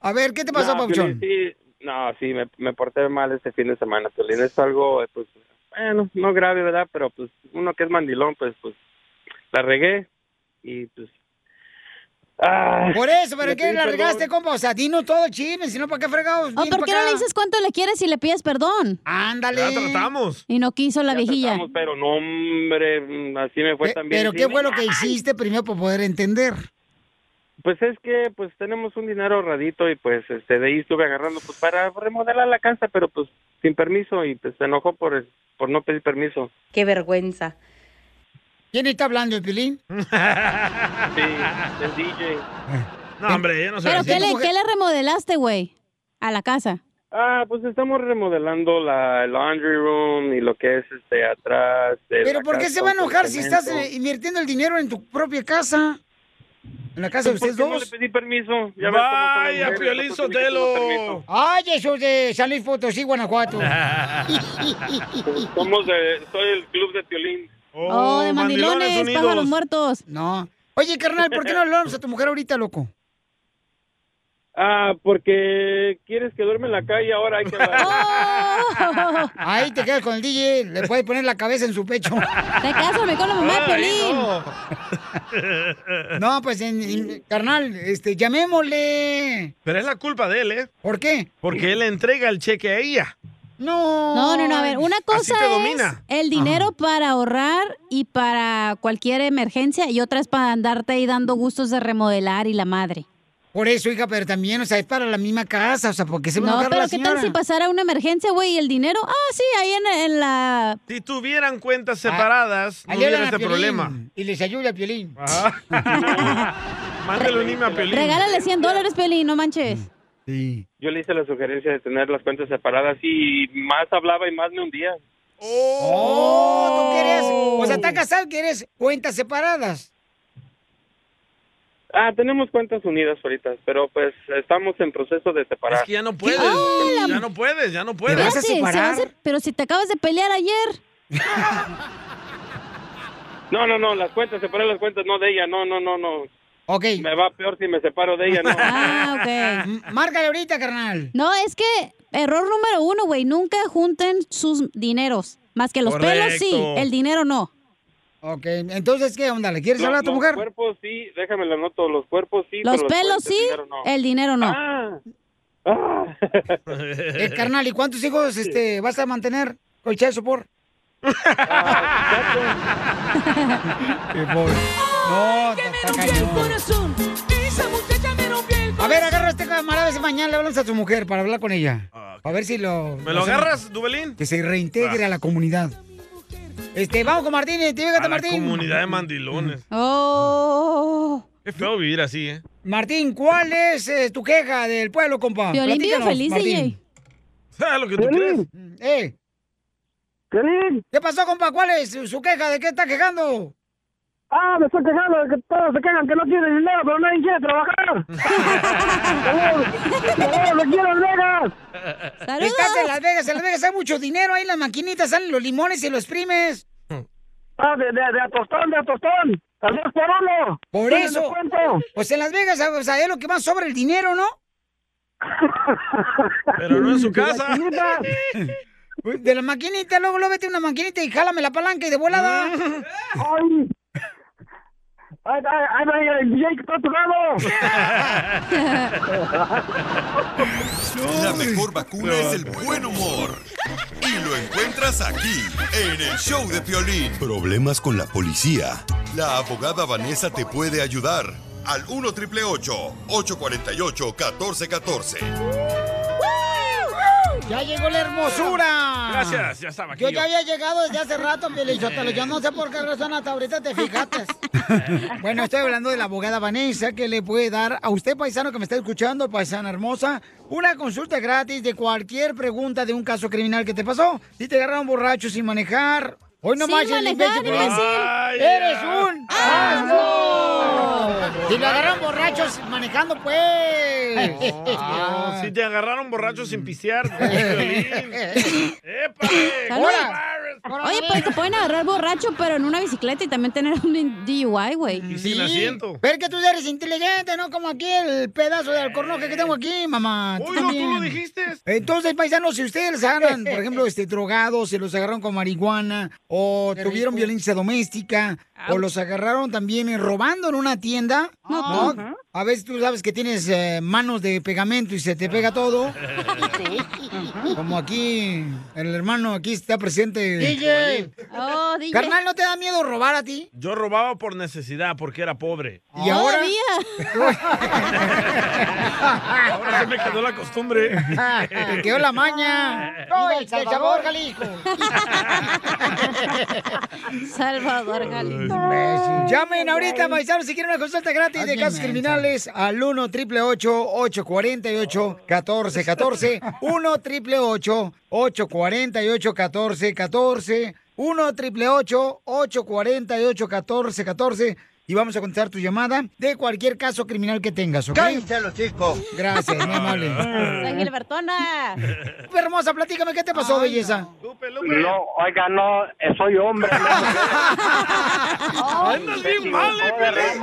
S2: A ver, ¿qué te pasó, Pauchón?
S32: Piolín, sí, no, sí, me, me porté mal este fin de semana, Piolín. Es algo, eh, pues, bueno, no grave, ¿verdad? Pero, pues, uno que es mandilón, pues, pues, la regué y, pues... ah,
S2: Por eso, pero
S32: le
S2: ¿qué
S32: pedí
S2: la
S32: perdón.
S2: regaste, compa? O sea, dinos todo el chisme, si no, ¿para qué fregados?
S3: ¿O por qué no le dices cuánto le quieres y le pides perdón?
S2: Ándale.
S32: Ya tratamos.
S3: Y no quiso la viejilla.
S32: Vamos, pero no, hombre, mm, así me fue también.
S2: Pero
S32: sí,
S2: ¿qué
S32: me-
S2: fue lo que hiciste primero para poder entender?
S32: Pues es que, pues, tenemos un dinero ahorradito y, pues, este, de ahí estuve agarrando, pues, para remodelar la casa, pero, pues, sin permiso y, pues, se enojó por, por no pedir permiso.
S33: Qué vergüenza.
S2: ¿Quién está hablando, el Pilín?
S32: Sí, el DJ.
S1: No,
S2: Eh.
S1: hombre, yo no sé.
S3: ¿Pero qué le,
S32: mujer-
S3: qué le remodelaste, güey? A la casa.
S32: Ah, pues estamos remodelando la el laundry room y lo que es este atrás. de
S2: Pero
S32: la
S2: ¿por qué
S32: casa,
S2: se va a
S32: un
S2: enojar si estás eh,
S32: apartamento.
S2: invirtiendo el dinero en tu propia casa? En la casa de
S32: Pues, ¿por
S2: ustedes
S32: qué No
S2: dos.
S32: le pedí permiso. Ya
S1: Vaya, Piolín Sotelo.
S2: Ay, eso de San Luis Potosí,
S3: Oh,
S2: Guanajuato.
S32: Somos de, soy el club de Piolín.
S3: Oh, de mandilones, pájaros muertos.
S2: No. Oye, carnal, ¿por qué no le hablamos a tu mujer ahorita, loco?
S32: Ah, porque quieres que duerme en la calle ahora hay que
S3: Oh.
S2: Ahí te quedas con el DJ, le puedes poner la cabeza en su pecho.
S3: Te quedas con la mamá de Ay, Piolín.
S2: No, pues, en- en- carnal, este, llamémosle.
S1: Pero es la culpa de él, ¿eh?
S2: ¿Por qué?
S1: Porque él le entrega el cheque a ella.
S2: No.
S3: No, no, no. A ver, una cosa
S1: te
S3: es
S1: domina.
S3: el dinero para ahorrar y para cualquier emergencia y otra es para andarte ahí dando gustos de remodelar y la madre.
S2: Por eso, hija, pero también, o sea, es para la misma casa, o sea, porque se va a
S3: No,
S2: enojar
S3: pero
S2: la
S3: ¿qué
S2: señora?
S3: tal si pasara una emergencia, güey, y el dinero? Ah, sí, ahí en, en la...
S1: Si tuvieran cuentas separadas, no
S2: Ahí
S1: hubiera
S2: hablan a
S1: este
S2: Ah, Piolín,
S1: problema. Ah.
S2: Y les ayuda a Piolín.
S1: Mándale un email a Piolín.
S3: Regálale 100 dólares, Pelín, no manches.
S32: Yo le hice la sugerencia de tener las cuentas separadas y más hablaba y más me hundía.
S2: Oh, tú quieres. O sea, está casado, quieres cuentas separadas.
S32: Ah, tenemos cuentas unidas ahorita, pero pues estamos en proceso de separar.
S1: Es que ya no puedes. Ya no puedes, ya no puedes.
S3: Espérate, se va a hacer- pero si te acabas de pelear ayer.
S26: No, no, no, las cuentas, separar las cuentas, no de ella, no, no, no, no.
S2: Ok.
S26: Me va peor si me separo de ella, no.
S3: Ah,
S2: ok. Márcale ahorita, carnal.
S3: No, es que error número uno, güey. Nunca junten sus dineros. Más que los pelos, sí.
S26: Correcto.
S3: El dinero no.
S2: Ok, entonces, ¿qué onda? ¿Le quieres
S26: Lo-
S2: hablar a tu
S26: los
S2: mujer?
S26: cuerpos sí, déjame la noto, los cuerpos sí.
S3: Los
S26: pero las
S3: pelos
S26: cuentas,
S3: sí,
S26: dinero no.
S3: el dinero
S1: Ah,
S3: no.
S2: Eh, carnal, ¿y cuántos hijos este, vas a mantener con Chelsea Sopor? No, está cañón. A ver, agarra a este camarada ese mañana, le hablamos a su mujer para hablar con ella. A ver si lo...
S1: ¿Me lo
S2: hace-
S1: agarras, Dubelín?
S2: Que se reintegre a la comunidad. Este, vamos con Martín, identifícate,
S1: A Ah, la
S2: Martín.
S1: comunidad de mandilones.
S3: Oh.
S1: Qué feo vivir así, ¿eh?
S2: Martín, ¿cuál es eh, tu queja del pueblo, compa?
S1: Piolín vive
S2: Platícanos,
S1: feliz,
S2: Martín.
S1: ¿Sabes Ah, lo que tú crees?
S2: ¿Eh? ¿Qué pasó, compa? ¿Cuál es su su queja? ¿De qué está quejando?
S22: Ah, me estoy quejando de que todos se quejan que no tienen dinero, pero nadie quiere trabajar. ¡Saludos! ¡Me quiero en Vegas!
S2: este. Estás en Las Vegas, en Las Vegas hay mucho dinero, ahí en las maquinitas salen los limones y los primes.
S1: Hmm.
S22: Ah, de, de, de a tostón, de a tostón. Al dos por uno.
S2: Por
S22: Tienen
S2: eso.
S22: descuento.
S2: Pues en Las Vegas, o sea, es lo que más sobra el dinero, ¿no?
S1: Pero no en su casa.
S2: Pues, De la maquinita, luego lo vete a una maquinita y jálame la palanca y de volada.
S22: ¡Ay! ¡Ay, ay, ay! ay, ay el DJ que está a tu
S4: La mejor vacuna es el buen humor. Y lo encuentras aquí, en el show de Piolín. Problemas con la policía. La abogada Vanessa te puede ayudar. Al 1 triple 848 1414.
S2: ¡Ya llegó la hermosura!
S4: Gracias, ya estaba aquí
S2: Yo
S4: yo.
S2: ya había llegado desde hace rato, Pielichotelo. Yo no sé por qué razón hasta ahorita te fijaste. bueno, estoy hablando de la abogada Vanessa que le puede dar a usted, paisano que me está escuchando, paisana hermosa, una consulta gratis de cualquier pregunta de un caso criminal que te pasó. Si te agarraron borracho sin manejar... Hoy no
S6: Sin
S2: más el
S6: manejar,
S2: imbécil.
S6: imbécil. Ay,
S2: ¡Eres
S6: ya.
S2: un asno!
S6: Asno.
S2: Si lo agarran borrachos manejando, pues.
S1: No, si te agarraron borracho sin pisear.
S3: Salud. Oye, pero te pueden agarrar borracho, pero en una bicicleta y también tener un DUI, güey.
S1: Y sin asiento.
S2: Pero es que tú eres inteligente, ¿no? Como aquí el pedazo de alcornoque que tengo aquí, mamá.
S1: Uy, no, tú lo dijiste.
S2: Entonces, paisanos, si ustedes les agarran, por ejemplo, este, drogados, se los agarraron con marihuana, o
S13: Qué
S2: tuvieron
S13: rico.
S2: violencia doméstica, o
S13: Au.
S2: los agarraron también eh, robando en una tienda,
S13: No,
S2: ¿no?
S13: tú.
S2: A veces tú sabes que tienes eh, manos de pegamento y se te pega todo. Como aquí, el hermano aquí está presente.
S1: DJ.
S3: Oh, DJ.
S2: Carnal, ¿no te da miedo robar a ti?
S1: Yo robaba por necesidad porque era pobre.
S2: Y ahora...
S1: Ahora se me quedó la costumbre.
S2: Te quedó la maña.
S6: Soy
S2: Viva El Salvador, Jalisco.
S3: Salvador Jalisco.
S2: Llamen ahorita, paisanos, si quieren una consulta gratis de casos criminales al 1 888 848 1414 1 888 848 1414 1 888 848 1414 y vamos a contestar tu llamada de cualquier caso criminal que tengas, ¿ok?
S14: los chicos.
S2: Gracias, muy amable.
S3: San Gilbertona.
S2: Hermosa, platícame, ¿qué te pasó, belleza?
S14: No, oiga, no, eh, soy hombre.
S2: Andas bien mal, eh, Pelín.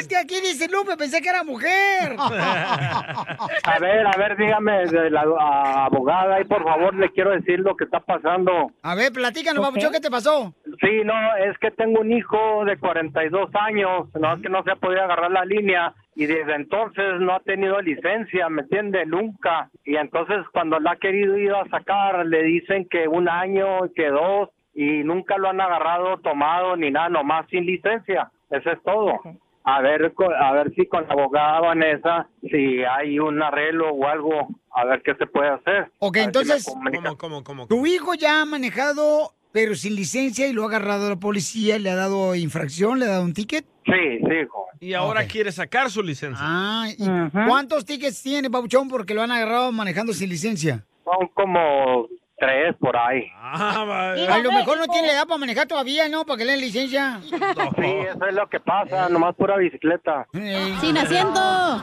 S2: Es que aquí dice Lupe, pensé que era mujer.
S14: A ver, a ver, dígame, de la a- abogada, y por favor, le quiero decir lo que está pasando.
S2: A ver, platícanos, papuchón, ¿qué te pasó?
S14: Sí, no, es que tengo un hijo de 42 años, no es que no se ha podido agarrar la línea y desde entonces no ha tenido licencia, ¿me entiende? Nunca. Y entonces cuando la ha querido ir a sacar le dicen que un año, que dos y nunca lo han agarrado, tomado ni nada, nomás sin licencia. Eso es todo. A ver, co- a ver si con la abogada Vanessa, si hay un arreglo o algo, a ver qué se puede hacer.
S2: Ok,
S14: A ver si me
S2: entonces-
S14: comunican.
S2: Tu hijo ya ha manejado, pero sin licencia, y lo ha agarrado la policía, le ha dado infracción, le ha dado un ticket.
S14: Sí, sí, joven.
S1: Y ahora quiere sacar su licencia.
S2: Ah, ¿y ¿Cuántos tickets tiene, papuchón, porque lo han agarrado manejando sin licencia?
S14: Son como tres por ahí.
S2: A Ah, lo mejor no tiene la edad para manejar todavía, ¿no? Para que le den licencia.
S14: Sí, eso es lo que pasa, nomás pura bicicleta.
S2: Sin asiento.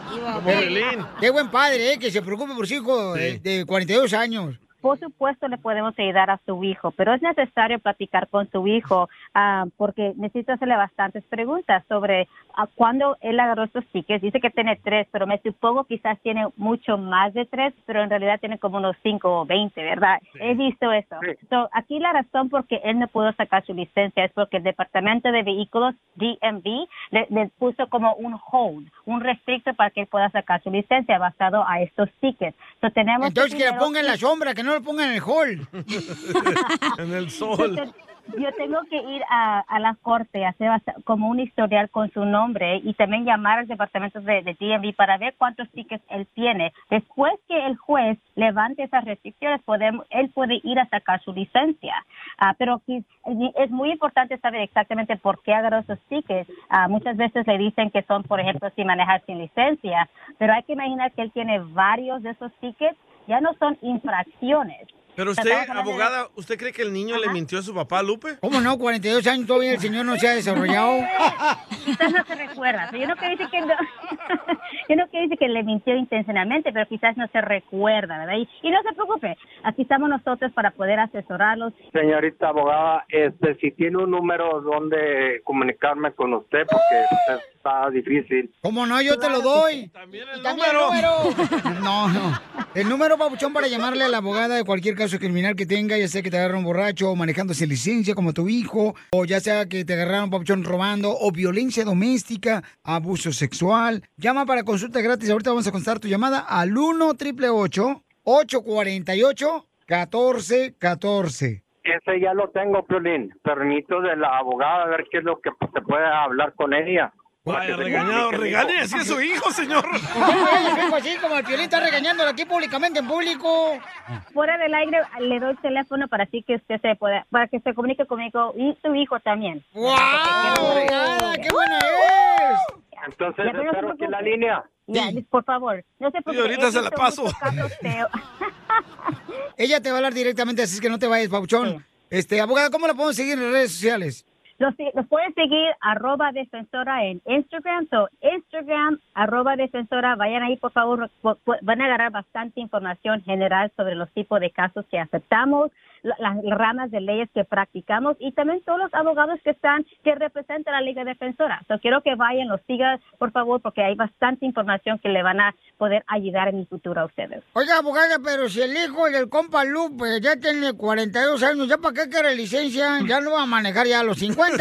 S14: Como Belín.
S2: Qué buen padre, ¿eh? Que se preocupe por su hijo eh, de 42 años.
S13: por supuesto le podemos ayudar a su hijo, pero es necesario platicar con su hijo ah, porque necesito hacerle bastantes preguntas sobre ah, cuándo él agarró estos tickets. Dice que tiene tres, pero me supongo quizás tiene mucho más de tres, pero en realidad tiene como unos cinco o veinte, ¿verdad? He visto eso. So, aquí la razón por que él no pudo sacar su licencia es porque el Departamento de Vehículos, DMV, le, le puso como un hold, un restricto para que él pueda sacar su licencia basado a estos tickets. So, tenemos
S2: Entonces que le
S13: primero-
S2: pongan la sombra, que no le pongan en el hall.
S1: en el
S13: Yo te- Yo tengo que ir a, a la corte, hacer hasta- como un historial con su nombre y también llamar al departamento de, de DMV para ver cuántos tickets él tiene. Después que el juez levante esas restricciones, podemos, él puede ir a sacar su licencia. Ah, pero qui- es muy importante saber exactamente por qué agarró esos tickets. Ah, muchas veces le dicen que son, por ejemplo, si manejar sin licencia, pero hay que imaginar que él tiene varios de esos tickets, ya no son infracciones.
S1: Pero
S13: Estamos
S1: usted,
S13: hablando de-
S1: abogada, ¿usted cree que el niño le mintió a su papá, Lupe?
S2: ¿Cómo no? 42 años todavía el señor no se ha desarrollado.
S13: quizás no se recuerda. pero Yo no quiero decir que no, yo no quiero decir que le mintió intencionalmente, pero quizás no se recuerda, ¿verdad? Y, y no se preocupe, aquí estamos nosotros para poder asesorarlos.
S14: Señorita abogada, este, si tiene un número donde comunicarme con usted, porque está difícil.
S2: ¿Cómo no? Yo te lo doy. También el número. No, no. El número, papuchón, para llamarle a la abogada de cualquier caso criminal que tenga, ya sea que te agarraron borracho o manejando sin licencia como tu hijo, o ya sea que te agarraron, papuchón, robando, o violencia doméstica, abuso sexual. Llama para consulta gratis. Ahorita vamos a contestar tu llamada al 1 888 848 1414
S14: Ese ya lo tengo, Piolín. Permito de la abogada a ver qué es lo que se puede hablar con ella. Vaya,
S1: regañado, regañe así a su hijo, señor.
S2: Algo así como el piolín está regañándolo aquí públicamente en público.
S13: Fuera del aire le doy el teléfono para así que usted se pueda, para que se comunique conmigo y su hijo también.
S2: ¡Wow!
S13: ¡Abogada,
S2: qué buena es!
S14: Entonces,
S13: Ya, pero no se
S14: espero que la
S13: preocupe.
S14: línea.
S13: Ya, por favor, no se preocupe.
S14: ahorita
S13: he
S14: se la
S13: visto
S14: paso.
S13: muchos casos feos.
S2: Ella te va a hablar directamente, así es que no te vayas, papuchón. Este, abogada, ¿cómo la podemos seguir en las redes sociales?
S13: Los, los pueden seguir arroba defensora en Instagram. So, Instagram, arroba defensora. Vayan ahí, por favor. po- po- Van a agarrar bastante información general sobre los tipos de casos que aceptamos, la- las ramas de leyes que practicamos y también todos los abogados que están, que representan a la Liga Defensora. So, quiero que vayan, los sigan, por favor, porque hay bastante información que le van a poder ayudar en el futuro a ustedes.
S2: Oiga, abogada, pero si el hijo del compa Lupe ya tiene 42 años, ¿ya para qué quiere licencia? Ya no va a manejar ya a los 50.
S13: no,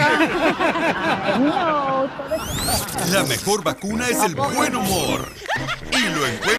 S4: La mejor vacuna es el buen humor. Y lo encuentras